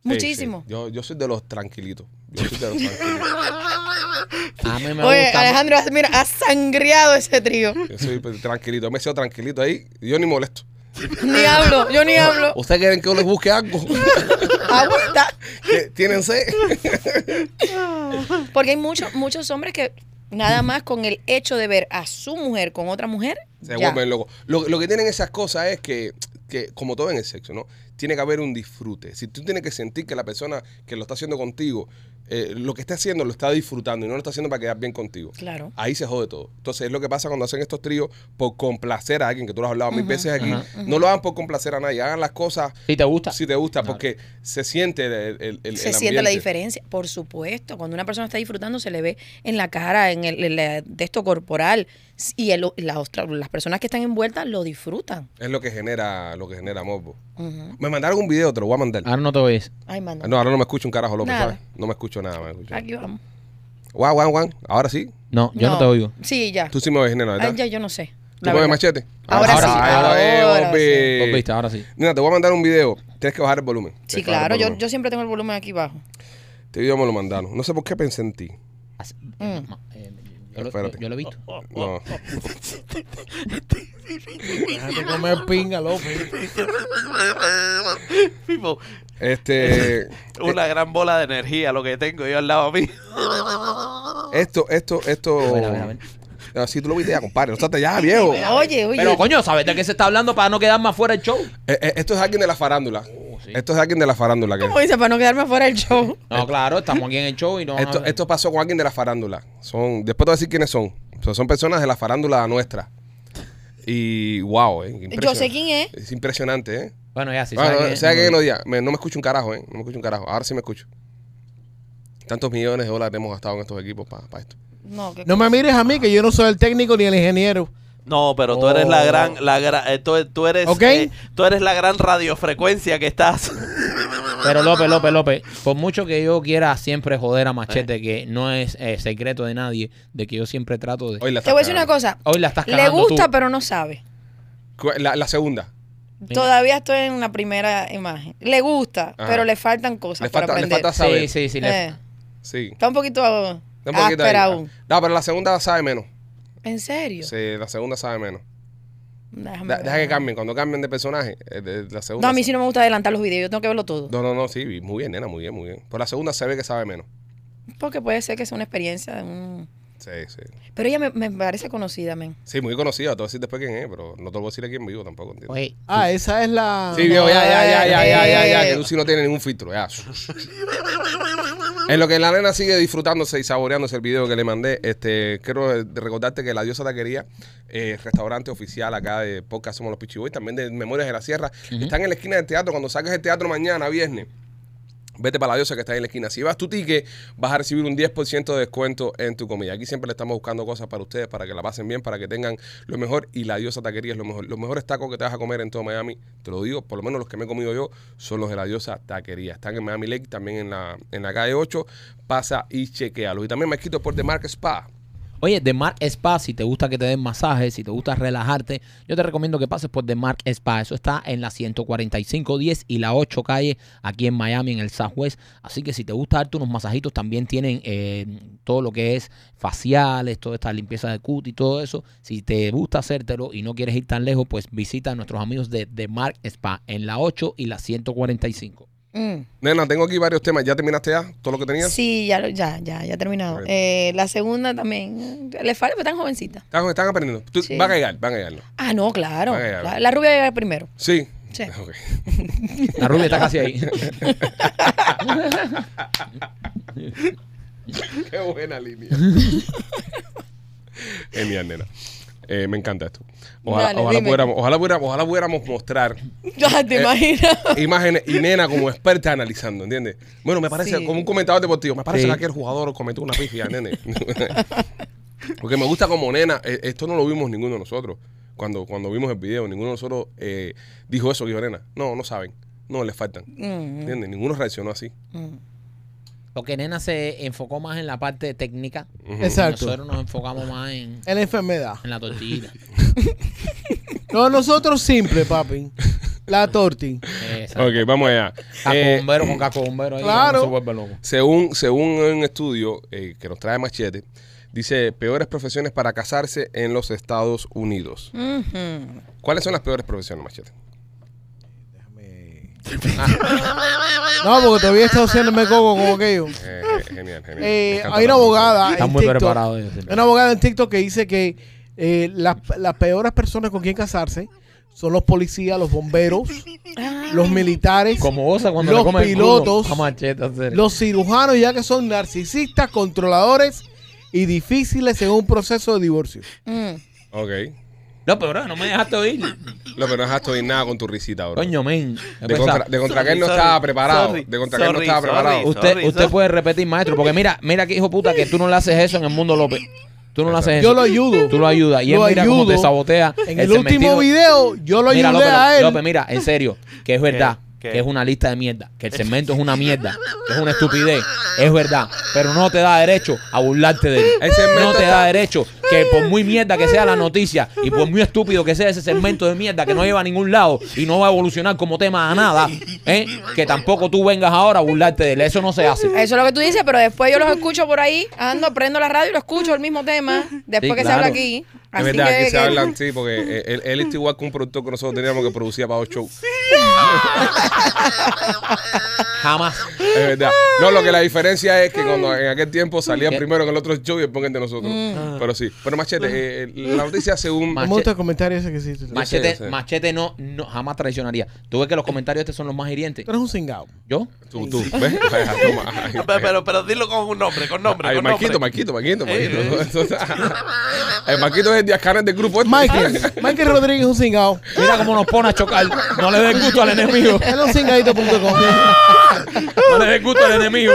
[SPEAKER 5] Muchísimo.
[SPEAKER 1] Sí, sí. Yo, yo soy de los tranquilitos. Yo soy de los tranquilitos.
[SPEAKER 2] A mí me
[SPEAKER 5] Oye,
[SPEAKER 2] gusta.
[SPEAKER 5] Alejandro, has- mira, has sangriado ese trío.
[SPEAKER 1] Yo soy pues, tranquilito. Me he sido tranquilito ahí. Yo ni molesto.
[SPEAKER 5] Ni hablo, yo ni hablo.
[SPEAKER 1] ¿Ustedes quieren que yo les busque algo?
[SPEAKER 5] Agüita.
[SPEAKER 1] ¿Que ¿Tienen sed?
[SPEAKER 5] Porque hay muchos, muchos hombres que nada más con el hecho de ver a su mujer con otra mujer.
[SPEAKER 1] Se
[SPEAKER 5] ya.
[SPEAKER 1] vuelven locos. Lo, lo que tienen esas cosas es que, que, como todo en el sexo, ¿no? Tiene que haber un disfrute. Si tú tienes que sentir que la persona que lo está haciendo contigo, eh, lo que está haciendo lo está disfrutando y no lo está haciendo para quedar bien contigo.
[SPEAKER 5] Claro.
[SPEAKER 1] Ahí se jode todo. Entonces es lo que pasa cuando hacen estos tríos por complacer a alguien, que tú lo has hablado mil veces aquí. No lo hagan por complacer a nadie, hagan las cosas
[SPEAKER 2] Si te gusta.
[SPEAKER 1] si te gusta, porque se siente el, el- el-
[SPEAKER 5] se
[SPEAKER 1] el
[SPEAKER 5] siente
[SPEAKER 1] ambiente.
[SPEAKER 5] la diferencia, por supuesto. Cuando una persona está disfrutando, se le ve en la cara, en el, en la- de esto corporal. Y el- la ostra- las personas que están envueltas lo disfrutan.
[SPEAKER 1] Es lo que genera, lo que genera morbo.
[SPEAKER 5] Ujú.
[SPEAKER 1] Me mandaron un video, te lo voy a mandar.
[SPEAKER 2] Ahora no te oyes.
[SPEAKER 5] Ay, manda.
[SPEAKER 1] Ah, No, ahora no me escucho un carajo, loco,
[SPEAKER 5] Ah. Nada.
[SPEAKER 1] ¿sabes? No me escucho nada, me escucho.
[SPEAKER 5] Aquí vamos.
[SPEAKER 1] Guau, guau, guau. Ahora sí.
[SPEAKER 2] No, yo no, te oigo.
[SPEAKER 5] Sí, ya.
[SPEAKER 1] Tú sí me ves, nena, ¿verdad?
[SPEAKER 5] Ay, ya yo no sé.
[SPEAKER 1] ¿Tú
[SPEAKER 5] La
[SPEAKER 1] me ves
[SPEAKER 5] verdad.
[SPEAKER 1] machete?
[SPEAKER 5] Ahora
[SPEAKER 2] Ahora
[SPEAKER 5] sí,
[SPEAKER 2] sí,
[SPEAKER 1] ahora, eh,
[SPEAKER 5] ahora sí.
[SPEAKER 1] Bobby.
[SPEAKER 2] Vos viste, ahora sí.
[SPEAKER 1] Nena, te voy a mandar un video. Tienes que bajar el volumen. Tienes
[SPEAKER 5] Sí,
[SPEAKER 1] que bajar
[SPEAKER 5] claro,
[SPEAKER 1] el
[SPEAKER 5] yo,
[SPEAKER 1] volumen.
[SPEAKER 5] yo siempre tengo el volumen aquí bajo.
[SPEAKER 1] Este video me lo mandaron. No sé por qué pensé en ti.
[SPEAKER 2] Así-
[SPEAKER 5] Mm.
[SPEAKER 2] Ma- eh, yo, lo,
[SPEAKER 1] Espérate.
[SPEAKER 2] yo- yo lo he visto.
[SPEAKER 5] Oh,
[SPEAKER 1] No.
[SPEAKER 6] Déjate comer pinga, López.
[SPEAKER 4] Tipo,
[SPEAKER 1] Este,
[SPEAKER 4] una gran bola de energía lo que tengo yo al lado mío.
[SPEAKER 1] esto, esto, esto.
[SPEAKER 2] A ver, a ver, a ver.
[SPEAKER 1] Ah, sí, tú lo viste ya, compadre. No estás ya, viejo.
[SPEAKER 5] Oye, oye.
[SPEAKER 2] Pero coño, ¿sabes de qué se está hablando para no quedarme afuera del show?
[SPEAKER 1] Eh, eh, esto es alguien de la farándula.
[SPEAKER 2] Oh, sí.
[SPEAKER 1] Esto es alguien de la farándula. que-
[SPEAKER 5] ¿Cómo dice? Para no quedarme afuera del show.
[SPEAKER 2] No, claro, estamos aquí en el show y no.
[SPEAKER 1] Esto, esto pasó con alguien de la farándula. Son, después te voy a decir quiénes son. O sea, son personas de la farándula nuestra. Y wow, eh,
[SPEAKER 5] Yo sé
[SPEAKER 1] impresionante.
[SPEAKER 5] quién es.
[SPEAKER 1] Es impresionante, ¿eh?
[SPEAKER 2] Bueno, ya sí.
[SPEAKER 1] Ah,
[SPEAKER 2] ¿sabes
[SPEAKER 1] no,
[SPEAKER 2] qué?
[SPEAKER 1] ¿Sabes qué? No, diga. Me- no me escucho un carajo, ¿eh? No me escucho un carajo. Ahora sí me escucho. Tantos millones de dólares hemos gastado en estos equipos para esto.
[SPEAKER 5] No, que-
[SPEAKER 6] No me mires a mí, que yo no soy el técnico ni el ingeniero.
[SPEAKER 4] No, pero tú eres la gran, la gra- eh, tú, tú eres,
[SPEAKER 6] Ok.
[SPEAKER 4] eh, tú eres la gran radiofrecuencia que estás.
[SPEAKER 2] Pero López, López, López, por mucho que yo quiera siempre joder a Machete, que no es eh, secreto de nadie, de que yo siempre trato de.
[SPEAKER 1] Hoy la Ah.
[SPEAKER 5] Te
[SPEAKER 1] estás
[SPEAKER 5] voy a decir una
[SPEAKER 1] cagando.
[SPEAKER 5] cosa.
[SPEAKER 2] Hoy la estás
[SPEAKER 5] Le
[SPEAKER 2] cagando
[SPEAKER 5] gusta,
[SPEAKER 2] tú.
[SPEAKER 5] pero no sabe.
[SPEAKER 1] Cu- La, la segunda.
[SPEAKER 5] Todavía estoy en la primera imagen. Le gusta,
[SPEAKER 1] Ajá.
[SPEAKER 5] pero le faltan cosas
[SPEAKER 1] Le
[SPEAKER 5] para
[SPEAKER 1] falta, le
[SPEAKER 5] aprender.
[SPEAKER 1] falta saber.
[SPEAKER 2] Sí, sí, sí. le-
[SPEAKER 5] Eh,
[SPEAKER 1] Sí.
[SPEAKER 5] está un poquito,
[SPEAKER 1] Da un poquito ahí. Ah,
[SPEAKER 5] áspera aún.
[SPEAKER 1] No, pero la segunda sabe menos.
[SPEAKER 5] ¿En serio?
[SPEAKER 1] Sí, la segunda sabe menos.
[SPEAKER 5] Déjame
[SPEAKER 1] Da-
[SPEAKER 5] ver.
[SPEAKER 1] deja que cambien. Cuando cambien de personaje, eh, de- de la segunda.
[SPEAKER 5] No, a mí
[SPEAKER 1] se-
[SPEAKER 5] sí no me gusta adelantar los videos. Yo tengo que verlo todo.
[SPEAKER 1] No, no, no, sí, muy bien, nena, muy bien, muy bien. Por la segunda se ve que sabe menos.
[SPEAKER 5] Porque puede ser que sea una experiencia de un...
[SPEAKER 1] Sí, sí.
[SPEAKER 5] Pero ella me, me parece conocida, men.
[SPEAKER 1] Sí, muy conocida, te voy a decir después quién es, pero no te lo voy a decir aquí en vivo tampoco, ¿entiendes?
[SPEAKER 2] Oye,
[SPEAKER 6] Ah, esa es la.
[SPEAKER 1] Sí, viejo, ya, ya, ya, ya, ya, ya, ya,
[SPEAKER 5] Eh.
[SPEAKER 1] que tú sí no tienes ningún filtro, ya. En lo que la nena sigue disfrutándose y saboreándose el video que le mandé, este, quiero eh, recordarte que la diosa taquería, eh, restaurante oficial acá de Podcast Somos los Pichiboy, también de Memorias de la Sierra, están en la esquina del teatro, cuando saques el teatro mañana, viernes. Vete para la diosa que está ahí en la esquina. Si vas tu ticket, vas a recibir un 10% de descuento en tu comida. Aquí siempre le estamos buscando cosas para ustedes, para que la pasen bien, para que tengan lo mejor. Y la diosa taquería es lo mejor. Los mejores tacos que te vas a comer en todo Miami, te lo digo, por lo menos los que me he comido yo, son los de la diosa taquería. Están en Miami Lake, también en la, en la calle 8. Pasa y chequealo. Y también me quito por The Mark Spa.
[SPEAKER 2] Oye, The Mark Spa, si te gusta que te den masajes, si te gusta relajarte, yo te recomiendo que pases por The Mark Spa. Eso está en la 14510 y la 8 calle aquí en Miami, en el Southwest. Así que si te gusta darte unos masajitos, también tienen eh, todo lo que es faciales, toda esta limpieza de cutis y todo eso. Si te gusta hacértelo y no quieres ir tan lejos, pues visita a nuestros amigos de The Mark Spa en la 8 y la 145.
[SPEAKER 5] Mm.
[SPEAKER 1] Nena, tengo aquí varios temas. ¿Ya terminaste ya todo lo que tenías?
[SPEAKER 5] Sí, ya, lo- ya, ya, ya he terminado.
[SPEAKER 1] Right.
[SPEAKER 5] Eh, la segunda también. eh, Le falta, pero tan jovencita.
[SPEAKER 1] Están, están aprendiendo. Tú-
[SPEAKER 5] Sí.
[SPEAKER 1] Van a llegar, van a llegar.
[SPEAKER 5] Ah, no, claro.
[SPEAKER 1] Ah, ya.
[SPEAKER 5] La, la rubia llega primero.
[SPEAKER 1] Sí.
[SPEAKER 5] Sí.
[SPEAKER 1] Ok.
[SPEAKER 2] La rubia está casi ahí.
[SPEAKER 1] Qué buena línea. Genial, nena. Eh, me encanta esto. Ojalá,
[SPEAKER 5] Dale,
[SPEAKER 1] ojalá
[SPEAKER 5] dime.
[SPEAKER 1] pudiéramos, ojalá, pudiéramos, ojalá pudiéramos mostrar
[SPEAKER 5] Ya te
[SPEAKER 1] Eh,
[SPEAKER 5] imaginas.
[SPEAKER 1] imágenes y nena como experta analizando, ¿entiendes? Bueno, me parece,
[SPEAKER 5] Sí.
[SPEAKER 1] como un comentador deportivo, me parece
[SPEAKER 2] Sí.
[SPEAKER 1] que aquel jugador cometió una pifia, nene. Porque me gusta como nena, eh, esto no lo vimos ninguno de nosotros. Cuando, cuando vimos el video, ninguno de nosotros eh, dijo eso que dijo nena. No, no saben. No, les faltan.
[SPEAKER 5] Mm,
[SPEAKER 1] ¿Entiendes? Ninguno reaccionó así.
[SPEAKER 5] mm.
[SPEAKER 2] Porque Nena se enfocó más en la parte técnica.
[SPEAKER 1] Ujú.
[SPEAKER 6] Exacto.
[SPEAKER 2] Nosotros nos enfocamos más en,
[SPEAKER 6] En la enfermedad.
[SPEAKER 2] en la tortilla.
[SPEAKER 6] No, nosotros simple, papi. La torti.
[SPEAKER 2] Exacto.
[SPEAKER 1] Ok, vamos allá.
[SPEAKER 2] Caco
[SPEAKER 1] Eh,
[SPEAKER 2] bombero con caco bombero ahí.
[SPEAKER 6] claro.
[SPEAKER 2] uno Se vuelve loco.
[SPEAKER 1] Según, según un estudio eh, que nos trae Machete, dice peores profesiones para casarse en los Estados Unidos.
[SPEAKER 5] Mhm.
[SPEAKER 1] ¿Cuáles son las peores profesiones, Machete?
[SPEAKER 6] No, porque todavía está haciéndome coco como aquello.
[SPEAKER 1] Eh, genial, genial. Me
[SPEAKER 6] Eh,
[SPEAKER 1] encanta
[SPEAKER 6] hay una
[SPEAKER 1] la
[SPEAKER 6] abogada.
[SPEAKER 2] Está
[SPEAKER 6] en
[SPEAKER 2] muy
[SPEAKER 6] TikTok,
[SPEAKER 2] preparado. ellos.
[SPEAKER 6] Una abogada en TikTok que dice que eh, las, las peores personas con quien casarse son los policías, los bomberos, los militares,
[SPEAKER 2] Como osa cuando
[SPEAKER 6] Los
[SPEAKER 2] le come
[SPEAKER 6] pilotos-
[SPEAKER 2] el culo. a machete, en serio.
[SPEAKER 6] los cirujanos, ya que son narcisistas, controladores y difíciles en un proceso de divorcio.
[SPEAKER 5] Mm.
[SPEAKER 1] profesión.
[SPEAKER 2] No, pero bro, no me dejaste oír.
[SPEAKER 1] Ok. Lo que no has oír nada con tu risita, bro.
[SPEAKER 2] Coño, men.
[SPEAKER 1] De contra, de contra que él no
[SPEAKER 4] Sorry,
[SPEAKER 1] estaba
[SPEAKER 4] sorry,
[SPEAKER 1] preparado.
[SPEAKER 4] sorry,
[SPEAKER 1] de contra que él no
[SPEAKER 4] sorry,
[SPEAKER 1] estaba
[SPEAKER 4] sorry.
[SPEAKER 1] preparado.
[SPEAKER 4] Usted-
[SPEAKER 2] Usted,
[SPEAKER 4] Sorry,
[SPEAKER 2] usted
[SPEAKER 4] sorry.
[SPEAKER 2] puede repetir, maestro, porque mira, mira que hijo puta que tú no le haces eso en el mundo López. Tú no le haces eso.
[SPEAKER 6] Yo lo ayudo.
[SPEAKER 2] Tú lo ayudas. Y él
[SPEAKER 6] Lo
[SPEAKER 2] mira cómo te
[SPEAKER 6] ayudo.
[SPEAKER 2] sabotea.
[SPEAKER 6] En
[SPEAKER 2] Él
[SPEAKER 6] el
[SPEAKER 2] se
[SPEAKER 6] último
[SPEAKER 2] metió-
[SPEAKER 6] video, yo lo ayudé
[SPEAKER 2] Mira, López,
[SPEAKER 6] a él.
[SPEAKER 2] López, mira, en serio, que es verdad,
[SPEAKER 4] ¿Qué?
[SPEAKER 2] que es una lista de mierda, que el segmento es una mierda, que es una estupidez, es verdad, pero no te da derecho a burlarte de él.
[SPEAKER 1] El segmento
[SPEAKER 2] No te
[SPEAKER 1] está-
[SPEAKER 2] da derecho que por muy mierda que sea la noticia y por muy estúpido que sea ese segmento de mierda que no lleva a ningún lado y no va a evolucionar como tema a nada, ¿eh? que tampoco tú vengas ahora a burlarte de él. Eso no se hace.
[SPEAKER 5] Eso es lo que tú dices, pero después yo los escucho por ahí, ando, prendo la radio y lo escucho el mismo tema, después
[SPEAKER 2] Sí,
[SPEAKER 5] que se
[SPEAKER 2] claro.
[SPEAKER 5] habla aquí.
[SPEAKER 1] Es
[SPEAKER 5] Así
[SPEAKER 1] verdad,
[SPEAKER 5] que,
[SPEAKER 1] aquí se
[SPEAKER 5] que-
[SPEAKER 1] hablan, sí, porque eh, él, él está igual que un productor que nosotros teníamos que producía para dos shows.
[SPEAKER 2] Jamás.
[SPEAKER 1] Es verdad. No, lo que la diferencia es que cuando en aquel tiempo salían primero en el otro show y después en el de nosotros.
[SPEAKER 4] Ah.
[SPEAKER 1] Pero sí. Pero Machete, eh, eh, la noticia según...
[SPEAKER 2] Ma-
[SPEAKER 6] Me gusta el comentario ese que hiciste. Tú
[SPEAKER 1] sé,
[SPEAKER 2] Machete,
[SPEAKER 1] yo sé.
[SPEAKER 2] machete no, no, jamás traicionaría. Tú ves que los comentarios estos son los más hirientes.
[SPEAKER 6] eres un cingado.
[SPEAKER 2] ¿Yo?
[SPEAKER 1] Tú, tú, ¿ves? Vaya, toma. Ay,
[SPEAKER 4] Pero, pero, pero dilo con un nombre, con nombre.
[SPEAKER 1] Ay,
[SPEAKER 4] con
[SPEAKER 1] Marquito,
[SPEAKER 4] nombre.
[SPEAKER 1] Marquito, Marquito, Marquito.
[SPEAKER 4] Eh, eh.
[SPEAKER 1] Eso está- El Marquito es el Díaz Canel del grupo. este.
[SPEAKER 6] Michael, Michael Rodríguez es un cingado.
[SPEAKER 2] Mira cómo nos pone a chocar. No le des gusto al enemigo.
[SPEAKER 6] Él es un cingadito.com.
[SPEAKER 2] No le des gusto al enemigo.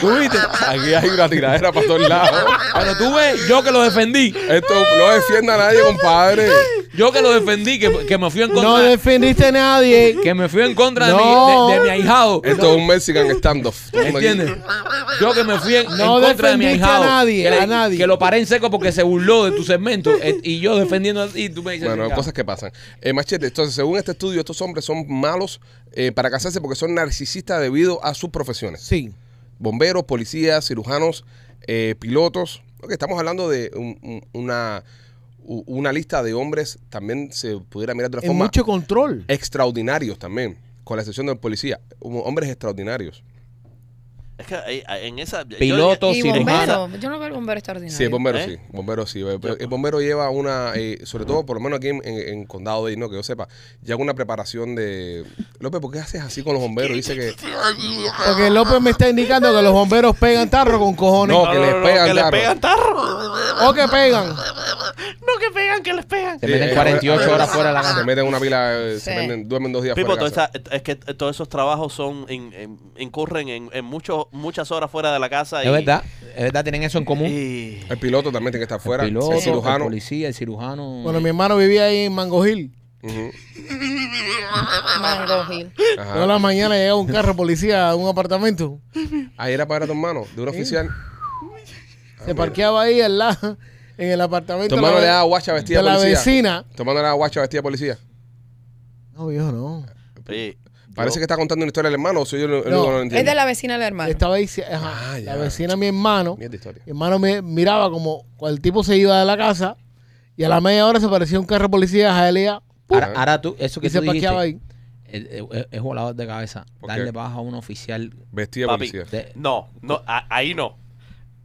[SPEAKER 2] ¿Tú viste?
[SPEAKER 1] Aquí hay una tiradera para todos lados.
[SPEAKER 2] Pero tú ves, yo que lo defendí.
[SPEAKER 1] Esto no defienda a nadie, compadre.
[SPEAKER 2] Yo que lo defendí, que, que me fui en
[SPEAKER 6] No
[SPEAKER 2] contra.
[SPEAKER 6] defendiste a nadie.
[SPEAKER 2] que me fui en contra de,
[SPEAKER 6] No.
[SPEAKER 2] mi, de, de mi ahijado.
[SPEAKER 1] Esto es un Mexican standoff. Todo el mundo aquí.
[SPEAKER 2] ¿Entiendes? Yo que me fui en,
[SPEAKER 6] No
[SPEAKER 2] en contra de mi
[SPEAKER 6] defendiste a
[SPEAKER 2] ahijado.
[SPEAKER 6] nadie,
[SPEAKER 2] que
[SPEAKER 6] a nadie.
[SPEAKER 2] Que lo paré en seco porque se burló de tu segmento. eh, Y yo defendiendo así, y tú me dices.
[SPEAKER 1] Bueno,
[SPEAKER 2] "Venga".
[SPEAKER 1] cosas que pasan. Eh, machete, entonces, según este estudio, estos hombres son malos eh, para casarse porque son narcisistas debido a sus profesiones.
[SPEAKER 6] Sí.
[SPEAKER 1] Bomberos, policías, cirujanos, eh, pilotos. Ok, estamos hablando de un- un- una, u- una lista de hombres, también se pudiera mirar de otra
[SPEAKER 6] En
[SPEAKER 1] forma.
[SPEAKER 6] mucho control.
[SPEAKER 2] Eh.
[SPEAKER 1] extraordinarios también, con la excepción del policía, hom- hombres extraordinarios.
[SPEAKER 4] Es que ahí- ahí- en esa. yo-
[SPEAKER 2] Piloto,
[SPEAKER 5] Y
[SPEAKER 2] cirujano.
[SPEAKER 5] bombero, yo no veo el bombero extraordinario.
[SPEAKER 1] Sí, el bombero
[SPEAKER 4] ¿Eh?
[SPEAKER 1] sí, bombero sí. El, el bombero lleva una, eh, sobre todo por lo menos aquí en, en- en Condado de no que yo sepa, lleva una preparación de... López, ¿por qué haces así con los bomberos? Dice que...
[SPEAKER 6] Porque López me está indicando que los bomberos pegan tarro con cojones.
[SPEAKER 1] No, que les pegan
[SPEAKER 4] que le
[SPEAKER 1] tarro.
[SPEAKER 4] pegan tarro.
[SPEAKER 6] O que pegan.
[SPEAKER 4] No, que pegan, que les pegan.
[SPEAKER 2] Se
[SPEAKER 1] Sí,
[SPEAKER 2] meten
[SPEAKER 1] eh,
[SPEAKER 2] 48
[SPEAKER 1] ahora-
[SPEAKER 2] horas fuera de la
[SPEAKER 1] Se
[SPEAKER 2] casa.
[SPEAKER 1] meten una pila, eh, se
[SPEAKER 5] Sí.
[SPEAKER 1] meten- duermen dos días
[SPEAKER 4] Pipo,
[SPEAKER 1] fuera de
[SPEAKER 4] todo
[SPEAKER 1] casa.
[SPEAKER 4] esa- es que t- todos esos trabajos son in- in- incurren en, en muchos muchas horas fuera de la casa.
[SPEAKER 2] Es
[SPEAKER 4] y-
[SPEAKER 2] verdad, es verdad, tienen eso en común.
[SPEAKER 4] y-
[SPEAKER 1] El piloto también tiene que estar fuera.
[SPEAKER 2] el piloto, el,
[SPEAKER 1] cirujano.
[SPEAKER 2] policía, el cirujano.
[SPEAKER 6] Bueno, mi hermano vivía ahí en Mango Hill.
[SPEAKER 1] Ujú, Ah,
[SPEAKER 5] Mango Hill.
[SPEAKER 1] ajá.
[SPEAKER 6] Todas las mañanas llegaba un carro de policía a un apartamento.
[SPEAKER 1] Ahí era para tu hermano, de un oficial.
[SPEAKER 6] Se parqueaba ahí al lado, en el apartamento
[SPEAKER 1] Ah, Tu
[SPEAKER 6] de
[SPEAKER 1] hermano le daba
[SPEAKER 6] la,
[SPEAKER 1] guacha vestida
[SPEAKER 6] de
[SPEAKER 1] de
[SPEAKER 6] la
[SPEAKER 1] policía.
[SPEAKER 6] vecina.
[SPEAKER 1] Tu hermano le daba guacha vestida de policía.
[SPEAKER 6] No, viejo, no.
[SPEAKER 4] y-
[SPEAKER 1] Parece
[SPEAKER 4] eh, yo-
[SPEAKER 1] que está contando una historia del hermano o soy yo el el único
[SPEAKER 6] No,
[SPEAKER 1] que no lo
[SPEAKER 5] Es de
[SPEAKER 1] entiende.
[SPEAKER 5] la vecina del hermano.
[SPEAKER 6] Estaba ahí, ajá,
[SPEAKER 1] Ah, ya.
[SPEAKER 6] la vecina, mi hermano.
[SPEAKER 1] Mierda historia.
[SPEAKER 6] Mi hermano me miraba como cuando el tipo se iba de la casa y a la media hora se aparecía un carro de policía jaelía
[SPEAKER 2] Ahora, ahora tú, eso
[SPEAKER 6] y
[SPEAKER 2] que
[SPEAKER 6] se
[SPEAKER 2] tú dijiste,
[SPEAKER 6] parqueaba ahí.
[SPEAKER 2] es, es- es volador de cabeza.
[SPEAKER 1] ¿Por qué?
[SPEAKER 2] Darle baja a un oficial.
[SPEAKER 1] Vestida de
[SPEAKER 4] Papi.
[SPEAKER 1] policía.
[SPEAKER 2] de-
[SPEAKER 4] No, no, a- ahí no.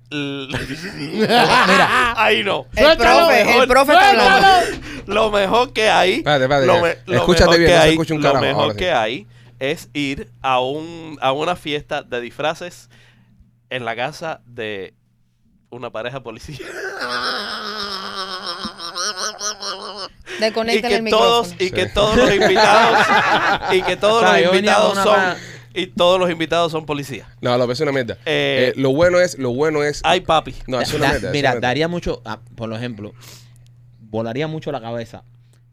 [SPEAKER 4] L-
[SPEAKER 2] Mira.
[SPEAKER 4] ahí no.
[SPEAKER 5] el profe, el profe está hablando.
[SPEAKER 4] Lo mejor que hay.
[SPEAKER 1] Espérate, espérate,
[SPEAKER 4] lo
[SPEAKER 1] espérate. Escúchate bien,
[SPEAKER 4] que
[SPEAKER 1] no se
[SPEAKER 4] hay-
[SPEAKER 1] escucha un
[SPEAKER 4] Lo
[SPEAKER 1] carajo,
[SPEAKER 4] mejor
[SPEAKER 1] ahora sí.
[SPEAKER 4] que hay es ir a, un, a una fiesta de disfraces en la casa de una pareja policía. Y
[SPEAKER 5] Desconéctale
[SPEAKER 4] que
[SPEAKER 5] el micrófono.
[SPEAKER 4] todos, y que
[SPEAKER 1] Sí.
[SPEAKER 4] todos los invitados. y que todos
[SPEAKER 2] O sea, yo
[SPEAKER 4] los
[SPEAKER 2] venía con
[SPEAKER 4] invitados
[SPEAKER 2] una
[SPEAKER 4] son.
[SPEAKER 2] pa-
[SPEAKER 4] Y todos los invitados son policías.
[SPEAKER 1] No, lo que es una mierda.
[SPEAKER 4] Eh,
[SPEAKER 1] Eh, lo bueno es, lo bueno es.
[SPEAKER 4] Ay, papi.
[SPEAKER 1] no, es
[SPEAKER 2] Da-
[SPEAKER 1] una
[SPEAKER 2] da-
[SPEAKER 1] mierda. es
[SPEAKER 2] mira,
[SPEAKER 1] una mierda.
[SPEAKER 2] daría mucho, ah, por ejemplo, volaría mucho la cabeza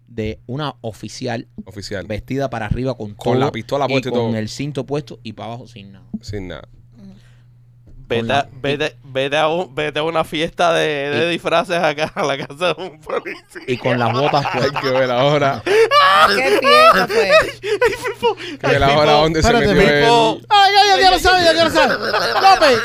[SPEAKER 2] de una oficial
[SPEAKER 1] Oficial.
[SPEAKER 2] vestida para arriba con
[SPEAKER 1] Con la
[SPEAKER 2] todo
[SPEAKER 1] pistola
[SPEAKER 2] y
[SPEAKER 1] puesta y
[SPEAKER 2] con
[SPEAKER 1] todo.
[SPEAKER 2] el cinto puesto y para abajo sin nada.
[SPEAKER 1] Sin nada.
[SPEAKER 4] Vete, a- vete, vete, a un- vete a una fiesta de, de
[SPEAKER 2] Y-
[SPEAKER 4] disfraces acá a la casa de un policía.
[SPEAKER 2] Y con las botas
[SPEAKER 1] Hay
[SPEAKER 2] puestas.
[SPEAKER 1] que ver ahora. Hay
[SPEAKER 5] ¿Qué fiesta fue?
[SPEAKER 1] que ver ahora
[SPEAKER 4] Pipo,
[SPEAKER 1] dónde se
[SPEAKER 6] espérate,
[SPEAKER 1] metió
[SPEAKER 4] Pipo.
[SPEAKER 1] él.
[SPEAKER 6] Ay, ya, ya, ya lo sabes, ya, ya lo sabes. López,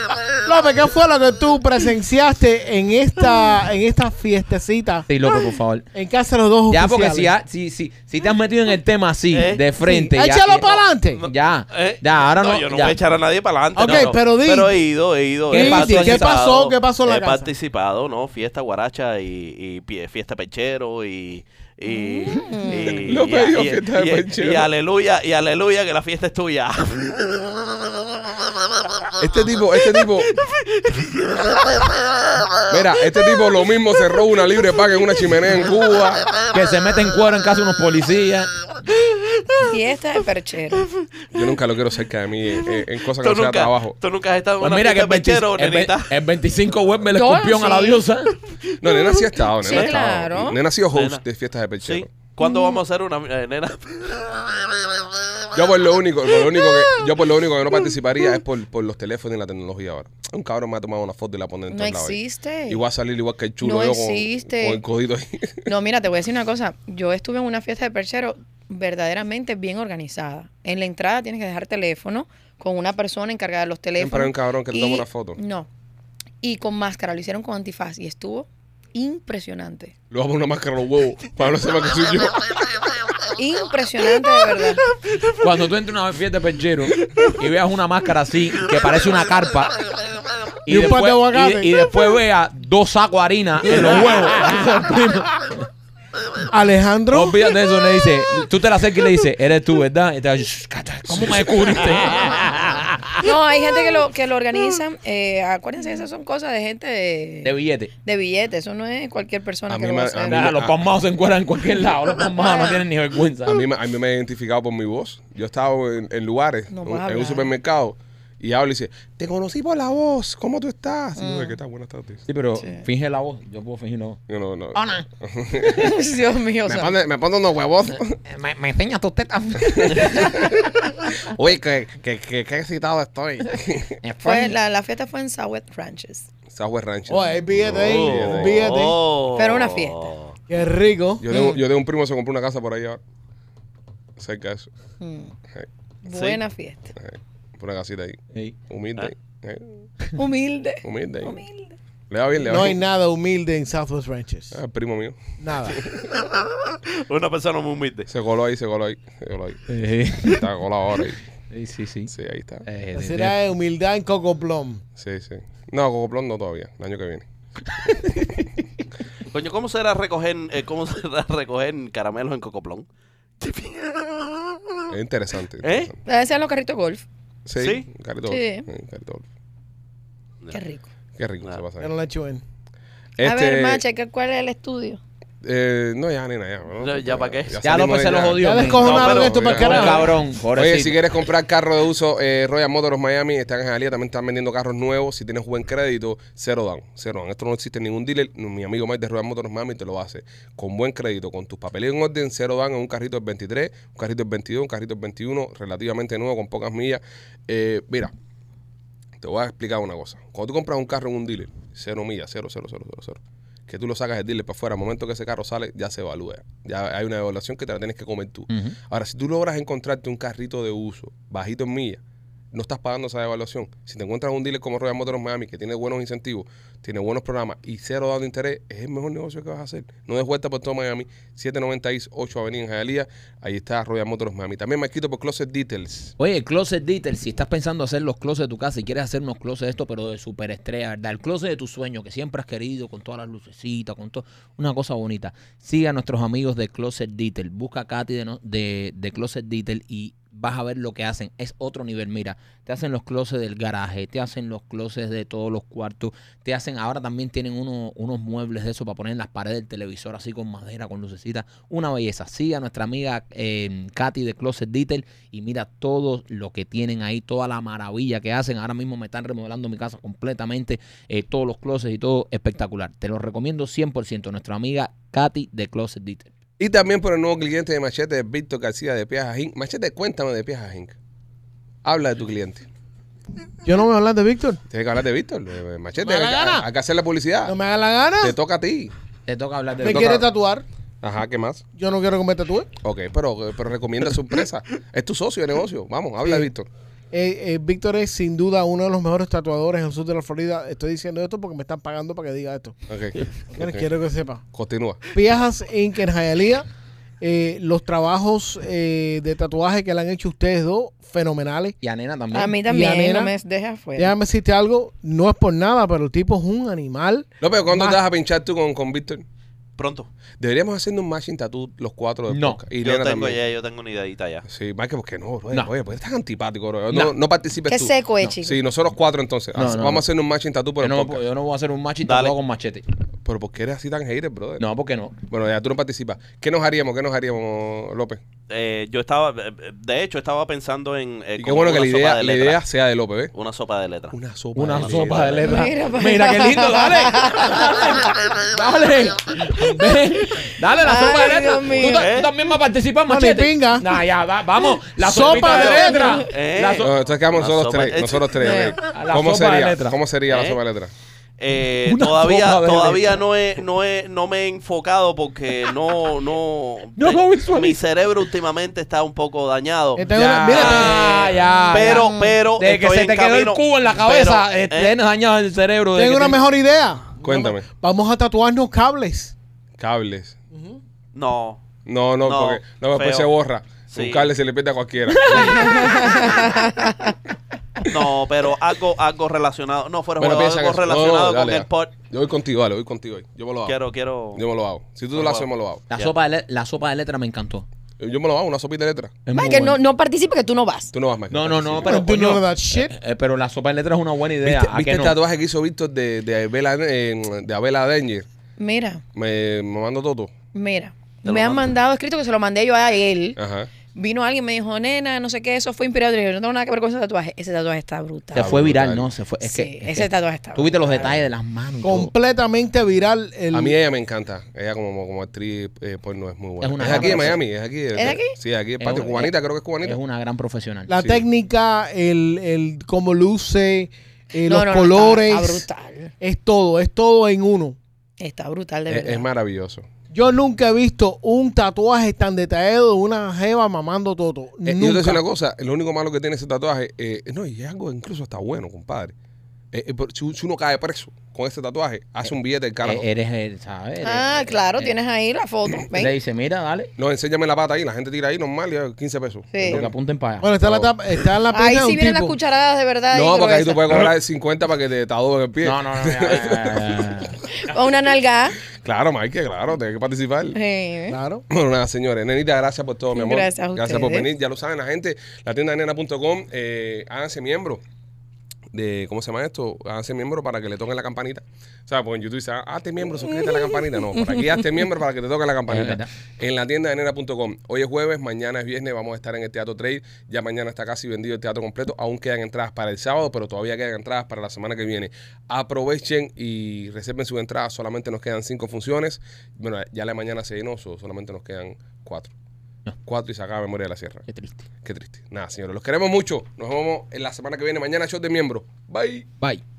[SPEAKER 6] López, ¿qué fue lo que tú presenciaste en esta, en esta fiestecita
[SPEAKER 2] Sí, López, por favor.
[SPEAKER 6] en casa de los dos
[SPEAKER 2] Ya, porque
[SPEAKER 6] oficiales?
[SPEAKER 2] si, ya- si, si, si te has metido en el tema así,
[SPEAKER 4] Eh,
[SPEAKER 2] de frente.
[SPEAKER 6] Sí,
[SPEAKER 2] ya-
[SPEAKER 6] échalo
[SPEAKER 2] ya-
[SPEAKER 6] para adelante.
[SPEAKER 2] Ya,
[SPEAKER 4] Eh,
[SPEAKER 2] ya, ahora no.
[SPEAKER 4] yo no
[SPEAKER 2] ya.
[SPEAKER 4] voy a echar a nadie para adelante.
[SPEAKER 6] Ok,
[SPEAKER 4] no, no.
[SPEAKER 6] pero di.
[SPEAKER 4] he ido, he ido.
[SPEAKER 2] ¿Qué
[SPEAKER 4] he
[SPEAKER 2] pasó? ¿Qué
[SPEAKER 4] participado,
[SPEAKER 6] pasó? ¿Qué pasó en la
[SPEAKER 4] He
[SPEAKER 6] casa?
[SPEAKER 4] participado, ¿no? Fiesta guaracha y, y pie- fiesta pechero y... Y, y,
[SPEAKER 1] Lo
[SPEAKER 4] y-
[SPEAKER 1] pedí,
[SPEAKER 4] y-
[SPEAKER 1] fiesta de
[SPEAKER 4] y-
[SPEAKER 1] pechero.
[SPEAKER 4] y aleluya, y aleluya que la fiesta es tuya.
[SPEAKER 1] Este tipo, este tipo. Mira, este tipo lo mismo se roba una libre paga en una chimenea en Cuba.
[SPEAKER 2] Que se meten cuero en casa unos policías.
[SPEAKER 5] Fiesta de perchero.
[SPEAKER 1] Yo nunca lo quiero cerca de mí eh, eh, en cosas que no
[SPEAKER 4] tú,
[SPEAKER 1] sea
[SPEAKER 4] nunca,
[SPEAKER 1] trabajo.
[SPEAKER 4] tú nunca has estado en
[SPEAKER 2] Pues
[SPEAKER 4] una
[SPEAKER 2] mira que el, 20
[SPEAKER 4] fiesta pechero,
[SPEAKER 2] el ve-
[SPEAKER 4] nenita.
[SPEAKER 2] el 25 web me le
[SPEAKER 5] Yo,
[SPEAKER 2] escupió a la
[SPEAKER 5] sí.
[SPEAKER 2] diosa.
[SPEAKER 1] No, nena sí ha estado, nena
[SPEAKER 5] Sí,
[SPEAKER 1] ha estado.
[SPEAKER 5] claro.
[SPEAKER 1] Nena ha sido host
[SPEAKER 4] Nena.
[SPEAKER 1] de fiestas de perchero.
[SPEAKER 4] Sí. ¿Cuándo vamos a hacer una eh, nena?
[SPEAKER 1] Yo por lo único, por lo único que, yo por lo único que no participaría es por, por los teléfonos y la tecnología ahora. Un cabrón me ha tomado una foto y la pone en
[SPEAKER 5] No
[SPEAKER 1] todos lados ahí.
[SPEAKER 5] existe.
[SPEAKER 1] Y voy a salir igual que el chulo
[SPEAKER 5] No
[SPEAKER 1] yo con,
[SPEAKER 5] existe.
[SPEAKER 1] con el codito ahí.
[SPEAKER 5] No, mira, te voy a decir una cosa. Yo estuve en una fiesta de perchero verdaderamente bien organizada. En la entrada tienes que dejar teléfono con una persona encargada de los teléfonos.
[SPEAKER 1] Siempre hay un cabrón que te
[SPEAKER 5] y-
[SPEAKER 1] toma una foto.
[SPEAKER 5] No. Y con máscara, lo hicieron con antifaz y estuvo impresionante.
[SPEAKER 1] Le voy a poner una máscara a los huevos para no sepa que soy yo.
[SPEAKER 5] Impresionante de verdad.
[SPEAKER 2] Cuando tú entras a una fiesta de perchero y veas una máscara así, que parece una carpa.
[SPEAKER 6] Y un par de aguacates.
[SPEAKER 2] y, y después veas dos sacos de harina en los huevos.
[SPEAKER 6] Alejandro,
[SPEAKER 2] Olvídate de eso, le dice. Tú te la acercas y le dices, eres tú, ¿verdad? Y te va, "Shh, cata, ¿Cómo me descubriste?
[SPEAKER 5] No, hay gente que lo, que lo organizan. Eh, acuérdense, esas son cosas de gente de,
[SPEAKER 2] De billete.
[SPEAKER 5] de billetes. Eso no es cualquier persona
[SPEAKER 1] A
[SPEAKER 5] que
[SPEAKER 1] mí
[SPEAKER 5] lo va a
[SPEAKER 1] me- a
[SPEAKER 5] hacer.
[SPEAKER 1] mí-
[SPEAKER 2] Nah, los palmados se encuentran en cualquier lado. Los palmados no tienen ni vergüenza.
[SPEAKER 1] A mí, me- a mí me he identificado por mi voz. Yo he estado en, en lugares,
[SPEAKER 5] No
[SPEAKER 1] en-
[SPEAKER 5] puedes
[SPEAKER 1] en un
[SPEAKER 5] hablar.
[SPEAKER 1] supermercado, y hablo y dice, te conocí por la voz, ¿cómo tú estás? Y yo,
[SPEAKER 5] Mm.
[SPEAKER 1] "Oye, ¿qué tal? Buenas tardes.
[SPEAKER 2] Sí, pero finge la voz. Yo puedo fingir la voz.
[SPEAKER 1] Yo, no, no.
[SPEAKER 5] Dios mío. o
[SPEAKER 1] Me
[SPEAKER 5] sea,
[SPEAKER 1] ponen, me ponen unos huevos.
[SPEAKER 3] Eh, Me, me enseñas tus tetas.
[SPEAKER 1] Oye, que, que, que, que excitado estoy.
[SPEAKER 5] fue- la, la fiesta fue en South Ranches.
[SPEAKER 1] Southwest Ranch.
[SPEAKER 6] Oh, hay billete ahí,
[SPEAKER 1] Oh.
[SPEAKER 6] billete.
[SPEAKER 4] Oh.
[SPEAKER 5] Pero una fiesta.
[SPEAKER 6] qué rico.
[SPEAKER 1] Yo tengo, yo tengo un primo que se compró una casa por ahí ahora. Cerca de eso.
[SPEAKER 5] Buena fiesta.
[SPEAKER 1] Por una casita ahí.
[SPEAKER 2] Sí.
[SPEAKER 1] Humilde. eh,
[SPEAKER 5] Humilde.
[SPEAKER 1] Humilde. ahí.
[SPEAKER 5] Humilde.
[SPEAKER 1] Le va bien, le va
[SPEAKER 6] No hay
[SPEAKER 1] bien.
[SPEAKER 6] nada humilde en Southwest Ranches.
[SPEAKER 1] Ah, el primo mío.
[SPEAKER 6] Nada.
[SPEAKER 4] Una persona muy humilde.
[SPEAKER 1] Se coló ahí, se coló ahí. Se coló ahí.
[SPEAKER 2] Eh,
[SPEAKER 1] Está colado ahora ahí.
[SPEAKER 2] Sí, sí, sí.
[SPEAKER 1] Sí, ahí está.
[SPEAKER 2] Eh, sí,
[SPEAKER 6] Pues Será de humildad en Coco Plum.
[SPEAKER 1] Sí, sí. No, Cocoplón no todavía. El año que viene.
[SPEAKER 4] Coño, ¿cómo será recoger, eh, cómo será recoger caramelos en cocoplón?
[SPEAKER 1] Es interesante.
[SPEAKER 4] ¿Eh?
[SPEAKER 1] interesante.
[SPEAKER 5] Debe ser los carritos de golf.
[SPEAKER 1] Sí.
[SPEAKER 4] ¿Sí?
[SPEAKER 1] un carrito.
[SPEAKER 5] Sí.
[SPEAKER 1] Sí. un carrito.
[SPEAKER 5] Qué rico.
[SPEAKER 1] Qué rico
[SPEAKER 4] Claro.
[SPEAKER 1] se pasa
[SPEAKER 6] Ya
[SPEAKER 1] ahí.
[SPEAKER 6] no la chuven.
[SPEAKER 5] A
[SPEAKER 1] Este,
[SPEAKER 5] ver, Macha, ¿qué- ¿cuál es el estudio?
[SPEAKER 1] Eh, no, ya, nena, ya.
[SPEAKER 4] No, ya, ¿pa' qué?
[SPEAKER 2] Ya
[SPEAKER 1] salimos
[SPEAKER 2] López
[SPEAKER 1] de-
[SPEAKER 2] se lo jodió.
[SPEAKER 6] Ya
[SPEAKER 2] Dios mío.
[SPEAKER 6] descojonaron
[SPEAKER 4] No, pero-
[SPEAKER 6] esto para
[SPEAKER 1] ya.
[SPEAKER 6] carajo.
[SPEAKER 2] Cabrón,
[SPEAKER 1] Oye, si
[SPEAKER 2] pobrecito.
[SPEAKER 1] quieres comprar carro de uso, eh, Royal Motors Miami están en Jalía, también están vendiendo carros nuevos. Si tienes buen crédito, cero down, cero down. Esto no existe en ningún dealer. Mi amigo Mike de Royal Motors Miami te lo hace. Con buen crédito, con tus papeles en orden, cero down en un carrito del 23, un carrito del 22, un carrito del 21, relativamente nuevo, con pocas millas. Eh, mira, te voy a explicar una cosa. Cuando tú compras un carro en un dealer, cero millas, cero, cero, cero, cero, cero, que tú lo sacas del dealer para afuera, al momento que ese carro sale, ya se evalúa. Ya hay una evaluación que te la tienes que comer tú.
[SPEAKER 2] Ujú.
[SPEAKER 1] Ahora, si tú logras encontrarte un carrito de uso bajito en millas, no estás pagando esa devaluación. Si te encuentras un dealer como Royal Motors Miami, que tiene buenos incentivos, tiene buenos programas y cero dado de interés, es el mejor negocio que vas a hacer. No des vuelta por todo Miami, 798 Avenida en Hialeah. Ahí está Royal Motors Miami. También me quito por Closet Details.
[SPEAKER 2] Oye, closet detail, si estás pensando hacer los closets de tu casa y quieres hacer unos closets de esto, pero de superestrella, ¿verdad? El closet de tu sueño que siempre has querido, con todas las lucecitas, con todo, una cosa bonita. Sigue a nuestros amigos de Closet Detail. Busca a Katy de, no- de, de Closet Detail y vas a ver lo que hacen. Es otro nivel. Mira, te hacen los closets del garaje, te hacen los closets de todos los cuartos, te hacen, ahora también tienen uno- unos muebles de eso para poner en las paredes del televisor, así con madera, con lucecitas. Una belleza. Sigue a nuestra amiga eh, Katy de Closet Detail y mira todo lo que tienen ahí, toda la maravilla que hacen. Ahora mismo me están remodelando mi casa completamente, eh, todos los closets y todo espectacular. Te los recomiendo 100%. Nuestra amiga Katy de Closet Detail.
[SPEAKER 1] Y también por el nuevo cliente de Machete, Víctor García de Piaja Inc. Machete, cuéntame de Piaja Inc. Habla de tu cliente.
[SPEAKER 6] Yo no me hablas de Víctor.
[SPEAKER 1] Tienes que hablar de Víctor, de Machete.
[SPEAKER 6] ¿Me da
[SPEAKER 1] Hay,
[SPEAKER 6] la gana?
[SPEAKER 1] hay que hacer la publicidad.
[SPEAKER 6] No me hagas la gana.
[SPEAKER 1] Te toca a ti.
[SPEAKER 2] Te toca hablar de
[SPEAKER 6] Me
[SPEAKER 1] toca-
[SPEAKER 6] quiere tatuar.
[SPEAKER 1] Ajá, ¿qué más?
[SPEAKER 6] Yo no quiero que me tatúe.
[SPEAKER 1] Ok, pero, pero recomienda su empresa. es tu socio de negocio. Vamos, habla,
[SPEAKER 6] Sí.
[SPEAKER 1] Víctor.
[SPEAKER 6] Eh, eh, Víctor es sin duda uno de los mejores tatuadores en el sur de la Florida. Estoy diciendo esto porque me están pagando para que diga esto.
[SPEAKER 1] Ok.
[SPEAKER 6] Quiero-
[SPEAKER 1] Ok.
[SPEAKER 6] Quiero que sepa.
[SPEAKER 1] Continúa.
[SPEAKER 6] Piajas Inc. en Hialeah. Eh, los trabajos eh, de tatuaje que le han hecho ustedes dos, fenomenales.
[SPEAKER 2] Y a Nena también.
[SPEAKER 5] A mí también,
[SPEAKER 6] nena?
[SPEAKER 5] no me dejes afuera.
[SPEAKER 6] Déjame decirte algo, no es por nada, pero el tipo es un animal.
[SPEAKER 1] López, ¿cuándo
[SPEAKER 6] Ma-
[SPEAKER 1] te vas a pinchar tú con, con Víctor?
[SPEAKER 4] Pronto.
[SPEAKER 1] Deberíamos hacer un matching tattoo los cuatro de
[SPEAKER 2] No,
[SPEAKER 1] podcast. Y
[SPEAKER 4] yo
[SPEAKER 1] Lena
[SPEAKER 4] tengo
[SPEAKER 1] también.
[SPEAKER 4] ya, yo tengo una ideadita ya.
[SPEAKER 1] Sí, Mike, ¿por qué no, bro?
[SPEAKER 2] No.
[SPEAKER 1] Oye, pues estás antipático, bro. No,
[SPEAKER 2] No.
[SPEAKER 1] no participes
[SPEAKER 5] Qué
[SPEAKER 1] pues tú.
[SPEAKER 5] seco es,
[SPEAKER 1] No.
[SPEAKER 5] chico.
[SPEAKER 1] Sí, nosotros cuatro entonces.
[SPEAKER 2] No,
[SPEAKER 1] Así-
[SPEAKER 2] no,
[SPEAKER 1] Vamos
[SPEAKER 2] no.
[SPEAKER 1] a hacer un matching tattoo por
[SPEAKER 2] Yo
[SPEAKER 1] el
[SPEAKER 2] no,
[SPEAKER 1] podcast.
[SPEAKER 2] yo no voy a hacer un macho y
[SPEAKER 4] Dale.
[SPEAKER 2] tatuado con machete.
[SPEAKER 1] Pero ¿por qué eres así tan hater, brother?
[SPEAKER 2] No, porque no.
[SPEAKER 1] Bueno, ya tú no participas. ¿Qué nos haríamos? ¿Qué nos haríamos, López?
[SPEAKER 4] Eh, yo estaba, eh, eh, de hecho, estaba pensando en. eh,
[SPEAKER 1] Y qué
[SPEAKER 4] como
[SPEAKER 1] bueno que la
[SPEAKER 4] una sopa
[SPEAKER 1] idea,
[SPEAKER 4] de
[SPEAKER 1] la
[SPEAKER 4] letra.
[SPEAKER 1] idea sea de López, ¿eh?
[SPEAKER 4] Una sopa de letras.
[SPEAKER 1] Una sopa
[SPEAKER 2] Una
[SPEAKER 1] de
[SPEAKER 2] sopa de letra.
[SPEAKER 5] Mira pues.
[SPEAKER 2] Mira,
[SPEAKER 5] para
[SPEAKER 2] qué
[SPEAKER 5] allá.
[SPEAKER 2] lindo, dale. Dale. Ven, Dale la
[SPEAKER 5] Ay,
[SPEAKER 2] sopa de letra.
[SPEAKER 5] Dios
[SPEAKER 2] Tú,
[SPEAKER 5] mío.
[SPEAKER 2] ta- tú también vas a participar,
[SPEAKER 6] No, ni
[SPEAKER 2] machete.
[SPEAKER 6] pinga.
[SPEAKER 2] Nah, ya, va- vamos. La
[SPEAKER 6] Sopa
[SPEAKER 2] sopita
[SPEAKER 6] de
[SPEAKER 2] letra.
[SPEAKER 4] Eh.
[SPEAKER 2] La so-
[SPEAKER 1] No, entonces quedamos
[SPEAKER 4] Una
[SPEAKER 1] nosotros
[SPEAKER 4] sopa
[SPEAKER 1] tres.
[SPEAKER 4] de-
[SPEAKER 1] Nosotros tres, ok.
[SPEAKER 2] A Eh, la
[SPEAKER 1] ¿Cómo
[SPEAKER 2] sopa de
[SPEAKER 1] sería?
[SPEAKER 2] letra.
[SPEAKER 1] ¿Cómo sería la
[SPEAKER 4] ¿Eh?
[SPEAKER 1] sopa de letra?
[SPEAKER 4] Eh,
[SPEAKER 2] Una sopa
[SPEAKER 4] todavía
[SPEAKER 2] de
[SPEAKER 4] todavía
[SPEAKER 2] letra.
[SPEAKER 4] no, he, no, he- no me he enfocado porque no. no
[SPEAKER 2] No lo visualizo.
[SPEAKER 4] mi cerebro últimamente está un poco dañado.
[SPEAKER 6] Esta es Eh, una-
[SPEAKER 2] Ya,
[SPEAKER 6] mira,
[SPEAKER 2] ya, ya.
[SPEAKER 4] pero, pero.
[SPEAKER 2] Desde que
[SPEAKER 4] estoy
[SPEAKER 2] se
[SPEAKER 4] en
[SPEAKER 2] te quedó el
[SPEAKER 4] camino,
[SPEAKER 2] cubo en la cabeza,
[SPEAKER 4] pero,
[SPEAKER 2] eh,
[SPEAKER 4] eh,
[SPEAKER 2] tienes dañado el cerebro. desde
[SPEAKER 6] tengo
[SPEAKER 2] que
[SPEAKER 6] una
[SPEAKER 2] te-
[SPEAKER 6] mejor idea.
[SPEAKER 1] Cuéntame.
[SPEAKER 6] Vamos a tatuarnos cables.
[SPEAKER 1] Cables.
[SPEAKER 4] no.
[SPEAKER 1] No, no,
[SPEAKER 4] No,
[SPEAKER 1] porque no, después
[SPEAKER 4] feo.
[SPEAKER 1] se borra. Un
[SPEAKER 4] Sí.
[SPEAKER 1] cable se le pierde a cualquiera.
[SPEAKER 4] No, pero algo, algo relacionado. No, fuera
[SPEAKER 1] Bueno,
[SPEAKER 4] juego,
[SPEAKER 1] piensa en
[SPEAKER 4] algo
[SPEAKER 1] eso. No,
[SPEAKER 4] relacionado
[SPEAKER 1] no, dale, ah. Oh.
[SPEAKER 4] con
[SPEAKER 1] dale.
[SPEAKER 4] el pot.
[SPEAKER 1] Yo voy contigo, dale, voy contigo. hoy. Yo me lo hago.
[SPEAKER 4] Quiero, quiero.
[SPEAKER 1] Yo me lo hago. Si tú
[SPEAKER 4] Yo
[SPEAKER 1] lo
[SPEAKER 4] lo
[SPEAKER 1] haces, yo
[SPEAKER 4] hago.
[SPEAKER 1] me lo hago.
[SPEAKER 2] La
[SPEAKER 4] Ya.
[SPEAKER 2] sopa, de le- la sopa de letra me encantó.
[SPEAKER 1] Yo me lo hago, una sopita de letra.
[SPEAKER 2] Es muy
[SPEAKER 5] Mike, no,
[SPEAKER 2] buena.
[SPEAKER 5] no participa que tú no vas.
[SPEAKER 1] Tú no vas, Mike.
[SPEAKER 2] no, no, no,
[SPEAKER 1] Sí.
[SPEAKER 2] pero.
[SPEAKER 6] Do you know
[SPEAKER 2] coño,
[SPEAKER 6] that shit?
[SPEAKER 2] eh, eh, pero la sopa de letra es una buena idea.
[SPEAKER 1] ¿Viste,
[SPEAKER 2] ¿a
[SPEAKER 1] viste
[SPEAKER 2] que
[SPEAKER 1] el
[SPEAKER 2] no?
[SPEAKER 1] tatuaje que hizo Víctor de, de Abela, eh, de Abela Danger?
[SPEAKER 5] Mira,
[SPEAKER 1] Me, me mando todo.
[SPEAKER 5] mira.
[SPEAKER 4] Te lo
[SPEAKER 5] Me han
[SPEAKER 4] mando.
[SPEAKER 5] mandado escrito que se lo mandé yo a él.
[SPEAKER 1] Ajá.
[SPEAKER 5] Vino alguien y me dijo, nena, no sé qué, eso fue inspirador. Y yo, no tengo nada que ver con ese tatuaje. Ese tatuaje está brutal.
[SPEAKER 2] Se
[SPEAKER 1] Está
[SPEAKER 2] fue viral,
[SPEAKER 1] brutal.
[SPEAKER 2] ¿no? Se fue. Es
[SPEAKER 5] sí,
[SPEAKER 2] que, es
[SPEAKER 5] ese
[SPEAKER 2] que-
[SPEAKER 5] tatuaje está
[SPEAKER 2] Tú viste los
[SPEAKER 5] brutal.
[SPEAKER 2] detalles de las manos. y todo.
[SPEAKER 6] Completamente viral. El,
[SPEAKER 1] A mí ella me encanta. Ella como, como actriz eh, porno es muy buena.
[SPEAKER 2] Es
[SPEAKER 1] Es,
[SPEAKER 2] una
[SPEAKER 1] aquí de
[SPEAKER 2] gran
[SPEAKER 1] Miami, es aquí. de-
[SPEAKER 5] ¿Es aquí?
[SPEAKER 1] Sí, es aquí de
[SPEAKER 2] Es
[SPEAKER 1] patio.
[SPEAKER 2] una-
[SPEAKER 1] Cubanita, creo que es cubanita.
[SPEAKER 2] Es una gran profesional.
[SPEAKER 6] la
[SPEAKER 1] sí.
[SPEAKER 6] técnica, el, el cómo luce, eh,
[SPEAKER 5] No,
[SPEAKER 6] los
[SPEAKER 5] no, no,
[SPEAKER 6] colores.
[SPEAKER 5] Está, está brutal.
[SPEAKER 6] es todo, es todo en uno.
[SPEAKER 5] Está brutal, de
[SPEAKER 1] Es-
[SPEAKER 5] verdad.
[SPEAKER 1] es maravilloso.
[SPEAKER 6] Yo nunca he visto un tatuaje tan detallado de una jeva mamando toto.
[SPEAKER 1] Eh, y yo te
[SPEAKER 6] nunca.
[SPEAKER 1] decía una cosa, lo único malo que tiene ese tatuaje, eh, no, y es algo incluso hasta bueno, compadre. Eh, eh, pero si, si uno cae preso con ese tatuaje, hace un billete del carajo.
[SPEAKER 2] E- Eres el, ¿sabes?
[SPEAKER 5] ah,
[SPEAKER 2] Eres-
[SPEAKER 5] claro,
[SPEAKER 2] eh,
[SPEAKER 5] tienes ahí la foto.
[SPEAKER 2] y Le
[SPEAKER 5] Ven.
[SPEAKER 2] dice, mira, dale,
[SPEAKER 1] No, enséñame la pata ahí, la gente tira ahí normal y eh, 15 pesos.
[SPEAKER 5] Sí.
[SPEAKER 2] lo que apunten para allá.
[SPEAKER 6] Bueno, está,
[SPEAKER 1] No.
[SPEAKER 6] la tapa- está en la
[SPEAKER 5] Ahí
[SPEAKER 6] pierna de
[SPEAKER 5] sí
[SPEAKER 6] un
[SPEAKER 5] vienen las
[SPEAKER 6] tipo.
[SPEAKER 5] cucharadas de verdad.
[SPEAKER 1] No,
[SPEAKER 5] y
[SPEAKER 1] porque ahí tú
[SPEAKER 5] gruesas.
[SPEAKER 1] puedes cobrar 50 para que te tatúen el pie.
[SPEAKER 2] no, no, no. ya, ya, ya, ya.
[SPEAKER 5] O una nalgada.
[SPEAKER 1] Claro, Mike, claro, tienes que participar.
[SPEAKER 5] Sí.
[SPEAKER 6] Claro.
[SPEAKER 1] Bueno, nada, señores. Nenita, gracias por todo, mi amor.
[SPEAKER 5] Gracias a
[SPEAKER 1] Gracias por
[SPEAKER 5] ustedes.
[SPEAKER 1] venir. Ya lo saben, la gente, la tienda de nena.com, eh, háganse miembro. de, ¿cómo se llama esto? Hace miembro para que le toquen la campanita. O sea, pues en YouTube dice, hazte miembro, suscríbete a la campanita. No, por aquí hazte miembro para que te toque la campanita.
[SPEAKER 2] verdad.
[SPEAKER 1] En la tienda de nena.com. Hoy es jueves, mañana es viernes, vamos a estar en el Teatro Trade. Ya mañana está casi vendido el teatro completo. Aún quedan entradas para el sábado, pero todavía quedan entradas para la semana que viene. Aprovechen y reserven sus entradas. Solamente nos quedan cinco funciones. Bueno, ya la de mañana se llenó, so- solamente nos quedan cuatro. Cuatro y se acaba Memoria de la Sierra.
[SPEAKER 2] Qué triste.
[SPEAKER 1] Qué triste. Nada, señores, los queremos mucho. Nos vemos en la semana que viene. Mañana, show de miembro. Bye.
[SPEAKER 2] Bye.